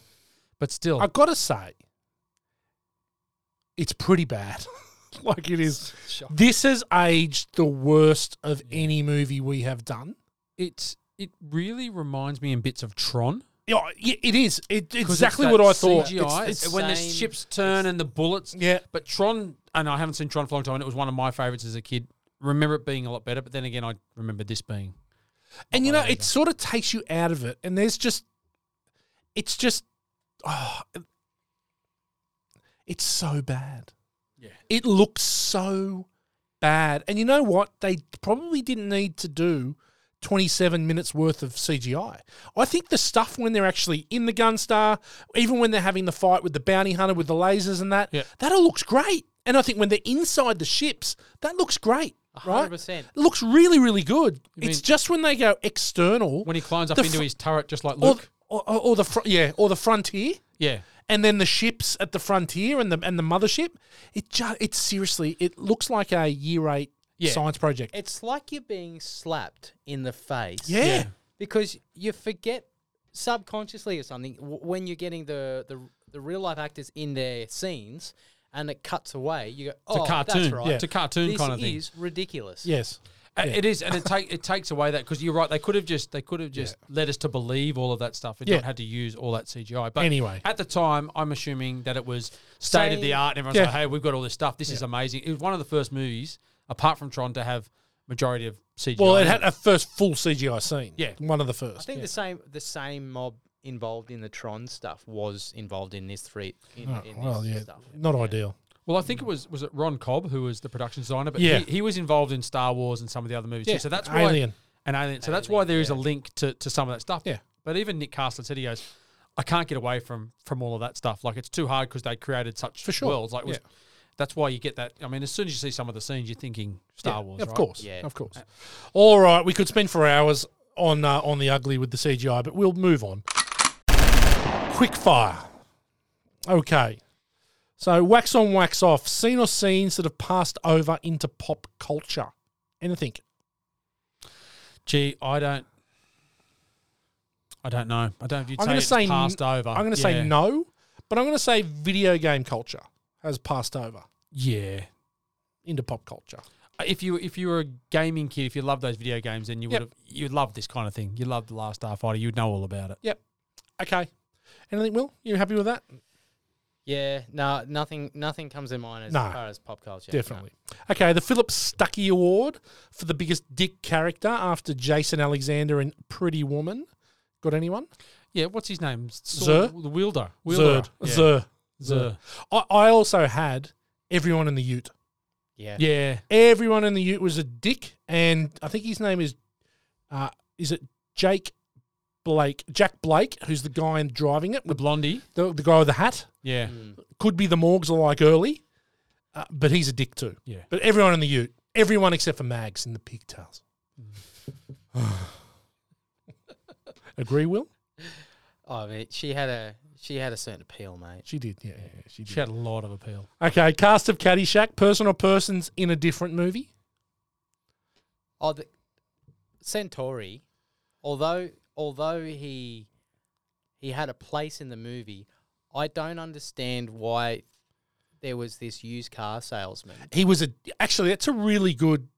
Speaker 2: but still,
Speaker 1: I've got to say, it's pretty bad. [LAUGHS] like it is. This has aged the worst of any movie we have done.
Speaker 2: it's it really reminds me in bits of Tron.
Speaker 1: Yeah, y- it is. It,
Speaker 2: 'Cause it's
Speaker 1: exactly
Speaker 2: that
Speaker 1: what I thought.
Speaker 2: CGI,
Speaker 1: It's- it's-
Speaker 2: when the ships turn and the bullets.
Speaker 1: Yeah.
Speaker 2: But Tron, and I haven't seen Tron for a long time, and it was one of my favorites as a kid. Remember it being a lot better, but then again, I remember this being.
Speaker 1: and you know, it sort of takes you out of it. And there's just, it's just, oh, it's so bad.
Speaker 2: Yeah.
Speaker 1: It looks so bad. And you know what? They probably didn't need to do 27 minutes worth of CGI. I think the stuff when they're actually in the Gunstar, even when they're having the fight with the bounty hunter with the lasers and that,
Speaker 2: Yeah.
Speaker 1: that all looks great. And I think when they're inside the ships, that looks great. Right?
Speaker 3: 100%.
Speaker 1: It looks really, really good.
Speaker 2: You
Speaker 1: it's
Speaker 2: mean-
Speaker 1: just when they go external.
Speaker 2: When he climbs up
Speaker 1: The
Speaker 2: into
Speaker 1: fr-
Speaker 2: his turret, just like
Speaker 1: or,
Speaker 2: Luke.
Speaker 1: or, or, or the fr- yeah, or the frontier
Speaker 2: yeah.
Speaker 1: and then the ships at the frontier and the and the mothership. It ju- it's seriously, it looks like a year eight
Speaker 2: Yeah.
Speaker 1: science project.
Speaker 3: It's like you're being slapped in the face.
Speaker 1: yeah.
Speaker 2: Yeah.
Speaker 3: Because you forget subconsciously or something w- when you're getting the, the the real life actors in their scenes and it cuts away. You go,
Speaker 2: It's
Speaker 3: oh,
Speaker 2: a cartoon.
Speaker 3: that's right.
Speaker 2: It's a cartoon
Speaker 3: This
Speaker 2: kind of thing.
Speaker 3: is ridiculous.
Speaker 1: Yes.
Speaker 2: Uh, It is, and it take it takes away that because you're right. They could have just they could have just led us to believe all of that stuff and
Speaker 1: Yeah.
Speaker 2: not had to use all that CGI. But
Speaker 1: Anyway.
Speaker 2: at the time, I'm assuming that it was state of the
Speaker 3: Same-
Speaker 2: art, and everyone's
Speaker 1: Yeah.
Speaker 2: like, "Hey, we've got all this stuff. This is amazing." It was one of the first movies, apart from Tron, to have majority of CGI.
Speaker 1: Well, it
Speaker 2: in
Speaker 1: had a first full CGI scene.
Speaker 2: Yeah.
Speaker 1: one of the
Speaker 3: I
Speaker 1: first.
Speaker 3: think the same the same mob involved in the Tron stuff was involved in this three in,
Speaker 1: Oh,
Speaker 3: in
Speaker 1: well,
Speaker 3: this
Speaker 1: yeah,
Speaker 3: stuff.
Speaker 1: not ideal.
Speaker 2: Well, I think it was was it Ron Cobb who was the production designer, but
Speaker 1: Yeah.
Speaker 2: he, he was involved in Star Wars and some of the other movies.
Speaker 1: Yeah,
Speaker 2: Too. So that's why
Speaker 1: Alien.
Speaker 2: and Alien. So that's why there is a link to, to some of that stuff.
Speaker 1: Yeah.
Speaker 2: But even Nick Castle said he goes, I can't get away from from all of that stuff. Like it's too hard because they created such
Speaker 1: For sure.
Speaker 2: worlds. Like it was,
Speaker 1: Yeah.
Speaker 2: that's why you get that. I mean, as soon as you see some of the scenes, you're thinking Star
Speaker 1: Yeah,
Speaker 2: Wars.
Speaker 1: of
Speaker 2: right?
Speaker 1: course,
Speaker 3: Yeah.
Speaker 1: of course. All right, we could spend for hours on uh, on the ugly with the CGI, but we'll move on. Quick fire. Okay. So wax on, wax off. Scene or scenes that have passed over into pop culture. Anything?
Speaker 2: Gee, I don't. I don't know. I don't. know If you'd
Speaker 1: I'm
Speaker 2: say
Speaker 1: going to
Speaker 2: it's
Speaker 1: say n-
Speaker 2: passed over.
Speaker 1: I'm going to
Speaker 2: Yeah.
Speaker 1: say no, but I'm going to say video game culture has passed over
Speaker 2: Yeah.
Speaker 1: into pop culture.
Speaker 2: if you if you were a gaming kid, if you loved those video games, then you
Speaker 1: Yep.
Speaker 2: would have you loved this kind of thing. You loved the Last Starfighter. You'd know all about it.
Speaker 1: Yep. Okay. Anything, Will? You happy with that?
Speaker 3: Yeah, no, nothing nothing comes to mind as
Speaker 1: No.
Speaker 3: far as pop culture. no.
Speaker 1: Definitely. Okay, the Philip Stuckey Award for the biggest dick character after Jason Alexander in Pretty Woman. Got anyone?
Speaker 2: Yeah, what's his name?
Speaker 1: Zer?
Speaker 2: the wielder.
Speaker 1: Zerd.
Speaker 2: Yeah.
Speaker 1: Zer.
Speaker 2: Zer.
Speaker 1: I, I also had everyone in the Ute.
Speaker 3: Yeah.
Speaker 2: Yeah.
Speaker 1: Everyone in the Ute was a dick, and I think his name is, uh, is it Jake Blake? Jack Blake, who's the guy in driving it,
Speaker 2: The
Speaker 1: with
Speaker 2: blondie.
Speaker 1: the, the guy with the hat.
Speaker 2: Yeah.
Speaker 3: Mm.
Speaker 1: Could be the Morgs or like early, uh, but he's a dick too.
Speaker 2: Yeah.
Speaker 1: But everyone in the Ute, everyone except for Mags in the pigtails. [SIGHS] Agree, Will?
Speaker 3: Oh, I mean, she had a she had a certain appeal, mate.
Speaker 1: She did. Yeah, yeah, yeah, she did.
Speaker 2: She had a lot of appeal.
Speaker 1: Okay, cast of Caddyshack, person or persons in a different movie.
Speaker 3: Oh, the Centauri, although although he he had a place in the movie, I don't understand why there was this used car salesman.
Speaker 1: He was a actually. That's a really good.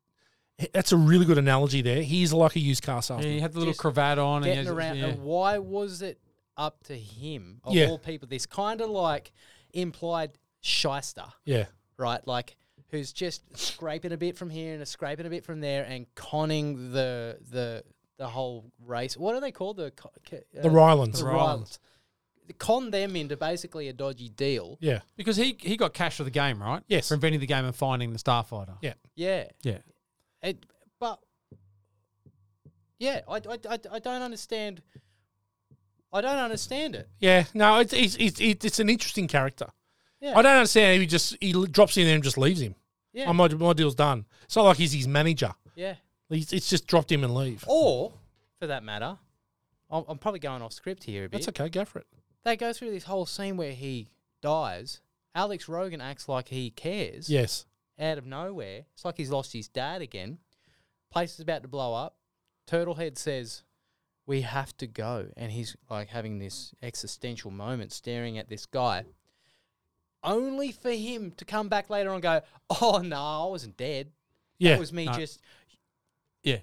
Speaker 1: That's a really good analogy there. He's like a used car
Speaker 2: Yeah,
Speaker 1: salesman.
Speaker 2: he had the little
Speaker 3: Just
Speaker 2: cravat on.
Speaker 3: Getting
Speaker 2: and he
Speaker 3: around,
Speaker 2: has-
Speaker 3: and why was it up to him of
Speaker 1: Yeah.
Speaker 3: all people? This kind of like implied shyster,
Speaker 1: Yeah,
Speaker 3: right? Like who's just scraping a bit from here and scraping a bit from there and conning the the the whole race. What are they called? The co- ca-
Speaker 1: the
Speaker 3: uh,
Speaker 1: Rylands.
Speaker 3: the Rylands. Con them into basically a dodgy deal.
Speaker 1: Yeah,
Speaker 2: Because he, he got cash for the game, right?
Speaker 1: Yes.
Speaker 2: For inventing the game and finding the Starfighter.
Speaker 1: yeah.
Speaker 3: Yeah.
Speaker 2: Yeah.
Speaker 3: It, but, yeah, I, I, I, I don't understand. I don't understand it.
Speaker 1: Yeah, no, it's it's it's, it's it's an interesting character.
Speaker 3: Yeah.
Speaker 1: I don't understand. how He just he l- drops in there and just leaves him.
Speaker 3: Yeah.
Speaker 1: Oh, my, my deal's done. It's not like he's his manager.
Speaker 3: yeah. Oh,
Speaker 1: He's, it's just dropped him and leave.
Speaker 3: Or, for that matter, I'm, I'm probably going off script here a bit.
Speaker 1: That's okay. Go for it.
Speaker 3: They go through this whole scene where he dies. Alex Rogan acts like he cares.
Speaker 1: Yes.
Speaker 3: Out of nowhere, it's like he's lost his dad again. Place is about to blow up. Turtlehead says, "We have to go," and he's like having this existential moment, staring at this guy. Only for him to come back later on and go, "Oh no, I wasn't dead.
Speaker 2: Yeah,
Speaker 3: that was me
Speaker 2: no.
Speaker 3: just
Speaker 2: Yeah.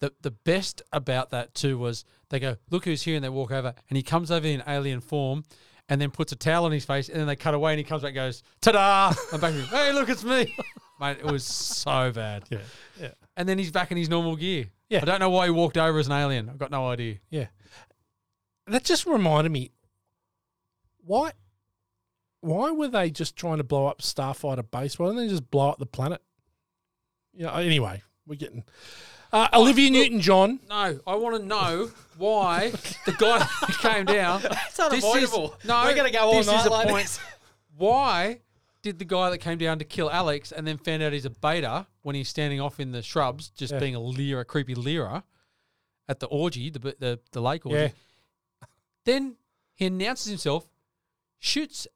Speaker 2: The the best about that too was they go, look who's here, and they walk over, and he comes over in alien form, and then puts a towel on his face, and then they cut away, and he comes back, and goes, ta-da! I'm back. [LAUGHS] hey, look, it's me. Mate, it was so bad. Yeah.
Speaker 1: Yeah.
Speaker 2: And then he's back in his normal gear.
Speaker 1: Yeah.
Speaker 2: I don't know why he walked over as an alien. I've got no idea.
Speaker 1: Yeah. That just reminded me why why were they just trying to blow up Starfighter Base? Why didn't they just blow up the planet? Yeah, anyway, we're getting uh, Olivia Newton John.
Speaker 2: No, I want to know why the guy [LAUGHS] that came down. It's
Speaker 3: unavoidable.
Speaker 2: Is, no,
Speaker 3: We're gonna go all
Speaker 2: this
Speaker 3: night
Speaker 2: is a
Speaker 3: like
Speaker 2: point.
Speaker 3: this.
Speaker 2: Why did the guy that came down to kill Alex and then found out he's a beta when he's standing off in the shrubs, just
Speaker 1: Yeah.
Speaker 2: being a leer, a creepy leerer at the orgy, the the, the lake orgy?
Speaker 1: Yeah.
Speaker 2: Then he announces himself, shoots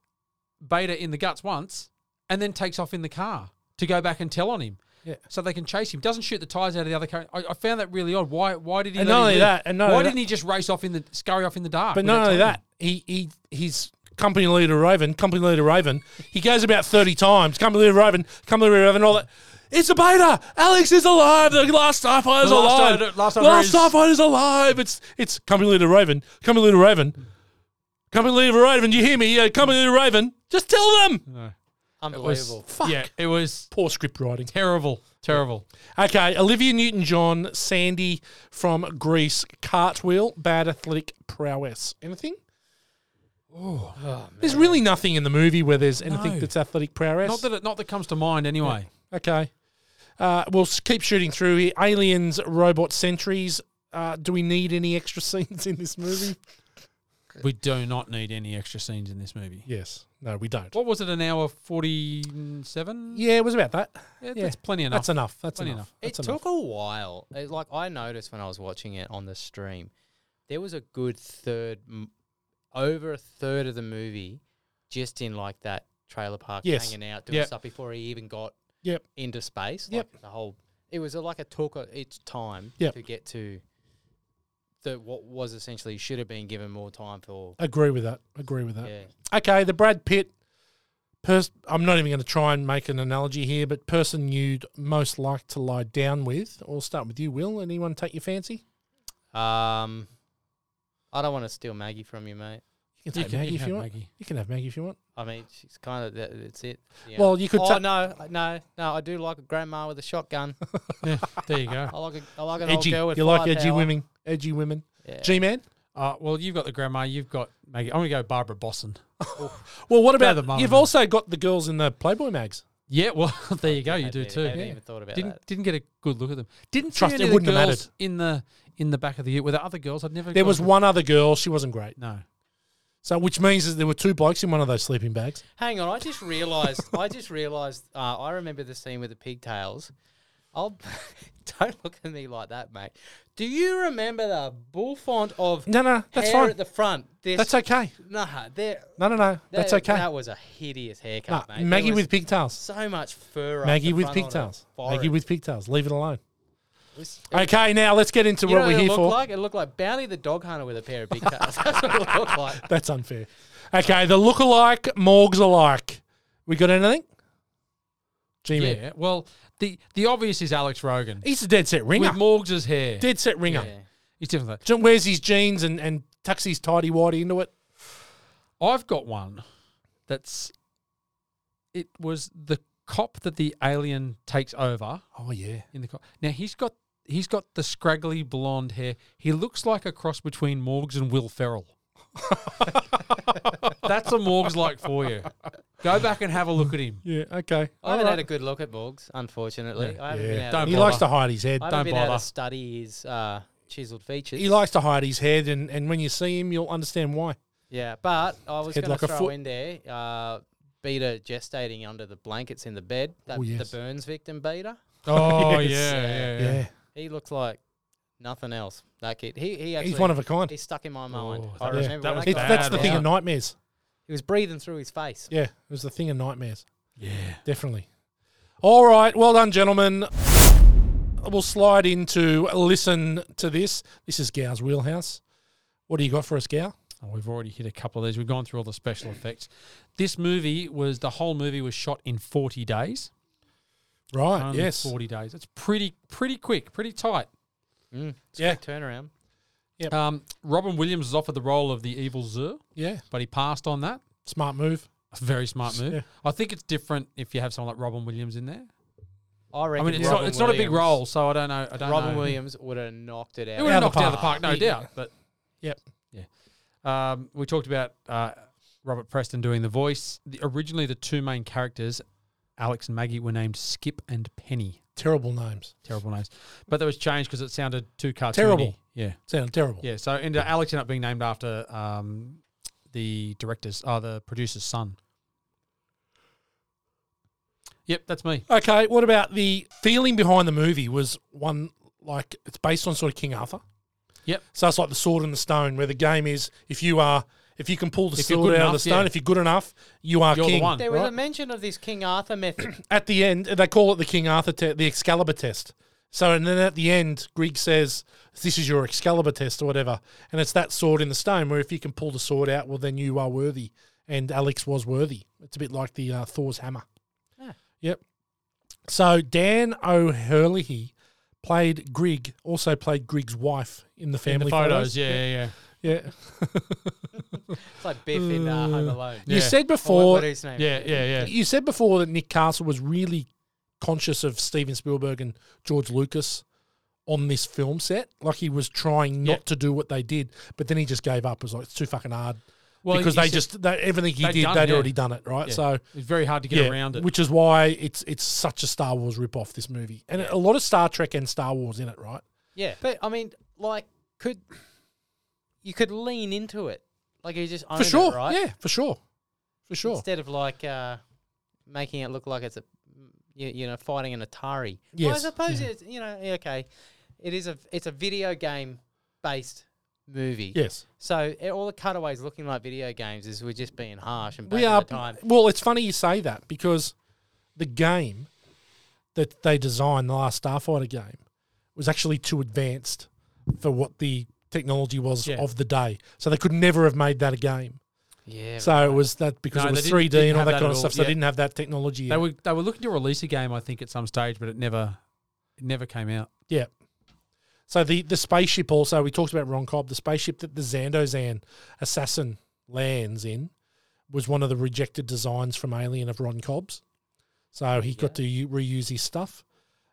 Speaker 2: Beta in the guts once, and then takes off in the car to go back and tell on him.
Speaker 1: Yeah.
Speaker 2: So they can chase him. Doesn't shoot the tires out of the other car. I, I found that really odd. Why? Why did he?
Speaker 1: And
Speaker 2: let
Speaker 1: not
Speaker 2: him
Speaker 1: only
Speaker 2: live?
Speaker 1: that- and not
Speaker 2: why
Speaker 1: only
Speaker 2: didn't
Speaker 1: that-
Speaker 2: he just race off in the scurry off in the dark?
Speaker 1: But
Speaker 2: with
Speaker 1: not only
Speaker 2: tire?
Speaker 1: that, he, he his company leader Raven, company leader Raven, he goes about thirty times. Company leader Raven, company leader Raven, all that. It's a beta. Alex is alive. The last Starfighter's
Speaker 2: The last
Speaker 1: alive.
Speaker 2: Star- last
Speaker 1: last
Speaker 2: Starfighter
Speaker 1: Starfighter's
Speaker 2: is-
Speaker 1: alive. It's it's company leader Raven. Company leader Raven. Company leader Raven. Do you hear me? Yeah, company leader Raven. Just tell them.
Speaker 3: unbelievable.
Speaker 1: Fuck.
Speaker 2: Yeah, it was
Speaker 1: Poor script writing.
Speaker 2: terrible, terrible.
Speaker 1: Okay, Olivia Newton-John, Sandy from Greece, cartwheel, bad athletic prowess. Anything? Oh, there's really nothing in the movie where there's anything
Speaker 2: No.
Speaker 1: that's athletic prowess.
Speaker 2: Not that it, not that comes to mind anyway.
Speaker 1: okay, uh, we'll s- keep shooting through here. Aliens, robot sentries. Uh, do we need any extra [LAUGHS] scenes in this movie?
Speaker 2: We do not need any extra scenes in this movie.
Speaker 1: yes. No, we don't.
Speaker 2: What was it? An hour forty-seven?
Speaker 1: Yeah, it was about that.
Speaker 2: Yeah,
Speaker 1: yeah.
Speaker 2: that's plenty enough.
Speaker 1: That's enough. That's
Speaker 2: Plenty
Speaker 1: enough.
Speaker 2: enough.
Speaker 1: That's
Speaker 3: it
Speaker 1: enough.
Speaker 3: took a while. It, like I noticed when I was watching it on the stream, there was a good third, m- over a third of the movie, just in like that trailer park,
Speaker 1: Yes.
Speaker 3: hanging out doing
Speaker 1: Yep.
Speaker 3: stuff before he even got
Speaker 1: Yep.
Speaker 3: into space.
Speaker 1: Yep.
Speaker 3: Like the whole it was a, like a took a, its time
Speaker 1: Yep.
Speaker 3: to get to the what was essentially should have been given more time for.
Speaker 1: Agree with that. Agree with that.
Speaker 3: Yeah.
Speaker 1: okay, the Brad Pitt. Pers- I'm not even going to try and make an analogy here, but person you'd most like to lie down with. I'll start with you, Will. Anyone take your fancy?
Speaker 3: Um, I don't want to steal Maggie from you, mate.
Speaker 1: You can
Speaker 2: You
Speaker 1: take
Speaker 2: can- you
Speaker 1: Maggie
Speaker 2: can
Speaker 1: if
Speaker 2: have
Speaker 1: you want.
Speaker 2: Maggie.
Speaker 1: You can have Maggie if you want.
Speaker 3: I mean, she's kind of that, that's it. Yeah.
Speaker 1: Well, you could
Speaker 3: Oh
Speaker 1: ta-
Speaker 3: no, no, no! I do like a grandma with a shotgun. [LAUGHS]
Speaker 2: Yeah, there you
Speaker 3: I
Speaker 1: [LAUGHS]
Speaker 2: go.
Speaker 3: like a, I like an
Speaker 1: edgy.
Speaker 3: old girl with
Speaker 1: You like edgy
Speaker 3: firepower.
Speaker 1: women. Edgy women.
Speaker 3: Yeah.
Speaker 1: G-man.
Speaker 2: Uh, well, you've got the grandma. You've got Maggie. I'm gonna go Barbara Bosson.
Speaker 1: Well, what about
Speaker 2: the mum,
Speaker 1: you've
Speaker 2: man.
Speaker 1: also got the girls in the Playboy mags.
Speaker 2: Yeah, well, [LAUGHS] there you go. You
Speaker 3: Hadn't
Speaker 2: do
Speaker 3: even-
Speaker 2: too.
Speaker 3: hadn't
Speaker 2: Yeah.
Speaker 3: even thought about
Speaker 2: didn't
Speaker 3: that.
Speaker 2: didn't get a good look at them. Didn't
Speaker 1: Trust
Speaker 2: trust
Speaker 1: it
Speaker 2: any of
Speaker 1: wouldn't
Speaker 2: the
Speaker 1: have
Speaker 2: girls
Speaker 1: mattered.
Speaker 2: in the in the back of the were there other girls? I'd never.
Speaker 1: There
Speaker 2: got
Speaker 1: was
Speaker 2: a-
Speaker 1: one other girl. She wasn't great.
Speaker 2: No,
Speaker 1: So, which means that there were two blokes in one of those sleeping bags.
Speaker 3: Hang on, I just realised. I just realised. Uh, I remember the scene with the pigtails. I'll [LAUGHS] don't look at me like that, mate. Do you remember the bull font of
Speaker 1: No, no, that's
Speaker 3: hair
Speaker 1: fine.
Speaker 3: at the front? This,
Speaker 1: That's okay.
Speaker 3: Nah, there.
Speaker 1: No, no, no. That's
Speaker 3: that-
Speaker 1: okay.
Speaker 3: That was a hideous haircut,
Speaker 1: Nah,
Speaker 3: mate. There
Speaker 1: Maggie
Speaker 3: was
Speaker 1: with pigtails.
Speaker 3: so much fur. up
Speaker 1: Maggie
Speaker 3: the
Speaker 1: with
Speaker 3: front on her
Speaker 1: pigtails. Maggie
Speaker 3: forehead.
Speaker 1: with pigtails. Leave it alone.
Speaker 3: It was- it was-
Speaker 1: Okay, now let's get into
Speaker 3: You
Speaker 1: what
Speaker 3: know
Speaker 1: we're
Speaker 3: it
Speaker 1: here
Speaker 3: looked
Speaker 1: for.
Speaker 3: Like? It looked like Bounty the dog hunter with a pair of big tails. [LAUGHS] That's what it looked like.
Speaker 1: That's unfair. Okay, the look-alike, morgues alike. We got anything? G-Man.
Speaker 2: yeah. Well, the the obvious is Alex Rogan
Speaker 1: He's a dead set ringer.
Speaker 2: with Morgs' hair.
Speaker 1: dead set ringer.
Speaker 3: Yeah.
Speaker 2: He's different.
Speaker 1: John Wears his jeans and, and tucks his tidy whitey into it.
Speaker 2: I've got one that's. It was the cop that the alien takes over
Speaker 1: Oh yeah.
Speaker 2: in the cop. Now he's got he's got the scraggly blonde hair. He looks like a cross between Morgs and
Speaker 1: [LAUGHS]
Speaker 2: Will Ferrell. that's a Morgs like for you. Go back and have a look at him.
Speaker 1: Yeah. Okay.
Speaker 3: I haven't
Speaker 1: All
Speaker 3: had a
Speaker 1: right.
Speaker 3: good look at Morgs, unfortunately. I haven't
Speaker 1: Yeah.
Speaker 3: been able
Speaker 2: Don't
Speaker 1: He
Speaker 2: bother.
Speaker 1: likes to hide his head.
Speaker 3: I haven't
Speaker 2: don't
Speaker 3: been able
Speaker 2: bother.
Speaker 3: to study his uh, chiseled features.
Speaker 1: He likes to hide his head, and, and when you see him, you'll understand
Speaker 3: [LAUGHS]
Speaker 1: why.
Speaker 3: yeah, but I was
Speaker 1: head
Speaker 3: going
Speaker 1: like a
Speaker 3: to throw
Speaker 1: foot.
Speaker 3: in there uh, beta gestating under the blankets in the bed. That,
Speaker 1: Oh, yes.
Speaker 3: The Burns victim beta.
Speaker 1: [LAUGHS]
Speaker 2: Oh
Speaker 1: Yes.
Speaker 2: yeah, yeah, yeah.
Speaker 1: Yeah.
Speaker 3: He looks like Nothing else. That kid. He, he actually,
Speaker 1: one of a kind.
Speaker 3: He's stuck in my mind.
Speaker 1: Oh,
Speaker 3: I
Speaker 1: that was-
Speaker 3: remember
Speaker 1: that
Speaker 3: when
Speaker 1: was
Speaker 3: that
Speaker 1: bad,
Speaker 3: came
Speaker 1: That's the
Speaker 3: out.
Speaker 1: thing of nightmares.
Speaker 3: He was breathing through his face.
Speaker 1: Yeah, it was the thing of nightmares.
Speaker 2: Yeah.
Speaker 1: Definitely. All right. Well done, gentlemen. We'll slide into listen to this. This is Gow's wheelhouse. What do you got for us, Gow?
Speaker 2: Oh, we've already hit a couple of these. We've gone through all the special effects. This movie was the whole movie was shot in forty days.
Speaker 1: Right,
Speaker 2: Only
Speaker 1: yes.
Speaker 2: forty days. It's pretty pretty quick, pretty tight.
Speaker 3: It's a quick turnaround.
Speaker 1: Yep.
Speaker 2: Um, Robin Williams was offered the role of the evil Zur.
Speaker 1: Yeah.
Speaker 2: but he passed on that.
Speaker 1: Smart move.
Speaker 2: A very smart move.
Speaker 1: Yeah.
Speaker 2: I think it's different if you have someone like Robin Williams in there.
Speaker 3: I
Speaker 2: I
Speaker 3: reckon.
Speaker 2: mean, it's not
Speaker 3: Robin
Speaker 2: it's not a big
Speaker 3: Williams-
Speaker 2: role, so I don't know. I don't
Speaker 3: Robin
Speaker 2: know.
Speaker 3: Williams would have knocked it out.
Speaker 2: It would have knocked it out of the park, no
Speaker 3: He-
Speaker 2: doubt. But
Speaker 1: Yep.
Speaker 2: yeah, um, we talked about uh, Robert Preston doing the voice. The, originally, the two main characters, Alex and Maggie, were named Skip and Penny.
Speaker 1: Terrible names.
Speaker 2: Terrible names, but that was changed because it sounded too cartoony.
Speaker 1: Terrible.
Speaker 2: Yeah.
Speaker 1: Sounded terrible.
Speaker 2: Yeah. So and uh, Alex ended up being named after um, the director's, uh, the producer's son. Yep, that's me.
Speaker 1: Okay, what about the feeling behind the movie was one like it's based on sort of King Arthur.
Speaker 2: Yep.
Speaker 1: So it's like the sword and the stone, where the game is if you are if you can pull the
Speaker 2: If you're
Speaker 1: sword out
Speaker 2: good
Speaker 1: of the
Speaker 2: enough,
Speaker 1: stone,
Speaker 2: yeah.
Speaker 1: if you're good enough, you are
Speaker 2: You're the
Speaker 1: king.
Speaker 2: one.
Speaker 3: There was a
Speaker 1: right?
Speaker 3: mention of this King Arthur method. [COUGHS]
Speaker 1: At the end, they call it the King Arthur te- the Excalibur test. So and then at the end, Greg says, This is your Excalibur test or whatever. And it's that sword in the stone where if you can pull the sword out, well then you are worthy. And Alex was worthy. It's a bit like the uh, Thor's hammer. Yep. So Dan O'Herlihy played Grig, also played Grig's wife in the
Speaker 2: In
Speaker 1: family
Speaker 2: the photos, yeah, yeah, yeah.
Speaker 1: Yeah.
Speaker 3: It's like Biff in uh, Home Alone.
Speaker 1: Mm. You said before,
Speaker 3: what his name
Speaker 2: Yeah,
Speaker 3: is.
Speaker 2: yeah, yeah.
Speaker 1: you said before that Nick Castle was really conscious of Steven Spielberg and George Lucas on this film set. Like he was trying not
Speaker 2: Yeah.
Speaker 1: to do what they did, but then he just gave up. It was like it's too fucking hard.
Speaker 2: Well,
Speaker 1: because
Speaker 2: he
Speaker 1: they
Speaker 2: said-
Speaker 1: just they, everything he
Speaker 2: They'd
Speaker 1: did,
Speaker 2: done it,
Speaker 1: they'd
Speaker 2: yeah.
Speaker 1: already done it, right?
Speaker 2: Yeah.
Speaker 1: So
Speaker 2: It's very hard to get
Speaker 1: Yeah,
Speaker 2: around it.
Speaker 1: Which is why it's it's such a Star Wars ripoff. This movie and a lot of Star Trek and Star Wars in it, right?
Speaker 3: Yeah, but I mean, like, could you could lean into it, like you just own
Speaker 1: for sure,
Speaker 3: it, right?
Speaker 1: yeah, for sure, for sure.
Speaker 3: Instead of like uh, making it look like it's a you, you know fighting an Atari. Well, I
Speaker 1: Yes,
Speaker 3: suppose it's you know yeah, okay, it is a it's a video game based movie.
Speaker 1: yes,
Speaker 3: So it, all the cutaways looking like video games is we're just being harsh and back
Speaker 1: we are.
Speaker 3: the time.
Speaker 1: Well, it's funny you say that because the game that they designed, the last Starfighter game, was actually too advanced for what the technology was
Speaker 2: Yeah.
Speaker 1: of the day. So they could never have made that a game.
Speaker 3: Yeah.
Speaker 1: so it was that because it
Speaker 2: No, they
Speaker 1: was
Speaker 2: didn't-
Speaker 1: three D
Speaker 2: didn't
Speaker 1: and all
Speaker 2: have
Speaker 1: that
Speaker 2: that
Speaker 1: kind
Speaker 2: at
Speaker 1: of
Speaker 2: all.
Speaker 1: stuff. So
Speaker 2: Yeah.
Speaker 1: they didn't have that technology.
Speaker 2: They
Speaker 1: yet.
Speaker 2: were they were looking to release a game, I think, at some stage, but it never it never came out.
Speaker 1: Yeah. So the the spaceship also we talked about Ron Cobb. The spaceship that the Zandozan assassin lands in was one of the rejected designs from Alien of Ron Cobb's. So he got to u- reuse his stuff,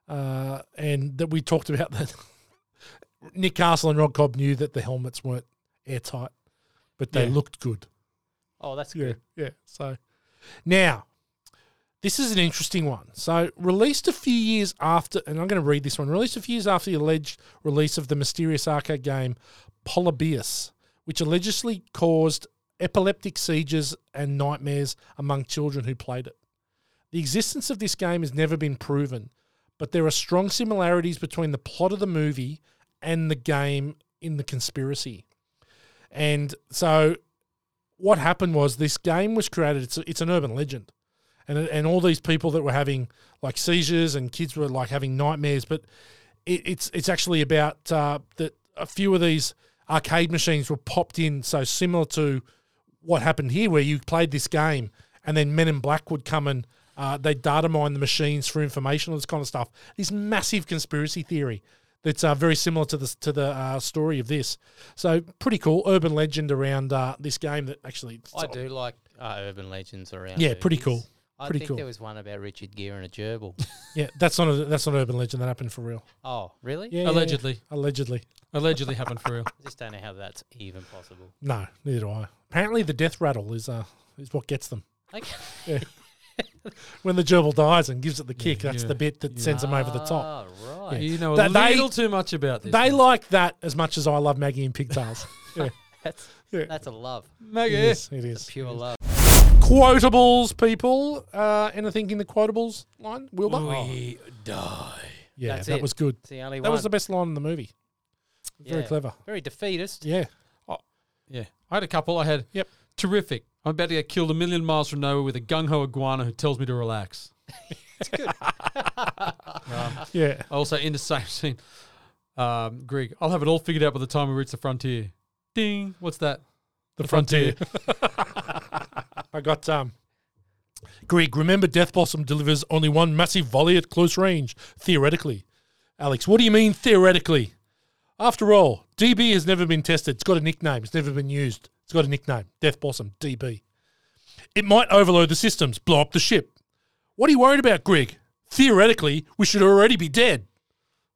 Speaker 1: uh, and that we talked about that. [LAUGHS] Nick Castle and Ron Cobb knew that the helmets weren't airtight, but they
Speaker 2: Yeah.
Speaker 1: looked good.
Speaker 3: Oh, that's
Speaker 1: Yeah,
Speaker 3: good.
Speaker 1: yeah. So now, this is an interesting one. So released a few years after, and I'm going to read this one. Released a few years after the alleged release of the mysterious arcade game Polybius, which allegedly caused epileptic seizures and nightmares among children who played it. The existence of this game has never been proven, but there are strong similarities between the plot of the movie and the game in the conspiracy. And so what happened was this game was created. It's, it's an urban legend, and and all these people that were having like seizures and kids were like having nightmares. But it, it's it's actually about uh, that a few of these arcade machines were popped in, so similar to what happened here, where you played this game and then Men in Black would come and. Uh, they data mine the machines for information, all this kind of stuff. This massive conspiracy theory that's uh, very similar to the to the uh, story of this. So pretty cool urban legend around uh, this game that actually it's
Speaker 3: I do like uh, urban legends around.
Speaker 1: Yeah, pretty cool.
Speaker 3: movies. I
Speaker 1: Pretty
Speaker 3: think
Speaker 1: cool.
Speaker 3: there was one about Richard Gere and
Speaker 1: [LAUGHS]
Speaker 3: a gerbil.
Speaker 1: Yeah, that's not a, that's not an urban legend. That happened for real.
Speaker 3: oh, really?
Speaker 1: Yeah, yeah,
Speaker 2: Allegedly.
Speaker 1: yeah. allegedly.
Speaker 2: Allegedly
Speaker 1: [LAUGHS]
Speaker 2: happened for real.
Speaker 3: I just don't know how that's even possible.
Speaker 1: No, neither do I. Apparently, the death rattle is uh is what gets them
Speaker 3: Like, [LAUGHS]
Speaker 1: when the gerbil dies and gives it the kick. that's
Speaker 2: yeah,
Speaker 1: the bit that sends them over the top.
Speaker 3: oh, right.
Speaker 2: You know a
Speaker 1: That they-
Speaker 2: little too much about this.
Speaker 1: They like that as much as I love Maggie and
Speaker 2: [LAUGHS]
Speaker 1: Pigtails. yeah,
Speaker 3: That's
Speaker 1: Yeah.
Speaker 3: that's a love,
Speaker 1: it is. It is.
Speaker 3: pure love.
Speaker 1: Quotables, people. Uh, anything in the quotables line? Wilbur.
Speaker 2: die.
Speaker 1: yeah,
Speaker 3: That's
Speaker 1: that
Speaker 3: it.
Speaker 1: was good.
Speaker 3: It's the only
Speaker 1: That
Speaker 3: one.
Speaker 1: was the best line in the movie. Very
Speaker 3: Yeah.
Speaker 1: clever.
Speaker 3: Very
Speaker 2: [LAUGHS]
Speaker 3: defeatist.
Speaker 1: Yeah.
Speaker 2: Yeah. I had a couple. I had
Speaker 1: yep.
Speaker 2: terrific. I'm about to get killed a million miles from nowhere with a gung ho iguana who tells me to relax. it's good.
Speaker 1: Yeah.
Speaker 2: Also in the same [LAUGHS] scene, um, Greg, I'll have it all figured out by the time we reach the frontier. Ding. What's that? [LAUGHS]
Speaker 1: The frontier. I got um Greg, remember Death Blossom delivers only one massive volley at close range, theoretically. Alex, what do you mean theoretically? After all, DB has never been tested. It's got a nickname. It's never been used. It's got a nickname. Death Blossom, DB. It might overload the systems, blow up the ship. What are you worried about, Greg? Theoretically, we should already be dead.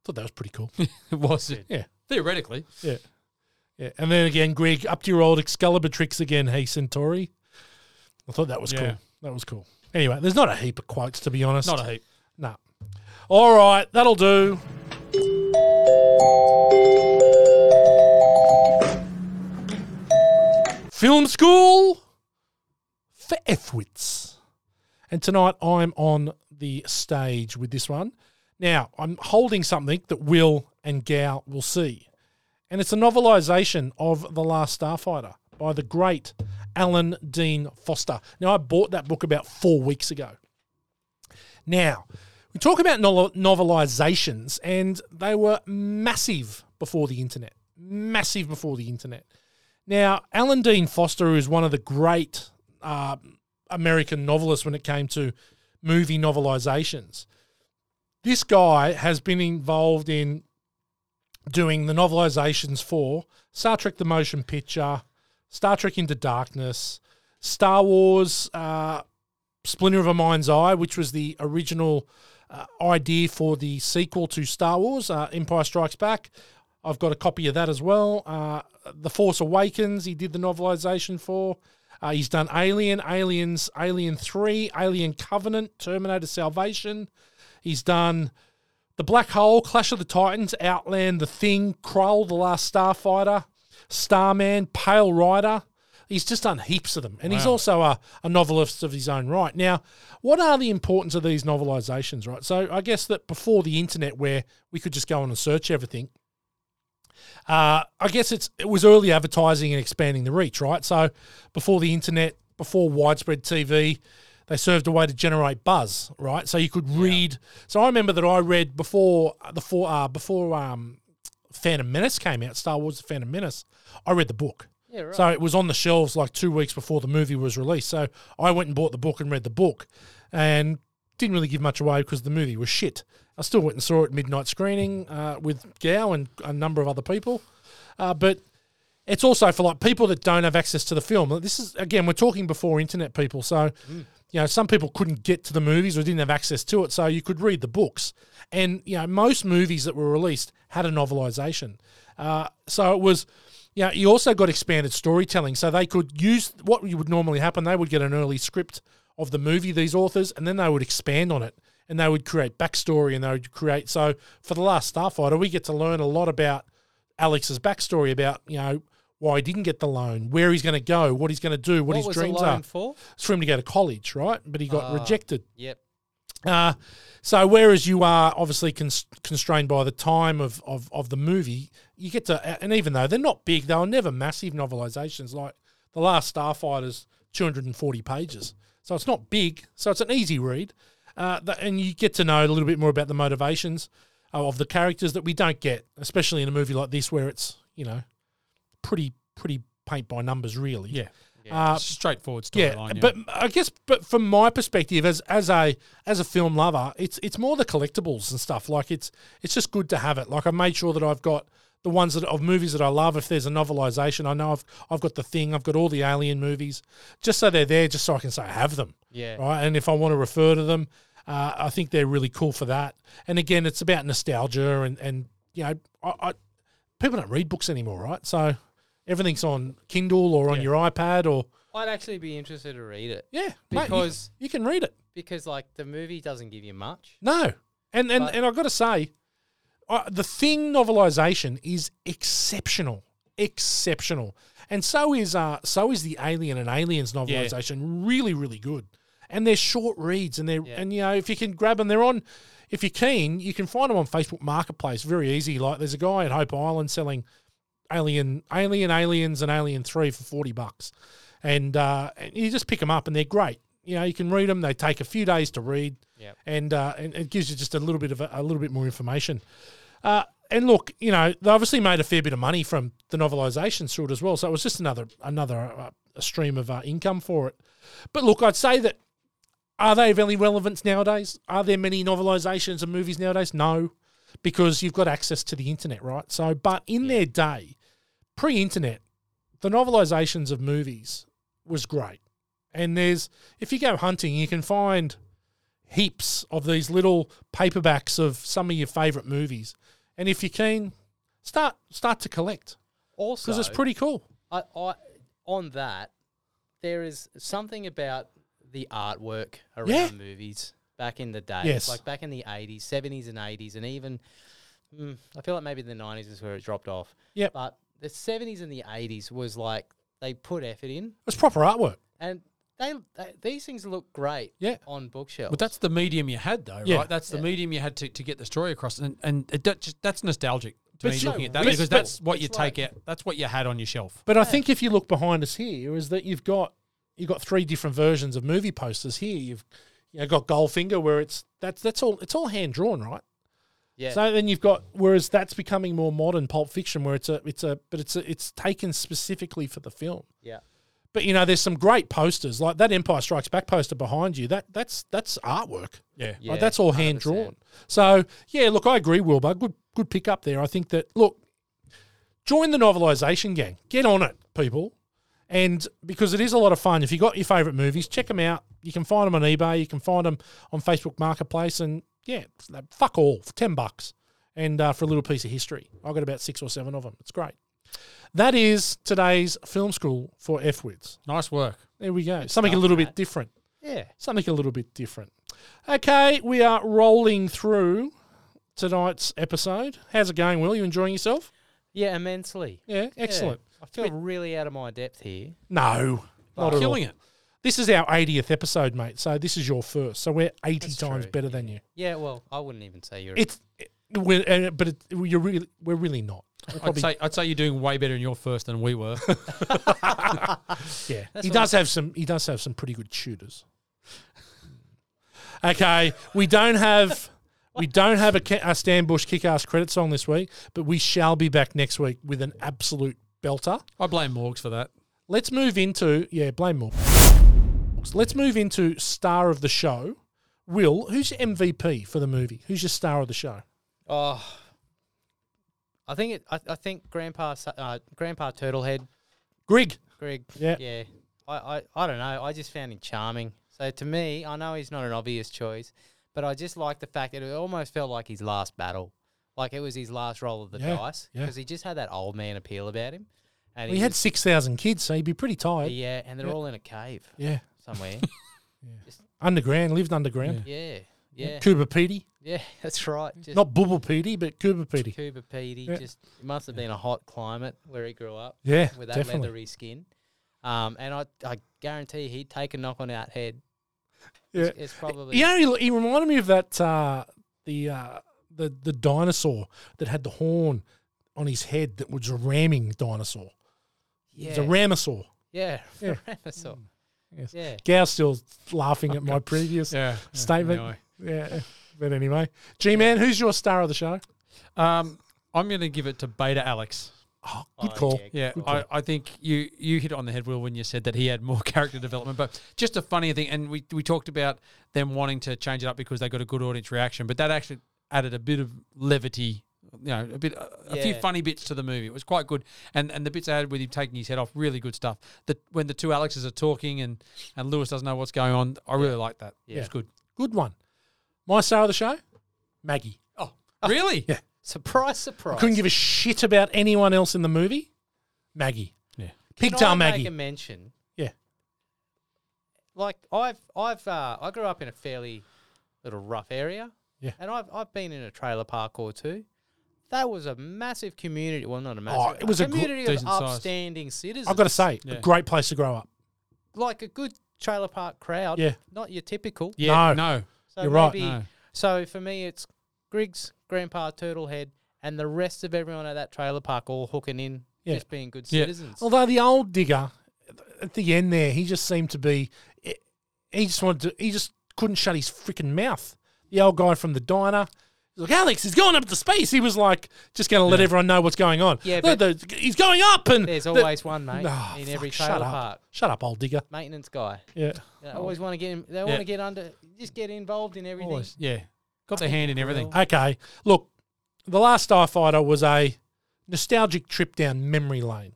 Speaker 1: Thought that was pretty cool.
Speaker 2: was it?
Speaker 1: Yeah.
Speaker 2: Theoretically.
Speaker 1: Yeah. Yeah. And then again, Greg, up to your old Excalibur tricks again, hey Centauri. I thought that was
Speaker 2: Yeah.
Speaker 1: cool. That was cool. Anyway, there's not a heap of quotes to be honest.
Speaker 2: Not a heap.
Speaker 1: No. All right, that'll do. Film school for F-wits. And tonight I'm on the stage with this one. Now, I'm holding something that Will and Gow will see. And it's a novelisation of The Last Starfighter by the great Alan Dean Foster. Now, I bought that book about four weeks ago. Now, we talk about novel- novelizations, and they were massive before the internet. Massive before the internet. Now, Alan Dean Foster, who is one of the great uh, American novelists when it came to movie novelizations, this guy has been involved in doing the novelizations for Star Trek the Motion Picture, Star Trek Into Darkness, Star Wars. Uh, Splinter of a Mind's Eye, which was the original uh, idea for the sequel to Star Wars, uh, Empire Strikes Back. I've got a copy of that as well. Uh, the Force Awakens, he did the novelization for. Uh, he's done Alien, Aliens, Alien 3, Alien Covenant, Terminator Salvation. He's done The Black Hole, Clash of the Titans, Outland, The Thing, Krull, The Last Starfighter, Starman, Pale Rider. He's just done heaps of them. And he's
Speaker 2: Wow.
Speaker 1: also a, a novelist of his own right. Now, what are the importance of these novelizations, right? So I guess that before the internet, where we could just go on and search everything, uh, I guess it's it was early advertising and expanding the reach, right? So before the internet, before widespread TV, they served a way to generate buzz, right? So you could read. So I remember that I read before the four uh, before um, Phantom Menace came out, Star Wars: The Phantom Menace. I read the book.
Speaker 3: Yeah, right.
Speaker 1: So it was on the shelves like two weeks before the movie was released. So I went and bought the book and read the book, and didn't really give much away because the movie was shit. I still went and saw it midnight screening uh, with Gow and a number of other people, uh, but it's also for like people that don't have access to the film. Like, This is again, we're talking before internet people, so you know some people couldn't get to the movies or didn't have access to it, so you could read the books. And you know most movies that were released had a novelization, uh, so it was. Yeah, you also got expanded storytelling, so they could use what would normally happen. They would get an early script of the movie, these authors, and then they would expand on it and they would create backstory and they would create. So for the last Starfighter, we get to learn a lot about Alex's backstory about you know why he didn't get the loan, where he's going to go, what he's going to do, what,
Speaker 3: What
Speaker 1: his
Speaker 3: was the
Speaker 1: dreams
Speaker 3: loan
Speaker 1: are.
Speaker 3: for?
Speaker 1: It's for him to go to college, right? But he got
Speaker 3: Ah.
Speaker 1: rejected.
Speaker 3: Yep.
Speaker 1: Uh, so whereas you are obviously cons- constrained by the time of, of, of the movie, you get to, and even though they're not big, they were never massive novelizations. Like The Last Starfighter's 240 pages. So it's not big, so it's an easy read. Uh, th- and you get to know a little bit more about the motivations uh, of the characters that we don't get, especially in a movie like this where it's, you know, pretty, pretty paint by numbers, really.
Speaker 2: Yeah.
Speaker 1: Uh,
Speaker 2: Straightforward storyline.
Speaker 1: yeah, but I guess, but from my perspective as as a as a film lover, it's it's more the collectibles and stuff. Like it's it's just good to have it. Like I made sure that I've got the ones that of movies that I love. If there's a novelization, I know I've I've got the thing. I've got all the Alien movies, just so they're there, just so I can say I have them.
Speaker 3: Yeah.
Speaker 1: Right. And if I want to refer to them, uh, I think they're really cool for that. And again, it's about nostalgia and and you know I, I people don't read books anymore, right? So everything's on Kindle or on your iPad or
Speaker 3: I'd actually be interested to read it.
Speaker 1: yeah, mate, you-
Speaker 3: Because
Speaker 1: you, can read it.
Speaker 3: because like the movie doesn't give you much.
Speaker 1: No, and and
Speaker 3: But-
Speaker 1: and I've got to say, uh, the thing novelization is exceptional, exceptional, and so is uh so is the Alien and Aliens novelization. Really, really good, and they're short reads, and they're and you know if you can grab them, they're on. if you're keen, you can find them on Facebook Marketplace. Very easy. Like there's a guy at Hope Island selling Alien, Alien, Aliens, and Alien Three for forty bucks, and, uh, and you just pick them up and they're great. You know, you can read them. They take a few days to read,
Speaker 3: Yep.
Speaker 1: and uh, and it gives you just a little bit of a, a little bit more information. Uh, and look, you know, they obviously made a fair bit of money from the novelisation sort as well. So it was just another another uh, a stream of uh, income for it. But look, I'd say that are they of any relevance nowadays? Are there many novelizations of movies nowadays? No, because you've got access to the internet, right? So, but in their day, pre-internet, the novelizations of movies was great. And there's, if you go hunting, you can find heaps of these little paperbacks of some of your favorite movies. And if you're keen, start start to collect
Speaker 3: Also,
Speaker 1: because it's pretty cool.
Speaker 3: I, I, on that, there is something about the artwork around
Speaker 1: Yeah.
Speaker 3: movies back in the day.
Speaker 1: Yes.
Speaker 3: Like back in the 80s, 70s, and 80s, and even mm, I feel like maybe the 90s is where it dropped off.
Speaker 1: Yep.
Speaker 3: But the 70s and the 80s was like they put effort in
Speaker 1: It's proper artwork.
Speaker 3: and they, they these things look great
Speaker 1: Yeah.
Speaker 3: on bookshelves.
Speaker 2: But that's the medium you had, though,
Speaker 1: Yeah.
Speaker 2: right? That's the medium you had to, to get the story across, and and it, that just, that's nostalgic to
Speaker 1: But
Speaker 2: me
Speaker 1: you-
Speaker 2: looking at that
Speaker 1: but-
Speaker 2: because
Speaker 1: but-
Speaker 2: that's what you
Speaker 3: it's
Speaker 2: take
Speaker 3: like-
Speaker 2: out. That's what you had on your shelf.
Speaker 1: But I think if you look behind us here, is that you've got you've got three different versions of movie posters here. You've you know, got Goldfinger, where it's that's that's all it's all hand drawn, right?
Speaker 3: yeah.
Speaker 1: So then you've got whereas that's becoming more modern Pulp Fiction, where it's a it's a but it's a, it's taken specifically for the film.
Speaker 3: yeah.
Speaker 1: But you know, there's some great posters like that Empire Strikes Back poster behind you. That that's that's artwork.
Speaker 2: Yeah.
Speaker 1: Like, that's all hand
Speaker 3: 100%.
Speaker 1: drawn. So yeah, look, I agree, Wilbur. Good good pick up there. I think that look, join the novelisation gang. Get on it, people. And because it is a lot of fun. If you got your favourite movies, check them out. You can find them on eBay. You can find them on Facebook Marketplace. And yeah, fuck all for ten bucks, and uh, for a little piece of history. I got about six or seven of them. It's great. That is today's film school for F words.
Speaker 2: Nice work.
Speaker 1: There we go. Something a little bit different
Speaker 3: Yeah.
Speaker 1: something a little bit different. Okay, we are rolling through tonight's episode. How's it going, Will? You enjoying yourself?
Speaker 3: Yeah, immensely.
Speaker 1: Yeah, excellent.
Speaker 3: I feel really out of my depth here.
Speaker 1: No, not at all.
Speaker 2: Killing it.
Speaker 1: This is our 80th episode, mate. So this is your first. So we're 80
Speaker 3: That's
Speaker 1: times
Speaker 3: true.
Speaker 1: better than you.
Speaker 3: Yeah, well, I wouldn't even say you're
Speaker 1: It's it- we're, uh, but it, you're really we're really not. We're
Speaker 2: I'd
Speaker 1: probably-
Speaker 2: say, I'd say you're doing way better in your first than
Speaker 1: [LAUGHS]
Speaker 2: we were.
Speaker 1: yeah,
Speaker 3: That's
Speaker 1: he
Speaker 3: what I-
Speaker 1: does have some. He does have some pretty good shooters. [LAUGHS] Okay, we don't have we don't have a, ca- a Stan Bush kick-ass credit song this week, but we shall be back next week with an absolute belter.
Speaker 2: I blame Morgs for that.
Speaker 1: Let's move into yeah, blame more. Let's move into star of the show. Will, who's your MVP for the movie? Who's your star of the show?
Speaker 3: Oh, I think it. I, I think Grandpa Sa- uh, Grandpa Turtlehead
Speaker 1: Grig.
Speaker 3: Greg.
Speaker 1: Yeah.
Speaker 3: yeah. I, I I don't know. I just found him charming. So to me, I know he's not an obvious choice, but I just like the fact that it almost felt like his last battle, like it was his last roll of the
Speaker 1: Yeah,
Speaker 3: dice,
Speaker 1: yeah.
Speaker 3: because he just had that old man appeal about him. And
Speaker 1: He had
Speaker 3: was-
Speaker 1: six thousand kids, so he'd be pretty tired. Yeah,
Speaker 3: yeah, and they're all in a cave
Speaker 1: [LAUGHS]
Speaker 3: somewhere.
Speaker 1: underground, lived underground.
Speaker 3: yeah, yeah,
Speaker 1: Cuba Petey,
Speaker 3: yeah. [LAUGHS] That's right. Just
Speaker 1: not Bubble Petey, but Cuba Petey.
Speaker 3: Cuba Petey.
Speaker 1: Yeah.
Speaker 3: Just it must have been a hot climate where he grew up.
Speaker 1: Yeah,
Speaker 3: with that
Speaker 1: definitely.
Speaker 3: leathery skin. Um, and I, I guarantee he'd take a knock on that head.
Speaker 1: Yeah.
Speaker 3: It's probably
Speaker 1: You know, he, he reminded me of that uh, the uh, the the dinosaur that had the horn on his head that was a ramming dinosaur.
Speaker 3: yeah,
Speaker 1: It's a ramosaur.
Speaker 3: yeah, [LAUGHS]
Speaker 1: Yeah. Mm,
Speaker 3: Tyrannosaur.
Speaker 1: Yes.
Speaker 3: yeah.
Speaker 1: Gow's still laughing at my previous
Speaker 2: Yeah.
Speaker 1: statement. Yeah. But anyway, G Man, who's your star of the show?
Speaker 2: Um, I'm going to give it to Beta Alex.
Speaker 1: Oh, good
Speaker 3: Oh,
Speaker 1: call.
Speaker 3: yeah.
Speaker 2: Yeah,
Speaker 1: Good
Speaker 2: I, I think you you hit it on the head, Will, when you said that he had more [LAUGHS] character development. But just a funny thing, and we, we talked about them wanting to change it up because they got a good audience reaction, but that actually added a bit of levity, you know, a bit a, a few
Speaker 3: Yeah.
Speaker 2: funny bits to the movie. It was quite good, and and the bits added with him taking his head off, really good stuff. The when the two Alexes are talking and and Lewis doesn't know what's going on, I really like that. Yeah. It was good.
Speaker 1: Good one. My star of the show, Maggie.
Speaker 2: Oh, really? Yeah.
Speaker 3: Surprise, surprise.
Speaker 1: Couldn't give a shit about anyone else in the movie. Maggie.
Speaker 2: Yeah.
Speaker 1: Big
Speaker 3: Can
Speaker 1: time
Speaker 3: I
Speaker 1: Maggie.
Speaker 3: Make a mention.
Speaker 1: Yeah.
Speaker 3: Like I've I've uh, I grew up in a fairly little rough area.
Speaker 1: Yeah.
Speaker 3: And I've I've been in a trailer park or two. That was a massive community. Well, not a massive.
Speaker 1: Oh, it was a gr-
Speaker 3: community of
Speaker 2: decent size.
Speaker 3: upstanding citizens.
Speaker 1: I've got to say,
Speaker 2: Yeah.
Speaker 1: a great place to grow up.
Speaker 3: like a good trailer park crowd.
Speaker 1: Yeah.
Speaker 3: Not your typical.
Speaker 1: Yeah.
Speaker 2: No.
Speaker 3: So
Speaker 1: You're right.
Speaker 3: maybe
Speaker 2: No.
Speaker 3: So for me, it's Griggs, Grandpa Turtlehead, and the rest of everyone at that trailer park all hooking in,
Speaker 1: Yeah.
Speaker 3: just being good
Speaker 1: Yeah.
Speaker 3: citizens.
Speaker 1: Although the old digger at the end there, he just seemed to be, he just wanted to, he just couldn't shut his freaking mouth. The old guy from the diner. He's like, Alex, he's going up to space. He was like, just going to let everyone know what's going on.
Speaker 3: Yeah,
Speaker 1: Look, the- he's going up, and
Speaker 3: There's
Speaker 1: the- [LAUGHS]
Speaker 3: always one, mate,
Speaker 1: Oh,
Speaker 3: in every
Speaker 1: fuck, shut
Speaker 3: trailer
Speaker 1: up.
Speaker 3: park.
Speaker 1: Shut up, old digger.
Speaker 3: Maintenance guy.
Speaker 1: Yeah.
Speaker 3: They always want to get him. They want to get under, just get involved in everything.
Speaker 2: Always. Yeah. Got the hand in everything.
Speaker 1: Okay. Look, The Last Starfighter was a nostalgic trip down memory lane.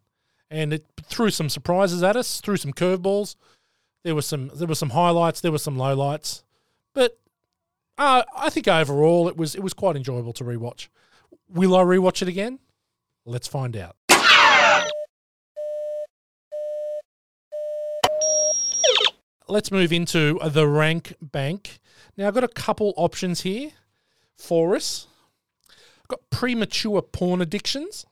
Speaker 1: And it threw some surprises at us, threw some curveballs. There were some there were some highlights, there were some lowlights. But uh, I think overall it was it was quite enjoyable to rewatch. Will I rewatch it again? Let's find out. Let's move into the rank bank. Now I've got a couple options here for us. I've got premature porn
Speaker 2: [LAUGHS]
Speaker 1: addictions.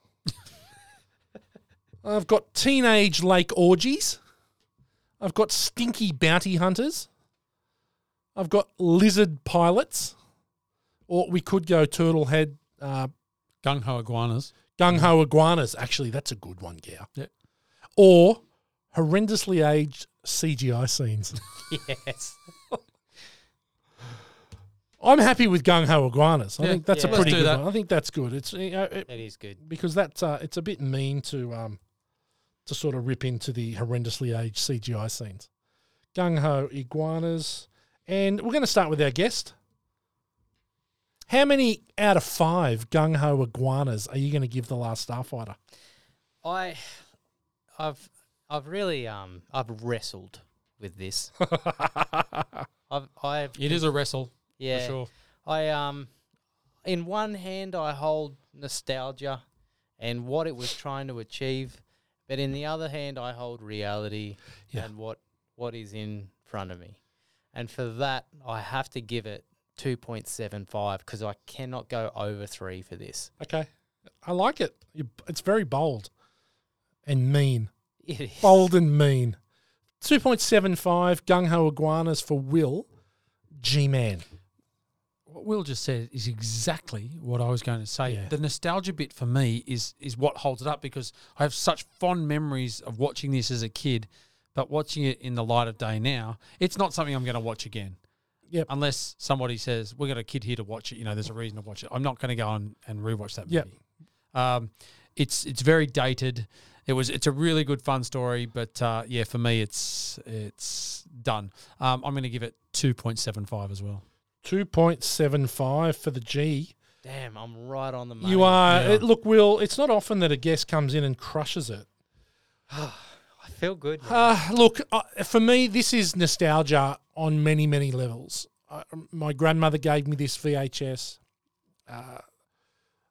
Speaker 1: I've got teenage lake orgies. I've got stinky bounty hunters. I've got lizard pilots. Or we could go turtle head. Uh,
Speaker 2: Gung ho iguanas.
Speaker 1: Gung ho iguanas. Actually, that's a good one, Gow.
Speaker 2: Yeah.
Speaker 1: Or horrendously aged CGI scenes.
Speaker 3: [LAUGHS]
Speaker 2: [LAUGHS]
Speaker 3: Yes.
Speaker 1: I'm happy with gung ho iguanas. I
Speaker 2: Yeah.
Speaker 1: think that's a
Speaker 2: Yeah. Let's
Speaker 1: pretty
Speaker 2: do
Speaker 1: good
Speaker 2: that.
Speaker 1: one. I think that's good. It's you know, it-
Speaker 3: That is good.
Speaker 1: because that's uh, it's a bit mean to um to sort of rip into the horrendously aged CGI scenes. Gung ho iguanas, and we're going to start with our guest. How many out of five gung ho iguanas are you going to give the Last Starfighter?
Speaker 3: I, I've, I've really, um, I've wrestled with
Speaker 1: [LAUGHS]
Speaker 3: this. I've, I've.
Speaker 2: It is a wrestle.
Speaker 3: Yeah.
Speaker 2: For sure.
Speaker 3: I um, in one hand I hold nostalgia, and what it was trying to achieve, but in the other hand I hold reality and what what is in front of me, and for that I have to give it two point seven five because I cannot go over three for this.
Speaker 1: Okay, I like it. You- It's very bold and mean.
Speaker 3: It is.
Speaker 1: Bold and mean. 2.75 gung ho iguanas for Will. G Man.
Speaker 2: What Will just said is exactly what I was going to say. The nostalgia bit for me is is what holds it up because I have such fond memories of watching this as a kid, but watching it in the light of day now, it's not something I'm going to watch again.
Speaker 1: Yep.
Speaker 2: Unless somebody says we got a kid here to watch it, you know, there's a reason to watch it. I'm not going to go on and rewatch that movie.
Speaker 1: Yep.
Speaker 2: Um, it's it's very dated. It was it's a really good fun story, but uh, yeah, for me it's it's done. Um, I'm going to give it two point seven five as well.
Speaker 1: 2.75 for the G.
Speaker 3: Damn, I'm right on the money.
Speaker 1: You are.
Speaker 2: Yeah.
Speaker 1: It, look, Will, it's not often that a guest comes in and crushes it.
Speaker 3: I feel good. now.
Speaker 1: Uh, look, uh, for me, this is nostalgia on many, many levels. I, my grandmother gave me this VHS. Uh,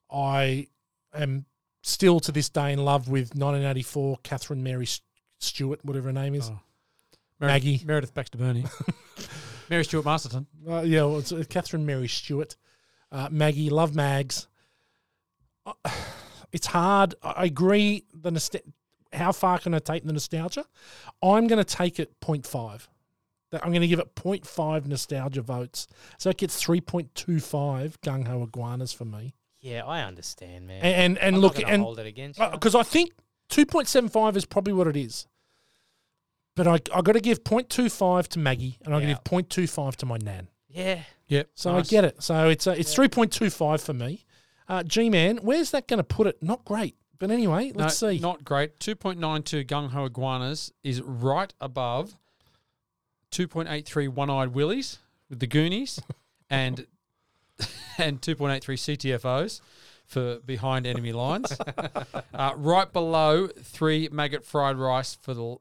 Speaker 1: I am still to this day in love with 1984 Catherine Mary S- Stewart, whatever her name is.
Speaker 2: Oh.
Speaker 1: Maggie.
Speaker 2: Meredith
Speaker 1: [LAUGHS]
Speaker 2: Baxter Burney. Mary Stuart Masterton.
Speaker 1: Uh, yeah, well, it's uh, Catherine Mary Stewart, uh, Maggie, love Mags. Uh, [SIGHS] it's hard. I I agree. The nostal- how far can I take the nostalgia? I'm going to take it 0.5. That- I'm going to give it 0.5 nostalgia votes. So it gets 3.25 gung ho iguanas for me.
Speaker 3: yeah, I understand, man.
Speaker 1: And and, and
Speaker 3: I'm
Speaker 1: look
Speaker 3: not gonna
Speaker 1: and uh,
Speaker 3: hold it against you.
Speaker 1: because I think 2.75 is probably what it is. But I I got to give 0.25 to Maggie and I'm
Speaker 3: Yeah.
Speaker 1: going to give 0.25 to my nan.
Speaker 3: yeah,
Speaker 2: Yep.
Speaker 1: So I get it. So it's uh, it's three point two five for me. Uh, G man, where's that going to put it? Not great. But anyway, let's see.
Speaker 2: Not great. 2.92 Gung Ho Iguanas is right above 2.83 One Eyed Willies with
Speaker 1: [LAUGHS]
Speaker 2: the Goonies and [LAUGHS] and 2.83 CTFOs for Behind
Speaker 1: [LAUGHS]
Speaker 2: Enemy Lines. uh, right below 3 Maggot Fried Rice for the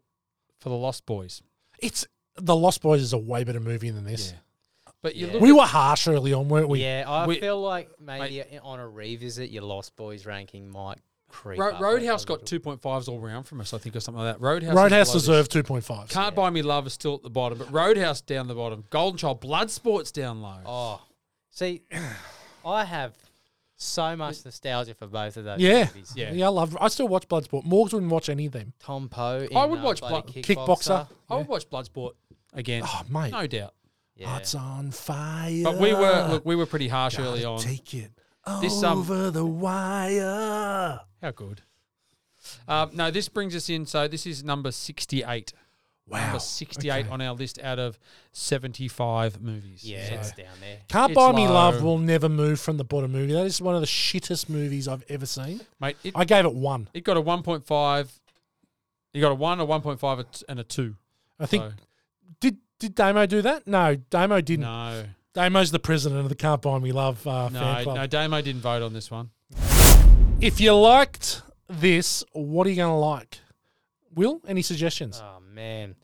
Speaker 2: for the Lost Boys.
Speaker 1: It's the Lost Boys is a way better movie than this.
Speaker 2: But you
Speaker 3: Yeah.
Speaker 2: look
Speaker 1: We were harsh early on, weren't we?
Speaker 3: yeah. I
Speaker 2: we-
Speaker 3: feel like maybe on a revisit, your Lost Boys ranking might creep.
Speaker 2: Ro-
Speaker 3: up a-
Speaker 2: Roadhouse
Speaker 3: a
Speaker 2: got
Speaker 3: little.
Speaker 2: 2.5s all round from us, I think, or something like that. Roadhouse,
Speaker 1: Roadhouse
Speaker 2: is below this.
Speaker 1: deserved two point five.
Speaker 2: Can't Buy Me Love is still at the bottom, but Roadhouse down the bottom. Golden Child, Bloodsport's down low.
Speaker 3: Oh,
Speaker 2: [CLEARS THROAT]
Speaker 3: see, I have so much nostalgia for both of those
Speaker 1: Yeah.
Speaker 3: movies.
Speaker 1: yeah, I love. I still watch Bloodsport. Morgs wouldn't watch any of them.
Speaker 3: Tom Poe. In,
Speaker 2: I would
Speaker 3: uh,
Speaker 2: watch Blo-
Speaker 3: Bloody
Speaker 1: Kickboxer.
Speaker 2: I would watch Bloodsport again.
Speaker 1: Oh mate,
Speaker 2: No doubt.
Speaker 1: Hearts on fire.
Speaker 2: But we were look, we were pretty harsh
Speaker 1: Gotta
Speaker 2: early on.
Speaker 1: Take it
Speaker 2: This, um,
Speaker 1: over the wire.
Speaker 2: How good. Um, no, this brings us in. So this is number sixty-eight.
Speaker 1: Wow.
Speaker 2: number sixty-eight on our list out of seventy-five movies.
Speaker 3: Yeah,
Speaker 2: So-
Speaker 3: it's down there.
Speaker 1: Can't
Speaker 2: It's
Speaker 1: Buy Me Love
Speaker 2: low.
Speaker 1: will never move from the bottom movie. That is one of the shittest movies I've ever seen.
Speaker 2: mate. It,
Speaker 1: I gave it one.
Speaker 2: it got a one point five. You got a one, a one point five, and a two.
Speaker 1: I think
Speaker 2: So,
Speaker 1: did did Damo do that? No, Damo didn't.
Speaker 2: no,
Speaker 1: Damo's the president of the Can't Buy Me Love uh, fan
Speaker 2: no,
Speaker 1: club.
Speaker 2: no. Damo didn't vote on this one.
Speaker 1: If you liked this, what are you going to like? Will, any suggestions?
Speaker 2: Uh,
Speaker 3: Oh man.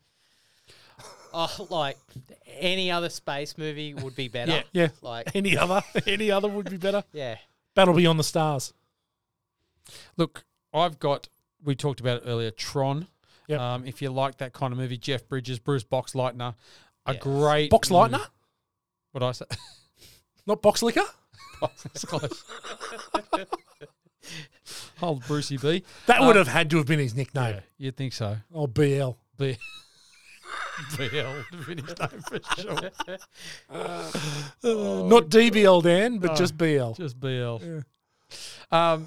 Speaker 3: Oh, like any other space movie would be better.
Speaker 2: [LAUGHS] Yeah.
Speaker 1: yeah. [LAUGHS]
Speaker 3: Like
Speaker 1: Any
Speaker 2: [LAUGHS]
Speaker 1: other? Any other would be better.
Speaker 3: yeah.
Speaker 1: Battle Beyond the Stars.
Speaker 2: Look, I've got. We talked about it earlier. Tron.
Speaker 1: Yep.
Speaker 2: Um, if you like that kind of movie, Jeff Bridges, Bruce Boxleitner, a
Speaker 3: Yes.
Speaker 2: great
Speaker 1: Box
Speaker 2: mov-
Speaker 1: Lightner?
Speaker 2: What I say? [LAUGHS]
Speaker 1: Not Box Liquor?
Speaker 2: That's close. Old Brucey B.
Speaker 1: That
Speaker 2: Um,
Speaker 1: would have had to have been his nickname.
Speaker 2: Yeah, you'd think so.
Speaker 1: Oh, BL.
Speaker 2: B. [LAUGHS] BL would have been his name for sure.
Speaker 1: Not DBL, Dan, but just BL.
Speaker 2: [LAUGHS] Oh, Just BL. Um,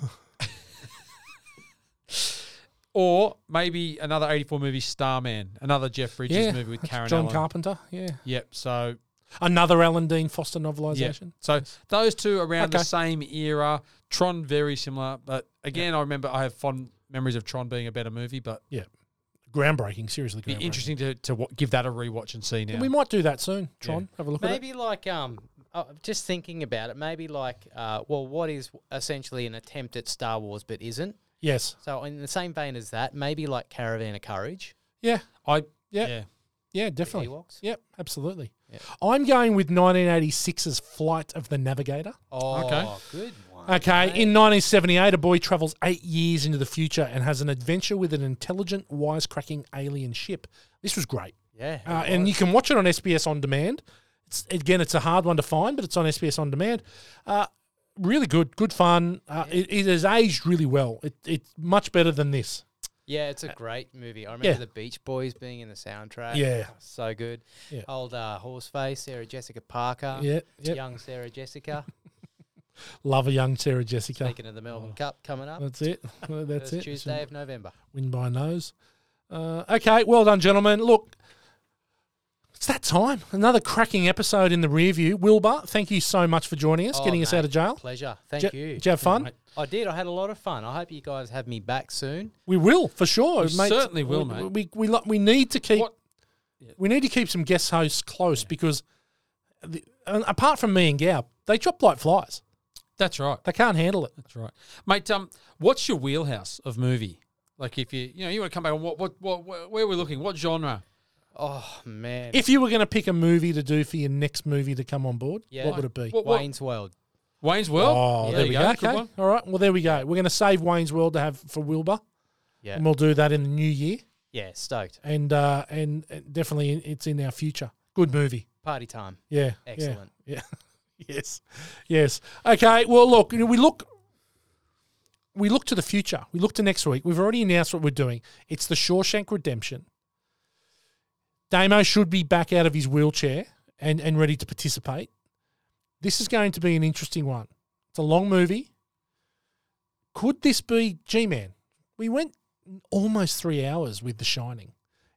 Speaker 2: [LAUGHS] or maybe another 84 movie, Starman. Another Jeff Bridges
Speaker 1: Yeah,
Speaker 2: movie with Karen
Speaker 1: John
Speaker 2: Allen.
Speaker 1: Carpenter, yeah.
Speaker 2: Yep. So
Speaker 1: Another Alan Dean Foster
Speaker 2: Yeah.
Speaker 1: novelisation.
Speaker 2: So those two around the
Speaker 1: Okay.
Speaker 2: same era. Tron very similar, but again, I remember I have fond memories of Tron being a better movie. But
Speaker 1: Groundbreaking, seriously.
Speaker 2: it'd
Speaker 1: groundbreaking.
Speaker 2: be interesting to to wa- give that a rewatch and see now.
Speaker 1: We might do that soon, Tron. Have a look at it.
Speaker 3: Maybe like um uh, just thinking about it, maybe like uh well what is essentially an attempt at Star Wars but isn't.
Speaker 1: Yes.
Speaker 3: So in the same vein as that, maybe like Caravan of Courage.
Speaker 1: Yeah.
Speaker 2: I
Speaker 1: Yeah.
Speaker 2: yeah.
Speaker 1: Yeah, definitely.
Speaker 3: Ewoks?
Speaker 1: Yep, absolutely. I'm going with 1986's Flight of the Navigator.
Speaker 3: Oh,
Speaker 2: Okay.
Speaker 3: good one.
Speaker 1: Okay,
Speaker 3: mate.
Speaker 1: in 1978, a boy travels eight years into the future and has an adventure with an intelligent, wisecracking alien ship. This was great.
Speaker 3: yeah. it
Speaker 1: Uh, and
Speaker 3: was.
Speaker 1: you can watch it on SBS On Demand. It's, again, it's a hard one to find, but it's on SBS On Demand. Uh, really good, good fun. Uh, it, it has aged really well. It, it's much better than this.
Speaker 3: Yeah, it's a great movie. I remember
Speaker 1: yeah.
Speaker 3: the Beach Boys being in the soundtrack.
Speaker 1: Yeah.
Speaker 3: so good.
Speaker 1: Yeah.
Speaker 3: Old uh, Horseface, Sarah Jessica Parker.
Speaker 1: Yeah, yeah.
Speaker 3: young Sarah Jessica.
Speaker 1: Love a young Sarah Jessica.
Speaker 3: Speaking of the Melbourne Cup coming up,
Speaker 1: Oh, That's
Speaker 3: [LAUGHS]
Speaker 1: it. Well, That's
Speaker 3: first
Speaker 1: it.
Speaker 3: Tuesday of November.
Speaker 1: Win by a nose. Uh, okay, well done, gentlemen. Look, it's that time. Another cracking episode in the rear view. Wilbur, thank you so much for joining us,
Speaker 3: Oh,
Speaker 1: getting us out
Speaker 3: mate,
Speaker 1: of jail.
Speaker 3: Pleasure. Thank
Speaker 1: Did-
Speaker 3: you.
Speaker 1: Did you have fun?
Speaker 3: [LAUGHS] I did. I had a lot of fun. I hope you guys have me back soon.
Speaker 1: We will for sure.
Speaker 2: We certainly will,
Speaker 1: we,
Speaker 2: mate.
Speaker 1: We we, lo- we need to keep
Speaker 2: What-
Speaker 1: we need to keep some guest hosts close because the, and apart from me and Gao, they drop like flies.
Speaker 2: That's right.
Speaker 1: They can't handle it.
Speaker 2: That's right, mate. Um, what's your wheelhouse of movie? Like if you you know you want to come back on what what what where- where we're looking? What genre?
Speaker 3: Oh man.
Speaker 1: If you were going to pick a movie to do for your next movie to come on board,
Speaker 3: Yeah.
Speaker 1: what would it be?
Speaker 2: What, what-
Speaker 3: Wayne's World.
Speaker 2: Wayne's World.
Speaker 1: Oh,
Speaker 2: Yeah,
Speaker 1: there we go.
Speaker 2: Good
Speaker 1: Okay,
Speaker 2: one.
Speaker 1: all right. Well, there we go. We're going to save Wayne's World to have for Wilbur,
Speaker 3: Yeah.
Speaker 1: and we'll do that in the new year,
Speaker 3: Yeah. Stoked.
Speaker 1: and uh, and and definitely it's in our future. Good movie.
Speaker 3: Party time.
Speaker 1: Yeah. yeah,
Speaker 3: Excellent.
Speaker 1: Yeah. [LAUGHS] yes. Yes. Okay. Well, look, you know, we look we look to the future. We look to next week. We've already announced what we're doing. It's the Shawshank Redemption. Damo should be back out of his wheelchair and, and ready to participate. This is going to be an interesting one. It's a long movie. Could this be G Man? We went almost three hours with The Shining.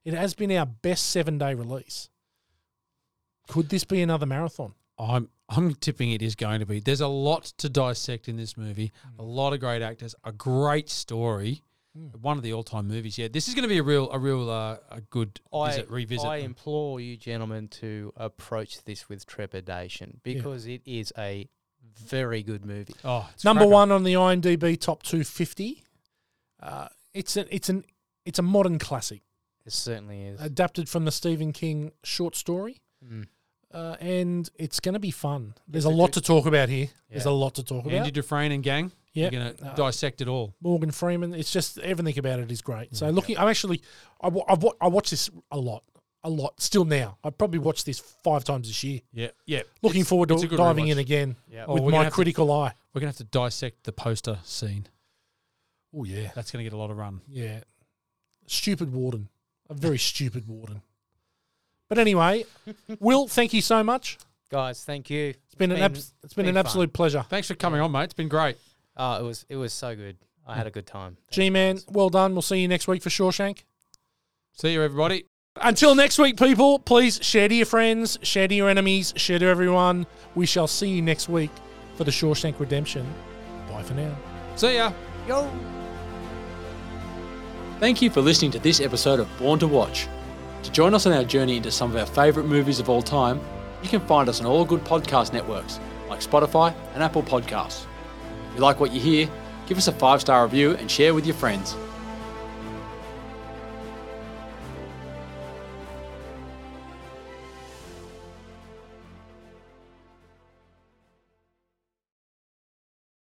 Speaker 1: It has been our best seven day release. Could this be another marathon?
Speaker 2: I'm I'm tipping it is going to be. There's a lot to dissect in this movie. A
Speaker 1: Hmm.
Speaker 2: lot of great actors, a great story. One of the all-time movies. Yeah, this is going to be a real a real uh, a good
Speaker 3: I,
Speaker 2: visit revisit.
Speaker 3: I implore you gentlemen to approach this with trepidation because it is a very good movie.
Speaker 2: oh, it's
Speaker 1: Number
Speaker 2: cracker.
Speaker 1: one on the IMDb top 250. Uh, it's an it's an it's a modern classic
Speaker 3: It certainly is.
Speaker 1: adapted from the Stephen King short story,
Speaker 3: Mm.
Speaker 1: uh, and it's going to be fun. There's
Speaker 3: It's
Speaker 1: a
Speaker 3: a
Speaker 1: lot to
Speaker 3: good-
Speaker 1: talk about here. There's a
Speaker 3: Yeah.
Speaker 1: lot to talk about.
Speaker 2: Andy Dufresne and gang.
Speaker 1: Yeah.
Speaker 2: You're going to
Speaker 1: Uh,
Speaker 2: dissect it all.
Speaker 1: Morgan Freeman. It's just everything about it is
Speaker 2: Mm,
Speaker 1: great. So looking, I'm actually I wa- I, wa- I watch this a lot, a lot. Still now, I probably watched this five times this year.
Speaker 2: Yeah, yeah.
Speaker 1: Looking
Speaker 2: It's-
Speaker 1: forward
Speaker 2: it's a
Speaker 1: to
Speaker 2: good
Speaker 1: diving
Speaker 2: rewatch.
Speaker 1: in again
Speaker 3: Yeah.
Speaker 2: Oh,
Speaker 1: with
Speaker 2: we're gonna
Speaker 1: my
Speaker 2: have to-
Speaker 1: critical eye.
Speaker 2: We're going to have to dissect the poster scene.
Speaker 1: Oh yeah,
Speaker 2: That's going to get a lot of run.
Speaker 1: [LAUGHS] yeah. Stupid warden, a very stupid warden. But [LAUGHS] anyway, Will, thank you so much.
Speaker 3: Guys, thank you. It's
Speaker 1: been an abs- it's been an absolute pleasure.
Speaker 12: Thanks for coming on, mate. It's been great.
Speaker 3: Oh, it was it was so good. I had a good time.
Speaker 1: G Man, well done. We'll see you next week for Shawshank.
Speaker 12: See you, everybody.
Speaker 1: Until next week, people, please share to your friends, share to your enemies, share to everyone. We shall see you next week for the Shawshank Redemption. Bye for now.
Speaker 12: See ya.
Speaker 3: Yo.
Speaker 2: Thank you for listening to this episode of Born to Watch. To join us on our journey into some of our favourite movies of all time, you can find us on all good podcast networks like Spotify and Apple Podcasts. If you like what you hear, give us a five star review and share with your friends.